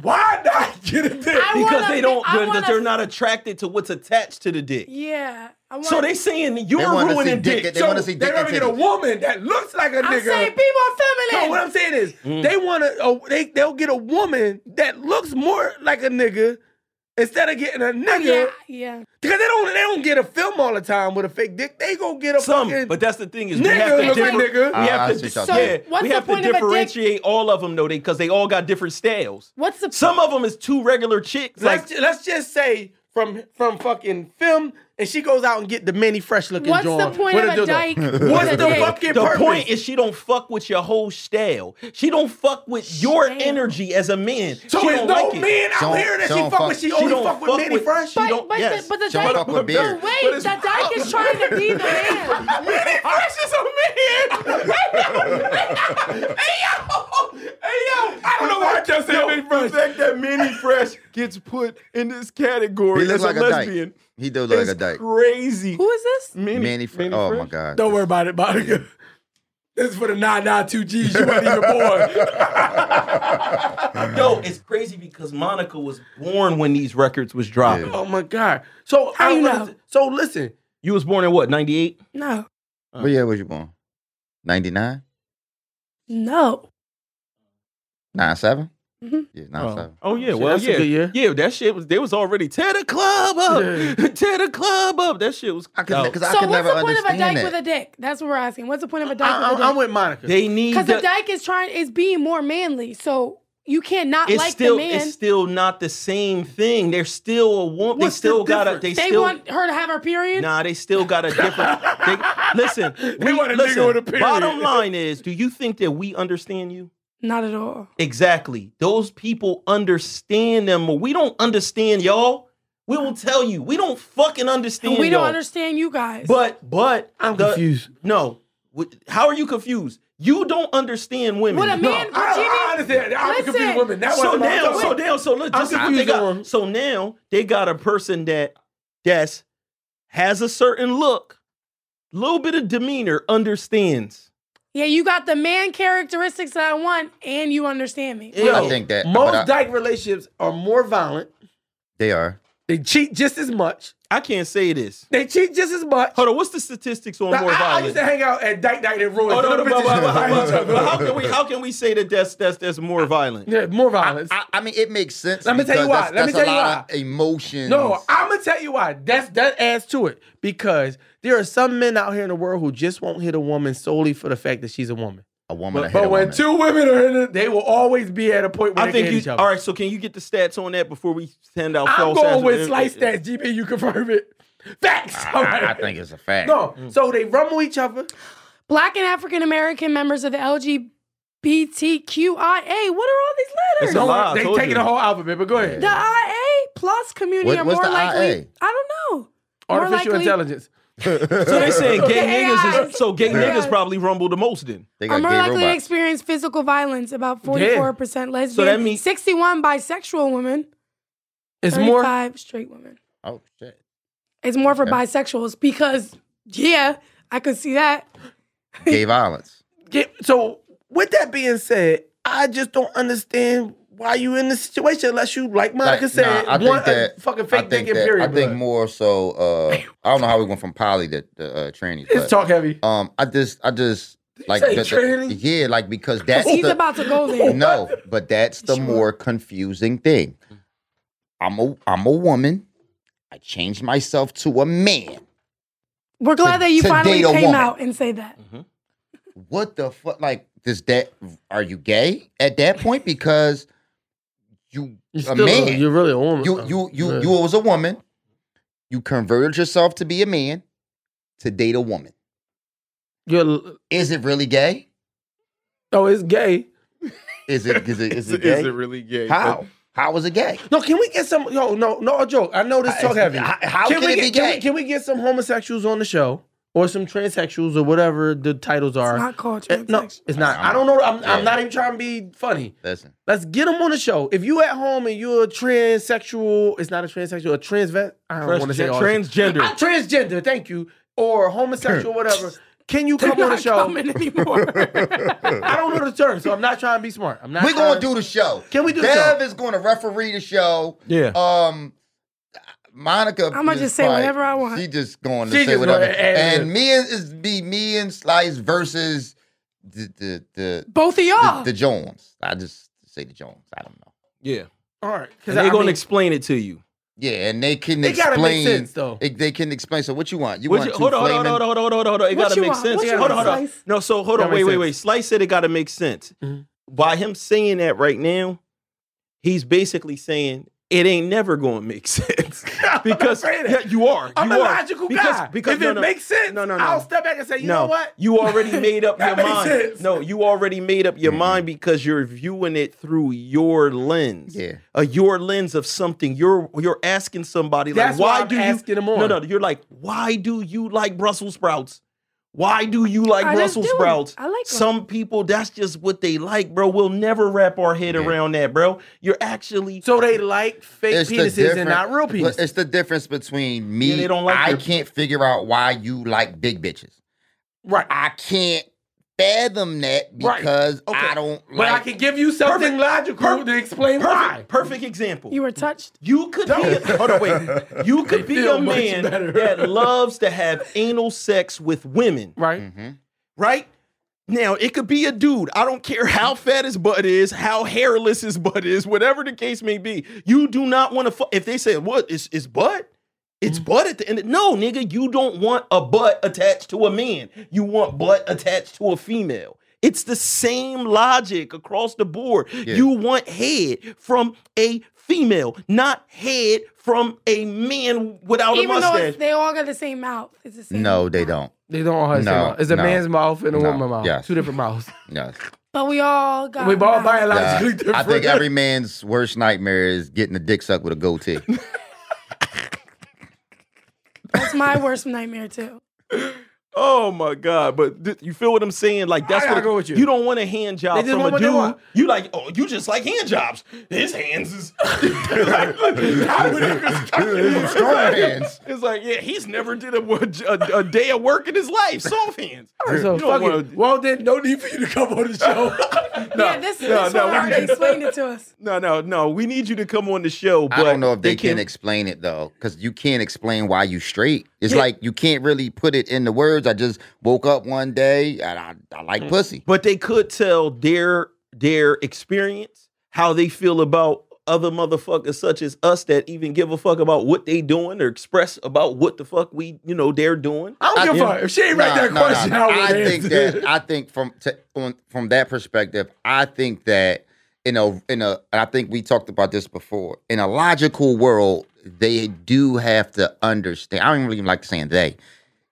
Speaker 2: Why not get a dick?
Speaker 4: I
Speaker 5: Because
Speaker 4: wanna
Speaker 5: they
Speaker 4: be-
Speaker 5: don't
Speaker 4: I
Speaker 5: because
Speaker 4: wanna-
Speaker 5: they're not attracted to what's attached to the dick.
Speaker 4: Yeah. I want
Speaker 5: So they saying you're
Speaker 1: They wanna see
Speaker 5: ruining
Speaker 1: dick
Speaker 5: dick.
Speaker 1: at- they
Speaker 5: So
Speaker 1: wanna see
Speaker 2: They
Speaker 1: dick and
Speaker 2: rather get a
Speaker 1: titties.
Speaker 2: woman that looks like a
Speaker 4: I'm
Speaker 2: nigga.
Speaker 4: saying be more
Speaker 2: No,
Speaker 4: feminine.
Speaker 2: what I'm saying is
Speaker 1: Mm.
Speaker 2: they want to. Oh, they they'll get a woman that looks more like a nigga instead of getting a nigga
Speaker 4: yeah, yeah.
Speaker 2: because they don't they don't get a film all the time with a fake dick. They go get a
Speaker 5: Some,
Speaker 2: fucking.
Speaker 5: but that's the thing is we
Speaker 2: Nigga
Speaker 5: have to
Speaker 2: look
Speaker 5: differ-
Speaker 2: like nigga.
Speaker 5: We
Speaker 1: Ah, I
Speaker 5: have
Speaker 1: see
Speaker 5: to,
Speaker 1: what y'all
Speaker 4: So,
Speaker 5: yeah,
Speaker 1: saying.
Speaker 4: what's
Speaker 5: we
Speaker 4: the
Speaker 5: have to
Speaker 4: point of a dick?
Speaker 5: differentiate all of them though, they because they all got different styles.
Speaker 4: What's the
Speaker 5: Some of them is two regular chicks,
Speaker 2: let's
Speaker 5: like
Speaker 2: ju- let's just say from from fucking film, and she goes out and get the many fresh looking.
Speaker 4: what's
Speaker 2: John
Speaker 4: the point
Speaker 2: with
Speaker 4: of a
Speaker 2: dildo.
Speaker 4: dyke? with
Speaker 2: What's
Speaker 4: a
Speaker 2: the
Speaker 4: dick?
Speaker 2: fucking
Speaker 5: the
Speaker 2: purpose?
Speaker 5: point is she don't fuck with your whole style. She don't fuck with your
Speaker 4: Style.
Speaker 5: energy as a man.
Speaker 2: So
Speaker 5: she
Speaker 2: it's
Speaker 5: don't
Speaker 2: no
Speaker 5: like it.
Speaker 2: man
Speaker 1: Don't-
Speaker 2: out here that
Speaker 1: don't
Speaker 2: she fuck with.
Speaker 1: fuck-
Speaker 2: She
Speaker 1: she
Speaker 2: only
Speaker 5: don't
Speaker 2: fuck with
Speaker 5: fuck
Speaker 2: Manny
Speaker 5: with-
Speaker 2: Fresh.
Speaker 4: But,
Speaker 5: You don't-
Speaker 4: but,
Speaker 5: yes.
Speaker 4: the, but the
Speaker 1: Don't
Speaker 4: dyke.
Speaker 1: fuck with beer.
Speaker 4: No, wait.
Speaker 5: it's-
Speaker 4: The dyke is trying to be the man.
Speaker 5: Manny Fresh is a man. hey yo, hey yo, I don't know why I just said Manny Fresh. The fact that Manny Fresh gets put in this category
Speaker 1: He looks
Speaker 5: as
Speaker 1: like
Speaker 5: a
Speaker 1: a dyke.
Speaker 5: lesbian
Speaker 1: He does look like
Speaker 5: is
Speaker 1: a dyke.
Speaker 5: crazy.
Speaker 4: Who is this?
Speaker 5: Manny,
Speaker 1: Manny, Fre-
Speaker 5: Manny
Speaker 1: oh
Speaker 5: Fresh?
Speaker 1: my god.
Speaker 2: Don't worry about it, Monica. This is for the 992 G's. You weren't even born.
Speaker 9: Yo, it's crazy because Monica was born when these records was dropping.
Speaker 2: oh my god. So
Speaker 4: How
Speaker 2: I
Speaker 4: you
Speaker 2: don't
Speaker 4: know?
Speaker 2: know. So listen.
Speaker 9: You was born in what, 98?
Speaker 4: No.
Speaker 1: What year was you born? 99?
Speaker 4: No.
Speaker 1: 97?
Speaker 4: Mhm.
Speaker 1: Yeah, 97.
Speaker 9: Oh yeah,
Speaker 2: Shit,
Speaker 9: well
Speaker 2: that's a
Speaker 9: yeah.
Speaker 2: good year.
Speaker 9: Yeah, that shit was they was already tear the club up.
Speaker 2: Yeah.
Speaker 9: tear the club up. That shit was
Speaker 1: I could,
Speaker 9: Oh.
Speaker 1: cause I
Speaker 4: So
Speaker 1: could
Speaker 4: what's
Speaker 1: never
Speaker 4: the point of a dyke
Speaker 1: understand
Speaker 4: with
Speaker 1: that.
Speaker 4: a dick? That's what we're asking. What's the point of a dyke
Speaker 2: I,
Speaker 4: with a
Speaker 2: I, am
Speaker 4: dick?
Speaker 2: with Monica.
Speaker 9: They need
Speaker 4: Because
Speaker 9: the,
Speaker 4: the dyke is trying is being more manly. So you can't not
Speaker 9: it's
Speaker 4: like
Speaker 9: still
Speaker 4: the man.
Speaker 9: it's still not the same thing. They're still a woman. They
Speaker 2: What's the
Speaker 9: still got a they,
Speaker 2: difference?
Speaker 4: they
Speaker 9: still
Speaker 4: want her to have her period.
Speaker 9: nah. They still got a different. They, listen, we,
Speaker 2: want a nigga
Speaker 9: listen.
Speaker 2: with a period.
Speaker 9: Bottom line is, do you think that we understand you?
Speaker 4: Not at all.
Speaker 9: Exactly. Those people understand them. We don't understand y'all.
Speaker 5: We will tell you. We don't fucking understand.
Speaker 4: we
Speaker 5: y'all.
Speaker 4: don't understand you guys.
Speaker 5: But but
Speaker 2: I'm
Speaker 5: the-
Speaker 2: confused.
Speaker 5: No, Wh- how are you confused? You don't understand women.
Speaker 4: What a
Speaker 5: No.
Speaker 4: man,
Speaker 8: I, I
Speaker 4: Virginia.
Speaker 8: understand. I'm a
Speaker 4: Listen.
Speaker 8: confused woman. That
Speaker 5: So
Speaker 8: wasn't my
Speaker 5: now,
Speaker 8: fault.
Speaker 5: so now, so look, just
Speaker 2: confused
Speaker 5: they got-
Speaker 2: on-
Speaker 5: so now they got a person that that's has a certain look, little bit of demeanor, understands.
Speaker 4: Yeah, you got the man characteristics that I want, and you understand me.
Speaker 5: Yo,
Speaker 1: I think that
Speaker 2: Most
Speaker 1: but I-
Speaker 2: dyke relationships are more violent.
Speaker 1: they are.
Speaker 2: They cheat just as much.
Speaker 5: I can't say this.
Speaker 2: They cheat just as much.
Speaker 5: Hold on, what's the statistics on
Speaker 8: Now,
Speaker 5: more
Speaker 8: I, I used
Speaker 5: violence?
Speaker 8: to hang out at Dyke Night and Roy.
Speaker 5: Hold on, but- but- but- but- but- but how
Speaker 8: Let
Speaker 5: can we how can we say that that's that's that's more violent?
Speaker 2: Yeah, more violence.
Speaker 1: I, I mean, it makes sense.
Speaker 2: Let me tell you
Speaker 1: because
Speaker 2: why.
Speaker 1: That's,
Speaker 2: Let me
Speaker 1: that's
Speaker 2: tell
Speaker 1: a
Speaker 2: you
Speaker 1: lot Of emotions.
Speaker 2: No, I'm gonna tell you why. That's that adds to it because there are some men out here in the world who just won't hit a woman solely for the fact that she's a woman.
Speaker 1: a woman.
Speaker 8: But when two women are in it, they will always be at a point where
Speaker 5: I
Speaker 8: they
Speaker 5: think
Speaker 8: can hit each
Speaker 5: you.
Speaker 8: other.
Speaker 5: All right, so can you get the stats on that before we send out?
Speaker 8: I'm
Speaker 5: false
Speaker 8: going
Speaker 5: answers?
Speaker 8: with slice that. GB, you confirm it. Facts. Mm.
Speaker 1: I, I think it's a fact.
Speaker 2: No, so they rumble each other.
Speaker 4: Black and African American members of the LGBTQIA. What are all these
Speaker 5: It's
Speaker 4: letters?
Speaker 5: a lot. I
Speaker 8: they
Speaker 5: told
Speaker 8: taking
Speaker 5: you.
Speaker 8: the whole alphabet, but go ahead.
Speaker 4: The IA plus community
Speaker 1: What-
Speaker 4: are
Speaker 1: what's
Speaker 4: more
Speaker 1: the
Speaker 4: likely.
Speaker 1: IA?
Speaker 4: I don't know. More
Speaker 8: Artificial
Speaker 4: likely-
Speaker 8: intelligence.
Speaker 5: So they saying gay niggas
Speaker 4: eyes.
Speaker 5: is so gay
Speaker 4: Their
Speaker 5: niggas
Speaker 4: eyes.
Speaker 5: probably rumble the most then.
Speaker 1: they
Speaker 4: Are
Speaker 1: got
Speaker 4: more
Speaker 1: gay
Speaker 4: likely to
Speaker 1: robots.
Speaker 4: experience physical violence. About forty-four percent lesbian.
Speaker 5: that means-
Speaker 4: sixty-one bisexual women.
Speaker 2: It's more.
Speaker 4: Thirty-five straight women.
Speaker 1: oh shit.
Speaker 4: It's more for bisexuals because yeah, I could see that.
Speaker 1: Gay violence.
Speaker 2: Yeah, so with that being said, I just don't understand why you in this situation unless you, like Monica
Speaker 1: Like,
Speaker 2: said,
Speaker 1: nah, I
Speaker 2: want
Speaker 1: think that
Speaker 2: a fucking
Speaker 1: I
Speaker 2: fake
Speaker 1: think
Speaker 2: dick and
Speaker 1: that-
Speaker 2: period.
Speaker 1: I think
Speaker 2: blood.
Speaker 1: more so. Uh, I don't know how we went from poly to, to uh, trannies.
Speaker 8: It's
Speaker 1: but,
Speaker 8: talk heavy.
Speaker 1: um, I just, I just like
Speaker 8: say
Speaker 1: the- the-
Speaker 8: tranny?
Speaker 1: yeah, like because that's
Speaker 4: He's
Speaker 1: the,
Speaker 4: about to go there.
Speaker 1: no, but that's the more confusing thing. I'm a, I'm a woman. I changed myself to a man.
Speaker 4: We're glad that you
Speaker 1: to
Speaker 4: finally
Speaker 1: date a
Speaker 4: came
Speaker 1: woman.
Speaker 4: out and say that.
Speaker 3: Mm-hmm.
Speaker 1: what the fuck? Like, does that? Are you gay at that point? Because you a man.
Speaker 2: You're really a woman.
Speaker 1: you you you you was a woman. You converted yourself to be a man to date a woman.
Speaker 2: You're-
Speaker 1: Is it really gay?
Speaker 2: oh, it's gay.
Speaker 1: Is it is it is it
Speaker 3: Is
Speaker 1: gay?
Speaker 3: it really gay?
Speaker 1: How how is it gay?
Speaker 2: No, can we get some? No, no, no joke. I know this talk heavy.
Speaker 1: How, how can,
Speaker 2: we
Speaker 1: it
Speaker 2: get,
Speaker 1: be
Speaker 2: Can
Speaker 1: gay?
Speaker 2: we, can we get some homosexuals on the show or some transsexuals or whatever the titles are?
Speaker 4: It's not called
Speaker 2: Eh, no,
Speaker 4: transaction.
Speaker 2: it's not.
Speaker 1: I'm-
Speaker 2: I don't know. I'm,
Speaker 1: yeah.
Speaker 2: I'm not even trying to be funny.
Speaker 1: Listen,
Speaker 2: Let's get them on the show. If you at home and you're a transsexual, it's not a transsexual, a transvest. I don't want to say all this.
Speaker 5: transgender.
Speaker 2: I'm transgender. Thank you. Or homosexual, whatever. Can you come on the
Speaker 4: not
Speaker 2: show?
Speaker 4: coming anymore.
Speaker 2: I don't know the term, so I'm not trying to be smart. I'm not.
Speaker 1: we're gonna
Speaker 2: trying-
Speaker 1: do the show.
Speaker 2: Can we do the
Speaker 1: Dev
Speaker 2: show?
Speaker 1: is gonna referee the show.
Speaker 2: Oh.
Speaker 5: Yeah.
Speaker 1: Um, Monica.
Speaker 4: I'ma
Speaker 1: is
Speaker 4: just say
Speaker 1: probably-
Speaker 4: whatever I want.
Speaker 1: She just going to
Speaker 2: She
Speaker 1: say
Speaker 2: just
Speaker 1: whatever.
Speaker 2: gonna add it.
Speaker 1: And me and is be me and Slice versus the the the,
Speaker 4: Both of
Speaker 1: the,
Speaker 4: y'all.
Speaker 1: the Jones. I just say the Jones. I don't know.
Speaker 5: yeah,
Speaker 2: All right, because
Speaker 5: and they're gonna explain it to you.
Speaker 1: Yeah, and they can
Speaker 2: It gotta
Speaker 1: explain.
Speaker 2: make sense, though.
Speaker 1: They, they can explain. So what you want? You
Speaker 5: What
Speaker 1: want
Speaker 5: you-
Speaker 1: two
Speaker 5: hold on, hold on,
Speaker 1: flaming-
Speaker 5: hold on, hold on, hold on, hold on. It
Speaker 4: What
Speaker 5: gotta
Speaker 4: you
Speaker 5: make
Speaker 4: want?
Speaker 5: sense.
Speaker 4: What you
Speaker 5: hold on,
Speaker 4: want,
Speaker 5: hold on.
Speaker 4: Slice?
Speaker 5: No, so hold on,
Speaker 2: Gotta
Speaker 5: wait,
Speaker 2: make
Speaker 5: wait,
Speaker 2: sense.
Speaker 5: wait. Slice said it gotta make sense.
Speaker 2: Mhm.
Speaker 5: By him saying that right now, he's basically saying it ain't never gonna make sense because
Speaker 2: saying
Speaker 5: yeah,
Speaker 2: that.
Speaker 5: you are.
Speaker 2: I'm
Speaker 5: you
Speaker 2: a
Speaker 5: are.
Speaker 2: logical
Speaker 5: because,
Speaker 2: guy.
Speaker 5: Because
Speaker 2: if
Speaker 5: no,
Speaker 2: it
Speaker 5: no.
Speaker 2: makes sense,
Speaker 5: no, no, no.
Speaker 2: I'll step back and say, you
Speaker 5: no,
Speaker 2: know what?
Speaker 5: You already made up your
Speaker 2: That makes
Speaker 5: mind.
Speaker 2: sense.
Speaker 5: No, you already made up your mind because you're viewing it through your lens.
Speaker 1: Yeah.
Speaker 5: Uh, your lens of something. You're you're asking somebody
Speaker 2: That's
Speaker 5: like why
Speaker 2: why I'm
Speaker 5: do you
Speaker 2: asking them on.
Speaker 5: No, no, you're like, why do you like Brussels sprouts? Why do you like
Speaker 4: I just
Speaker 5: Brussels
Speaker 4: do.
Speaker 5: sprouts?
Speaker 4: I like 'em.
Speaker 5: Some people, that's just what they like, bro. We'll never wrap our head around that, bro. You're actually
Speaker 2: So they like fake
Speaker 1: It's the
Speaker 2: penises and
Speaker 1: difference-
Speaker 2: not real
Speaker 1: but
Speaker 2: penises.
Speaker 1: It's the difference between me.
Speaker 5: Yeah, they don't like
Speaker 1: I
Speaker 5: your-
Speaker 1: can't figure out why you like big bitches.
Speaker 2: Right.
Speaker 1: I can't fathom that
Speaker 2: Right.
Speaker 1: because
Speaker 5: Okay.
Speaker 1: I don't
Speaker 2: But I
Speaker 1: like.
Speaker 2: can give you something
Speaker 5: Perfect.
Speaker 2: logical
Speaker 5: Perfect.
Speaker 2: to explain why.
Speaker 5: perfect, perfect example.
Speaker 4: You were touched.
Speaker 5: You could be a, hold on, wait. You could be
Speaker 8: feel
Speaker 5: a
Speaker 8: much
Speaker 5: man
Speaker 8: better.
Speaker 5: that loves to have anal sex with women,
Speaker 2: Right.
Speaker 1: Mhm.
Speaker 5: right? Now it could be a dude. I don't care how fat his butt is, how hairless his butt is, whatever the case may be. You do not want to. Fu- if they say what is is butt, it's butt at the end. of-" no, nigga, you don't want a butt attached to a man. You want butt attached to a female. It's the same logic across the board. You want head from a female, not head from a man without a
Speaker 4: Even though
Speaker 5: mustache.
Speaker 4: it's, they all got the same mouth. It's the same.
Speaker 1: No, they
Speaker 4: mouth.
Speaker 1: don't.
Speaker 2: They don't all have the same
Speaker 1: No,
Speaker 2: mouth. It's a
Speaker 1: no,
Speaker 2: man's mouth and a
Speaker 1: no,
Speaker 2: woman's mouth.
Speaker 1: yes.
Speaker 2: Two different mouths.
Speaker 1: No.
Speaker 4: But we all got.
Speaker 2: We all
Speaker 4: mouths.
Speaker 1: Uh,
Speaker 2: biologically different.
Speaker 1: I think every man's worst nightmare is getting a dick sucked with a goatee.
Speaker 4: That's my worst nightmare too.
Speaker 5: Oh my God! But th- you feel what I'm saying? Like that's what
Speaker 2: gotta go with you.
Speaker 5: You don't want a hand job
Speaker 2: They just
Speaker 5: from
Speaker 2: want
Speaker 5: a
Speaker 2: what they
Speaker 5: dude.
Speaker 2: want.
Speaker 5: You like? Oh, you just like hand jobs. His hands is.
Speaker 1: Strong hands.
Speaker 5: It's like yeah, he's never did a, wo- a, a day of work in his life. Soft hands.
Speaker 2: So
Speaker 5: You don't
Speaker 2: fuck
Speaker 5: wanna-
Speaker 2: it. Well then, no need for you to come on the show.
Speaker 4: yeah, this, this
Speaker 5: no,
Speaker 4: one
Speaker 5: we-
Speaker 4: already explained it to us.
Speaker 5: No, no, no. We need you to come on the show. But
Speaker 1: I don't know if they, can
Speaker 5: not
Speaker 1: explain it though, because you can't explain why you straight. It's like you can't really put it in the words. I just woke up one day and I, I like pussy.
Speaker 5: but they could tell their their experience, how they feel about other motherfuckers such as us that even give a fuck about what they doing or express about what the fuck we you know they're doing.
Speaker 2: I don't give a
Speaker 5: yeah.
Speaker 2: fuck. If she ain't write that
Speaker 1: no, no,
Speaker 2: question,
Speaker 1: no.
Speaker 2: I
Speaker 1: I
Speaker 2: wouldn't
Speaker 1: think
Speaker 2: answer.
Speaker 1: that I think from to, on, from that perspective, I think that in a in a and I think we talked about this before. In a logical world, they do have to understand. I don't really like saying they.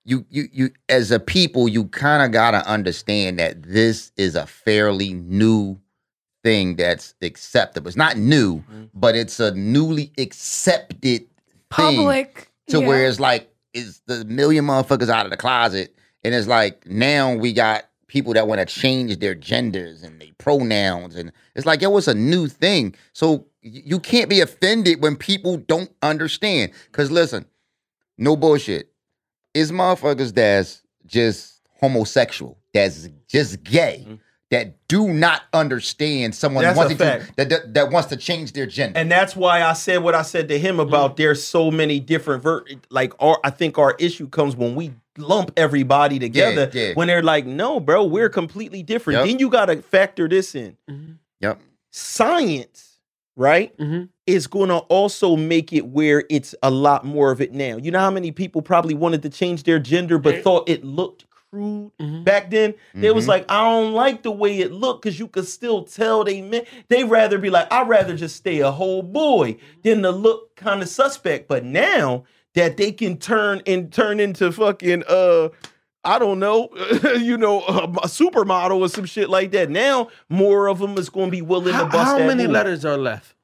Speaker 1: You you you as a people, you kind of gotta understand that this is a fairly new thing that's acceptable. It's not new,
Speaker 2: Mm-hmm.
Speaker 1: but it's a newly accepted thing
Speaker 4: Public
Speaker 1: to
Speaker 4: yeah.
Speaker 1: where it's like it's the million motherfuckers out of the closet, and it's like now we got people that want to change their genders and their pronouns, and it's like yo, it's a new thing. So y- you can't be offended when people don't understand. Cause listen, no bullshit, is motherfuckers that's just homosexual, that's just gay. That do not understand someone
Speaker 5: Mm-hmm. That's a
Speaker 1: wanting to,
Speaker 5: fact.
Speaker 1: that, that that wants to change their gender.
Speaker 5: And that's why I said what I said to him
Speaker 1: Mm.
Speaker 5: about there's so many different ver- like our I think our issue comes when we lump everybody together
Speaker 1: yeah. Mm.
Speaker 5: when they're like, no, bro, we're completely different.
Speaker 1: Yep.
Speaker 5: Then you gotta factor this in.
Speaker 1: yep.
Speaker 5: Science, right?
Speaker 2: Mhm.
Speaker 5: Is gonna also make it where it's a lot more of it now. You know how many people probably wanted to change their gender but thought it looked crude back then? They
Speaker 2: Mm-hmm.
Speaker 5: was like, I don't like the way it looked because you could still tell they meant they rather be like, I'd rather just stay a whole boy than to look kind of suspect. But now that they can turn and turn into fucking uh I don't know, you know, a, a supermodel or some shit like that. Now more of them is going to be willing
Speaker 2: How,
Speaker 5: to bust
Speaker 2: how
Speaker 5: that
Speaker 2: many
Speaker 5: move.
Speaker 2: letters are left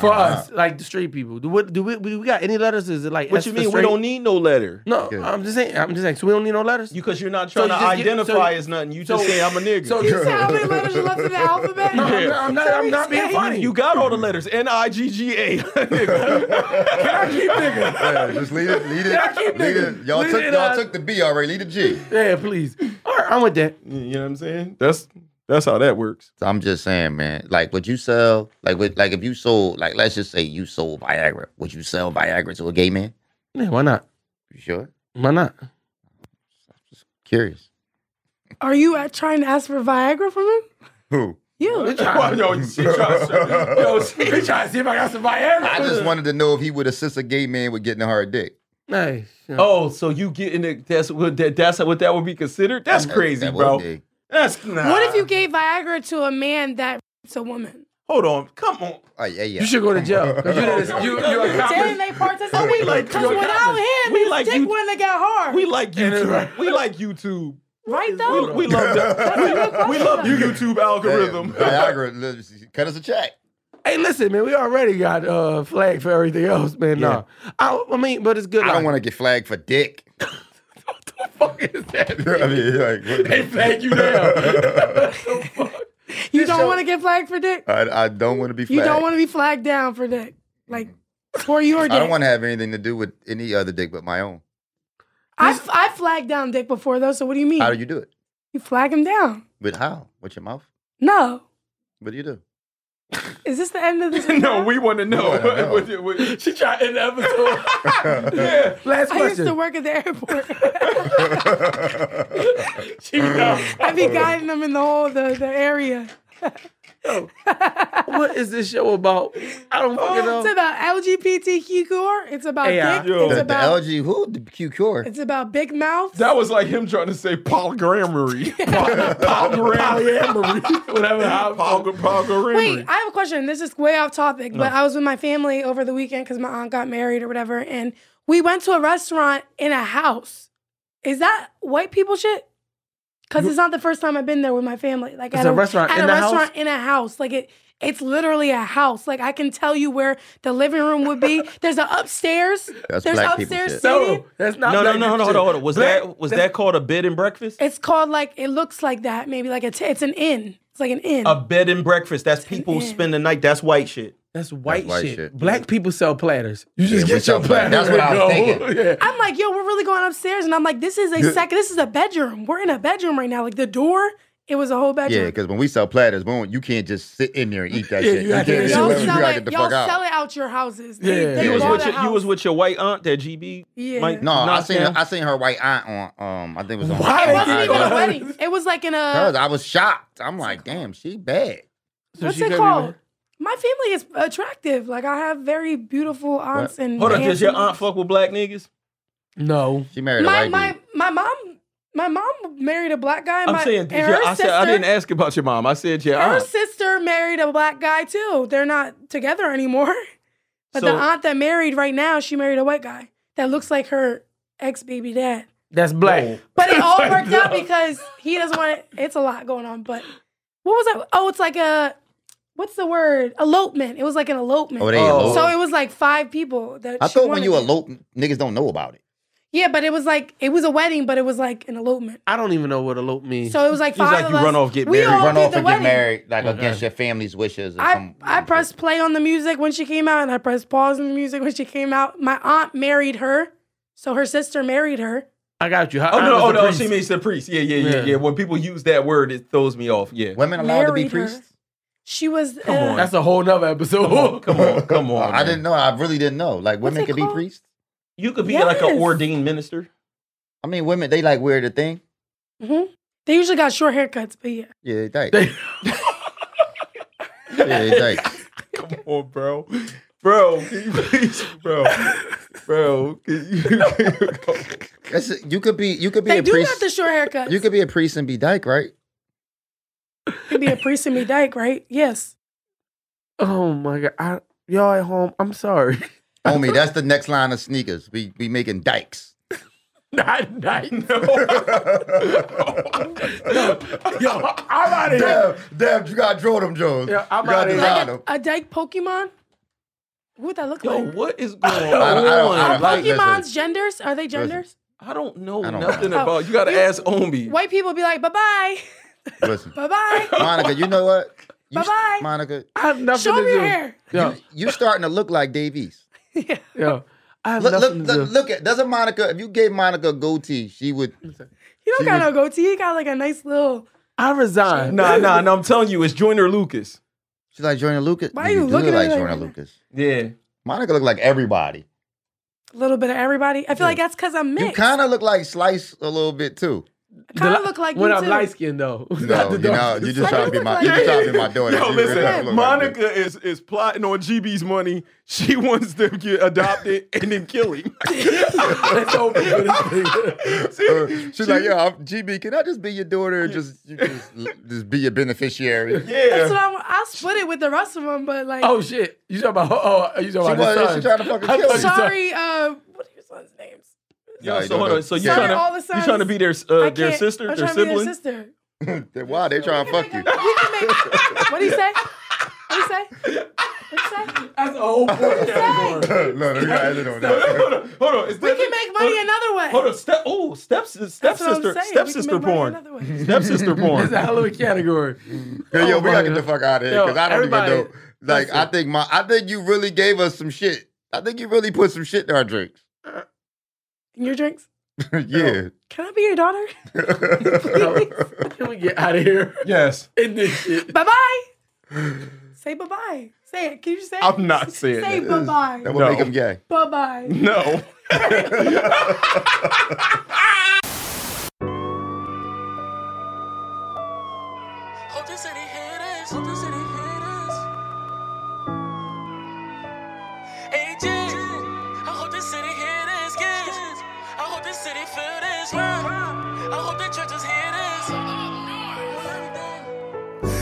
Speaker 2: for us, like the street people? Do what? Do we? we we got any letters? Is it like
Speaker 5: What
Speaker 2: S
Speaker 5: you
Speaker 2: for
Speaker 5: mean? We
Speaker 2: straight?
Speaker 5: don't need no letter.
Speaker 2: No,
Speaker 1: Yeah.
Speaker 2: I'm just saying. I'm just saying. So we don't need no letters.
Speaker 5: You because you're not
Speaker 2: So
Speaker 5: trying to
Speaker 2: you just get-
Speaker 5: identify
Speaker 2: so-
Speaker 5: as nothing. You just say I'm a nigga.
Speaker 2: so-
Speaker 4: You said how many letters are left in the alphabet?
Speaker 2: No, I'm not- I'm not- I'm not being funny.
Speaker 5: you got all the letters. N I G G A.
Speaker 1: Yeah, just lead it, lead it, lead it. Y'all
Speaker 2: Lead
Speaker 1: took
Speaker 2: it
Speaker 1: y'all
Speaker 2: out.
Speaker 1: took the B already. Lead the G.
Speaker 2: Yeah, please. All right, I'm with that.
Speaker 5: You know what I'm saying? That's that's how that works.
Speaker 1: So I'm just saying, man. Like, would you sell? Like, would, like if you sold, like, let's just say you sold Viagra. Would you sell Viagra to a gay man?
Speaker 2: Yeah, why not?
Speaker 1: You sure?
Speaker 2: Why not?
Speaker 1: Curious.
Speaker 4: Are you at trying to ask for Viagra from him?
Speaker 1: Who?
Speaker 4: You.
Speaker 5: yo, she trying to, yo, she trying to see if I got some Viagra.
Speaker 1: I just wanted to know if he would assist a gay man with getting a hard dick.
Speaker 2: Nice.
Speaker 5: Oh, so you getting it? That's what that, that's what that would be considered. That's crazy,
Speaker 1: That would
Speaker 5: bro.
Speaker 1: be.
Speaker 5: That's nah.
Speaker 4: What if you gave Viagra to a man that it's a woman?
Speaker 5: Hold on, come on.
Speaker 1: Oh, yeah, yeah.
Speaker 2: You should go to jail. 'cause You, did this- you, you
Speaker 4: Didn't
Speaker 2: accomplished.
Speaker 4: they participate?
Speaker 5: like
Speaker 4: Because
Speaker 5: your
Speaker 4: without him,
Speaker 5: We
Speaker 4: his
Speaker 5: like
Speaker 4: dick
Speaker 5: you-
Speaker 4: wouldn't have got hard.
Speaker 5: We like YouTube.
Speaker 2: right.
Speaker 5: We like YouTube.
Speaker 4: right though?
Speaker 5: We love that. we, we love your YouTube
Speaker 1: Damn,
Speaker 5: algorithm.
Speaker 1: Viagra, li- cut us a check.
Speaker 2: Hey, listen, man. We already got uh flag for everything else, man. No, I, I mean, but it's good.
Speaker 1: I don't
Speaker 2: like-
Speaker 1: want to get flagged for dick. what the fuck is that? I mean, like, they flag you
Speaker 4: you don't want to get flagged for dick.
Speaker 1: I, I don't want to be flagged.
Speaker 4: You don't want to be flagged down for dick. Like for your dick.
Speaker 1: I don't want to have anything to do with any other dick but my own.
Speaker 4: I, I flagged down dick before though. So what do you mean?
Speaker 1: How do you do it?
Speaker 4: you flag him down?
Speaker 1: With how? With your mouth?
Speaker 4: No.
Speaker 1: What do you do?
Speaker 4: Is this the end of this?
Speaker 5: no, we want to know.
Speaker 1: wanna know.
Speaker 5: What- what- what-
Speaker 2: She tried to end the episode.
Speaker 5: yeah.
Speaker 2: Last
Speaker 4: I used
Speaker 2: question.
Speaker 4: to work at the airport.
Speaker 5: uh,
Speaker 4: I'd be guiding them in the whole the, the area.
Speaker 2: what is this show about? I don't fucking know.
Speaker 4: It's about LGBTQ core. It's about
Speaker 2: AI.
Speaker 4: dick.
Speaker 5: Yo.
Speaker 4: It's
Speaker 1: the, the
Speaker 4: about
Speaker 1: LG who the Q cure?
Speaker 4: it's about big mouth.
Speaker 5: That was like him trying to say polyamory. polyamory. Whatever. how- Poly- Polyamory.
Speaker 4: Wait, I have a question. This is way off topic, but I was with my family over the weekend because my aunt got married or whatever, and we went to a restaurant in a house. Is that white people shit? Because it's not the first time I've been there with my family. Like
Speaker 2: It's
Speaker 4: at
Speaker 2: a restaurant
Speaker 4: at
Speaker 2: in
Speaker 4: a
Speaker 2: the
Speaker 4: restaurant in a house. Like it, It's literally a house. Like I can tell you where the living room would be. There's an upstairs.
Speaker 1: That's
Speaker 4: there's
Speaker 1: black people
Speaker 4: upstairs
Speaker 1: shit.
Speaker 4: seating.
Speaker 2: No, that's not.
Speaker 5: No, no,
Speaker 2: black
Speaker 5: no,
Speaker 2: people
Speaker 5: hold on,
Speaker 2: shit.
Speaker 5: hold on, hold on. Was
Speaker 2: Black-
Speaker 5: that was that called a bed and breakfast?
Speaker 4: It's called like it looks like that. Maybe like a t- it's an inn. It's like an inn.
Speaker 5: A bed and breakfast. That's people
Speaker 4: inn.
Speaker 5: spend the night. That's white shit.
Speaker 2: That's white,
Speaker 1: white
Speaker 2: shit.
Speaker 1: shit.
Speaker 2: Black people sell platters. You
Speaker 1: Yeah,
Speaker 2: just
Speaker 1: we
Speaker 2: get your
Speaker 1: sell platters. That's
Speaker 2: platter.
Speaker 1: what I was
Speaker 2: and go.
Speaker 1: thinking.
Speaker 2: Yeah.
Speaker 4: I'm like, yo, we're really going upstairs, and I'm like, this is a second. This is a bedroom. We're in a bedroom right now. Like the door, it was a whole
Speaker 1: Yeah,
Speaker 4: bedroom.
Speaker 1: because when we sell platters, we don't, you can't just sit in there and eat that
Speaker 2: Yeah,
Speaker 1: shit.
Speaker 2: you gotta get it
Speaker 4: Y'all
Speaker 2: Yeah,
Speaker 1: you
Speaker 4: sell
Speaker 1: gotta
Speaker 4: it.
Speaker 1: get the
Speaker 4: Y'all
Speaker 1: fuck out.
Speaker 4: sell it out your houses.
Speaker 2: Yeah.
Speaker 4: They, they
Speaker 5: You was
Speaker 4: bought
Speaker 5: with
Speaker 4: a
Speaker 5: your, you
Speaker 4: house.
Speaker 5: was with your white aunt, that GB.
Speaker 4: Yeah.
Speaker 5: Mike-
Speaker 1: No, I
Speaker 5: Knock
Speaker 1: seen
Speaker 5: down.
Speaker 1: I seen her white aunt on um I think it was on
Speaker 2: Why
Speaker 4: It
Speaker 1: on
Speaker 4: wasn't
Speaker 1: IG.
Speaker 4: even a
Speaker 2: Wow.
Speaker 4: wedding. It was like uh, in
Speaker 1: Cuz
Speaker 4: a
Speaker 1: I was shocked. I'm like, damn, she bad.
Speaker 2: So
Speaker 4: what's
Speaker 2: she
Speaker 4: it
Speaker 2: couldn't
Speaker 4: called?
Speaker 2: even-
Speaker 4: My family is attractive. Like I have very beautiful aunts and
Speaker 5: Hold on,
Speaker 4: aunts
Speaker 5: does your
Speaker 4: and
Speaker 5: aunt fuck with black niggas?
Speaker 2: No.
Speaker 1: She married
Speaker 4: My
Speaker 1: a white
Speaker 4: my my mom my mom married a black guy.
Speaker 5: I'm
Speaker 4: my,
Speaker 5: saying,
Speaker 4: and
Speaker 5: did
Speaker 4: her
Speaker 5: your, I
Speaker 4: sister,
Speaker 5: said I didn't ask about your mom. I said uh. your
Speaker 4: Her
Speaker 5: aunt.
Speaker 4: sister married a black guy too. They're not together anymore. But the
Speaker 5: So-
Speaker 4: aunt that married right now, she married a white guy that looks like her ex baby dad.
Speaker 2: That's black.
Speaker 4: But it all worked out because he doesn't want it. It's a lot going on. But what was that? Oh, it's like a what's the word? Elopement. It was like an elopement.
Speaker 1: dude. Oh, they
Speaker 5: Oh.
Speaker 1: elope.
Speaker 4: so it was like five people that
Speaker 1: I
Speaker 4: she
Speaker 1: thought when you
Speaker 4: wanted.
Speaker 1: elope, niggas don't know about it.
Speaker 4: Yeah, but it was like it was a wedding, but it was like an elopement.
Speaker 2: I don't even know what elope means.
Speaker 4: So it was like
Speaker 5: He's
Speaker 4: five
Speaker 5: like,
Speaker 4: of
Speaker 5: you
Speaker 4: us.
Speaker 5: run off, get
Speaker 4: we
Speaker 5: married.
Speaker 4: all
Speaker 1: Run
Speaker 4: did
Speaker 1: off
Speaker 4: the
Speaker 1: and
Speaker 4: wedding.
Speaker 1: get married like against your family's wishes. Or
Speaker 4: I,
Speaker 1: some,
Speaker 4: I pressed play on the music when she came out, and I pressed pause on the music when she came out. My aunt married her, so her sister married her.
Speaker 2: I got you. Her
Speaker 5: Oh
Speaker 2: aunt
Speaker 5: no,
Speaker 2: was
Speaker 5: oh
Speaker 2: a
Speaker 5: no,
Speaker 2: priest.
Speaker 5: she means the priest. Yeah, yeah, yeah,
Speaker 2: Yeah.
Speaker 5: yeah, When people use that word, it throws me off. Yeah.
Speaker 1: women allowed to be
Speaker 4: married her.
Speaker 1: priests.
Speaker 4: She was. uh,
Speaker 5: Come on.
Speaker 2: That's a whole nother episode.
Speaker 5: Come on, come on, come
Speaker 1: Oh,
Speaker 5: on.
Speaker 1: I
Speaker 5: man.
Speaker 1: didn't know. I really didn't know. Like
Speaker 4: What's
Speaker 1: women
Speaker 4: it
Speaker 1: could
Speaker 4: called?
Speaker 1: be priests.
Speaker 5: You could be like an
Speaker 4: Yes.
Speaker 5: ordained minister.
Speaker 1: I mean, women they like wear the thing.
Speaker 4: Mhm. They usually got short haircuts, but yeah.
Speaker 1: Yeah, they like.
Speaker 2: They-
Speaker 1: yeah, they like.
Speaker 5: Come on, bro. Bro, can you please, bro, bro. Can you,
Speaker 1: That's, you could be you could be
Speaker 4: They
Speaker 1: a
Speaker 4: do
Speaker 1: priest.
Speaker 4: got the short haircuts.
Speaker 1: you
Speaker 4: You could,
Speaker 1: could be a priest and be dyke, right?
Speaker 4: be a priest and be dyke, right? Yes.
Speaker 2: Oh my god. I, y'all at home, I'm sorry.
Speaker 1: Homie, that's the next line of sneakers. We we making dykes.
Speaker 2: Not night.
Speaker 1: Dev,
Speaker 2: Yo, I'm out of here.
Speaker 1: Dev, you gotta draw them, Jones.
Speaker 2: Yeah, I'm
Speaker 1: You gotta
Speaker 2: outta here.
Speaker 1: design
Speaker 4: Like a,
Speaker 1: them.
Speaker 4: a dyke Pokemon. What would that look
Speaker 5: yo,
Speaker 4: like?
Speaker 5: what is going on?
Speaker 1: I don't- I don't- I
Speaker 4: Are
Speaker 1: don't- like, listen.
Speaker 4: Pokemon's genders? Are they genders?
Speaker 5: I don't know
Speaker 1: I don't
Speaker 5: nothing
Speaker 1: know.
Speaker 5: about. You got to
Speaker 4: You-
Speaker 5: ask Ombi.
Speaker 4: White people be like, bye bye,
Speaker 1: Listen,
Speaker 4: bye bye.
Speaker 1: Monica, you know what? You,
Speaker 4: Bye-bye.
Speaker 1: Monica,
Speaker 2: I have nothing
Speaker 4: Show
Speaker 2: to
Speaker 4: them your
Speaker 2: do.
Speaker 4: hair.
Speaker 2: Yo,
Speaker 1: you starting to look like Dave East.
Speaker 2: yo, I have
Speaker 1: Look, look,
Speaker 2: nothing to
Speaker 1: look,
Speaker 2: do.
Speaker 1: look at doesn't Monica? If you gave Monica a goatee, she would.
Speaker 4: He don't
Speaker 1: She
Speaker 4: got
Speaker 1: was-
Speaker 4: no goatee. He got like a nice little.
Speaker 2: I resign.
Speaker 5: Nah, nah, nah. I'm telling you, it's Joyner Lucas.
Speaker 1: She's like Jordan Lucas.
Speaker 4: Why you
Speaker 1: do
Speaker 4: looking
Speaker 1: look
Speaker 4: at
Speaker 1: like
Speaker 4: her like
Speaker 1: Jordan
Speaker 4: that?
Speaker 1: Lucas?
Speaker 5: Yeah.
Speaker 1: Monica look like everybody.
Speaker 4: a little bit of everybody. I feel like that's because I'm
Speaker 1: You
Speaker 4: mixed.
Speaker 1: kind of look like Slice a little bit too.
Speaker 4: kind
Speaker 2: The
Speaker 4: of
Speaker 2: li-
Speaker 4: look like
Speaker 2: when
Speaker 4: you
Speaker 2: I'm
Speaker 4: too.
Speaker 2: light skinned though.
Speaker 1: No, you know, you just
Speaker 4: I
Speaker 1: trying to
Speaker 4: do
Speaker 1: be
Speaker 4: look
Speaker 1: my,
Speaker 4: like
Speaker 1: you
Speaker 4: her.
Speaker 1: just trying to be my daughter.
Speaker 5: Yo,
Speaker 1: You really don't
Speaker 5: listen,
Speaker 1: look like that.
Speaker 5: Monica is is plotting on GB's money. She wants them to get adopted and then kill him.
Speaker 2: Let's open for this thing.
Speaker 1: Uh, she's like, yo, I'm, GB, can I just be your daughter and just you just, just be your beneficiary?
Speaker 4: That's
Speaker 5: Yeah.
Speaker 4: what I'm, I'll split it with the rest of them, but like,
Speaker 2: Oh shit! You talking about? Oh, you talking
Speaker 1: She, was,
Speaker 2: about the
Speaker 1: she
Speaker 2: son?
Speaker 1: tried to fucking
Speaker 2: I
Speaker 1: kill
Speaker 2: thought
Speaker 1: me.
Speaker 2: you-
Speaker 4: sorry. Uh, what are your sons' names?
Speaker 1: Yo,
Speaker 5: so hold on. So you
Speaker 4: Sorry,
Speaker 5: trying
Speaker 4: all
Speaker 5: to
Speaker 4: the
Speaker 5: you trying to
Speaker 4: sons.
Speaker 5: be their uh,
Speaker 4: I
Speaker 5: their
Speaker 4: can't-
Speaker 5: sister,
Speaker 4: I'm
Speaker 5: their
Speaker 4: trying to be
Speaker 5: sibling?
Speaker 4: Their sister.
Speaker 1: to. Why they trying to
Speaker 4: We
Speaker 1: Oh, fuck
Speaker 4: can
Speaker 1: you?
Speaker 4: make a- we can make- What do you say? What do you say? What do you say?
Speaker 2: That's a whole
Speaker 4: Sorry.
Speaker 1: no, no, you gotta edit on that.
Speaker 5: hold on, hold on. Is
Speaker 4: We
Speaker 5: that-
Speaker 4: can make money
Speaker 5: hold on,
Speaker 4: another way.
Speaker 5: Hold on, step. Oh, step
Speaker 4: That's what I'm
Speaker 5: stepsister,
Speaker 4: saying.
Speaker 5: stepsister
Speaker 4: we can make money
Speaker 5: porn,
Speaker 4: another way.
Speaker 5: stepsister porn.
Speaker 2: It's a hell of a category.
Speaker 1: Yo, yo,
Speaker 2: Oh
Speaker 1: we
Speaker 2: my
Speaker 1: gotta get the
Speaker 2: God.
Speaker 1: fuck out of here
Speaker 2: Yo,
Speaker 1: because I don't even
Speaker 2: everybody,
Speaker 1: know. Like, I think my, I think you really gave us some shit. I think you really put some shit in our drinks.
Speaker 4: And Your drinks?
Speaker 1: yeah.
Speaker 4: Can I be your daughter?
Speaker 2: Can we get out of here?
Speaker 5: Yes,
Speaker 2: In this shit.
Speaker 4: bye bye. Say bye bye. Say it. Can you say it?
Speaker 5: I'm not saying
Speaker 4: Say
Speaker 5: that.
Speaker 4: bye bye.
Speaker 1: that would make him gay.
Speaker 4: Bye bye.
Speaker 5: No.
Speaker 10: Hold the city haters, hold the city haters. AJ, I hope the city haters, yes. I hope the city feel this, right? I hope the churches hear this.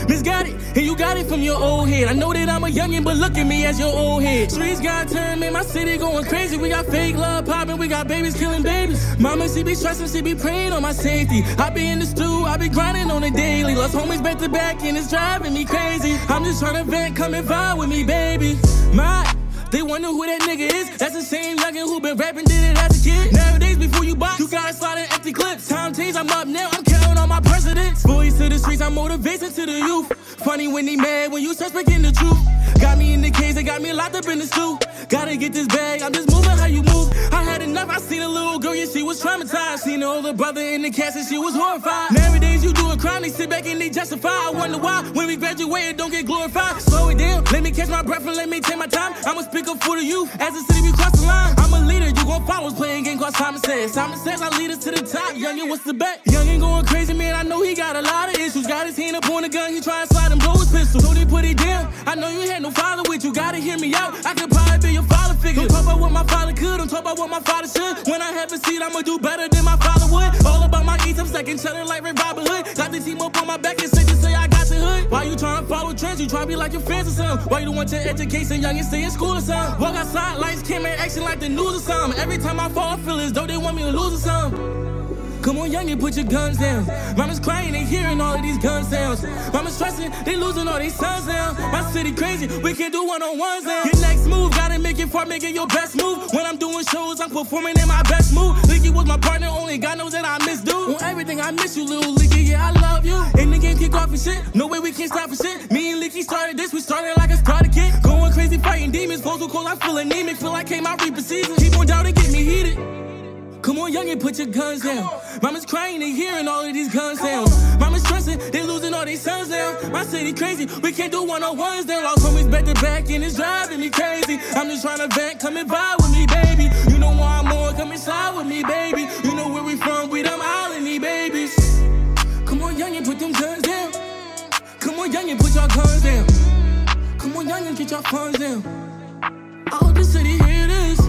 Speaker 10: Miss got it, and you got it from your old head. I know that I'm a youngin', but look at me as your old head. Streets got turned, man, my city going crazy. We got fake love poppin', we got babies killing babies. Mama, she be stressing, she be praying on my safety. I be in the stew, I be grinding on it daily. Lost homies back to back, and it's driving me crazy. I'm just tryna vent, come and vibe with me, baby. My they wonder who that nigga is. That's the same youngin' who been rapping did it as a kid. Nowadays, before you box, you gotta slide in empty clips. Time change, I'm up now. I'm counting on my presidents. Voice to the streets, I'm motivation to the youth. Funny when they mad when you start speaking the truth. Got me in the cage, they got me locked up in the stew. Gotta get this bag, I'm just moving how you move. I had enough, I seen a little girl, yeah, she was traumatized. Seen her older brother in the cast and she was horrified. Nowadays, you do a crime, they sit back and they justify. I wonder why when we graduate, it don't get glorified. Slow it down, let me catch my breath and let me take my time. I'ma speak up for the youth as the city we cross the line. I'm a leader, you gon' follow us playing game called Simon Says. Simon Says, I lead us to the top. Youngin, what's the bet? Youngin going crazy, man, I know he got a lot of issues. Got his hand up on the gun, he try to slide him, blow his pistol. Told him put it down. I know you had no father with you, gotta hear me out. I could probably be your father figure. Don't talk about what my father could, don't talk about what my father should. When I have a seat, I'ma do better than my father would. All about my eats, I'm second cheddar like Red Robin Hood. Got the team up on my back and said to say I got the hood. Why you tryna follow trends? You try to be like your fans or something. Why you want your education, young and stay in school or something? Walk outside, lights, camera, action like the news or something. Every time I fall, I feel as though they want me to lose or something. Come on, youngin, put your guns down. Mama's crying, they hearing all of these gun sounds. Mama's stressing, they losing all these sons now. My city crazy, we can do one on ones now. Your next move, gotta make it far, making your best move. When I'm doing shows, I'm performing in my best mood. Leaky was my partner, only God knows that I miss dude. On everything, I miss you, little Leaky, yeah, I love you. And the game kick off and shit, no way we can stop for shit. Me and Leaky started this, we started like a starter kid. Going crazy, fighting demons, vocal cold, I feel anemic, feel like came out reaper season. Keep on doubting, get me heated. Come on, youngin, put your guns down. Mama's crying, they hearing all of these guns sounds. Mama's stressing, they losing all their sons now. My city crazy, we can't do one on ones now. Lost homies back to back, and it's driving me crazy. I'm just trying to vent, come and vibe with me, baby. You know why I'm on, come and slide with me, baby. You know where we from, we them islandy babies. Come on, youngin, put them guns down. Come on, youngin, put your guns down. Come on, youngin, get your funds down. I hope the city hear this.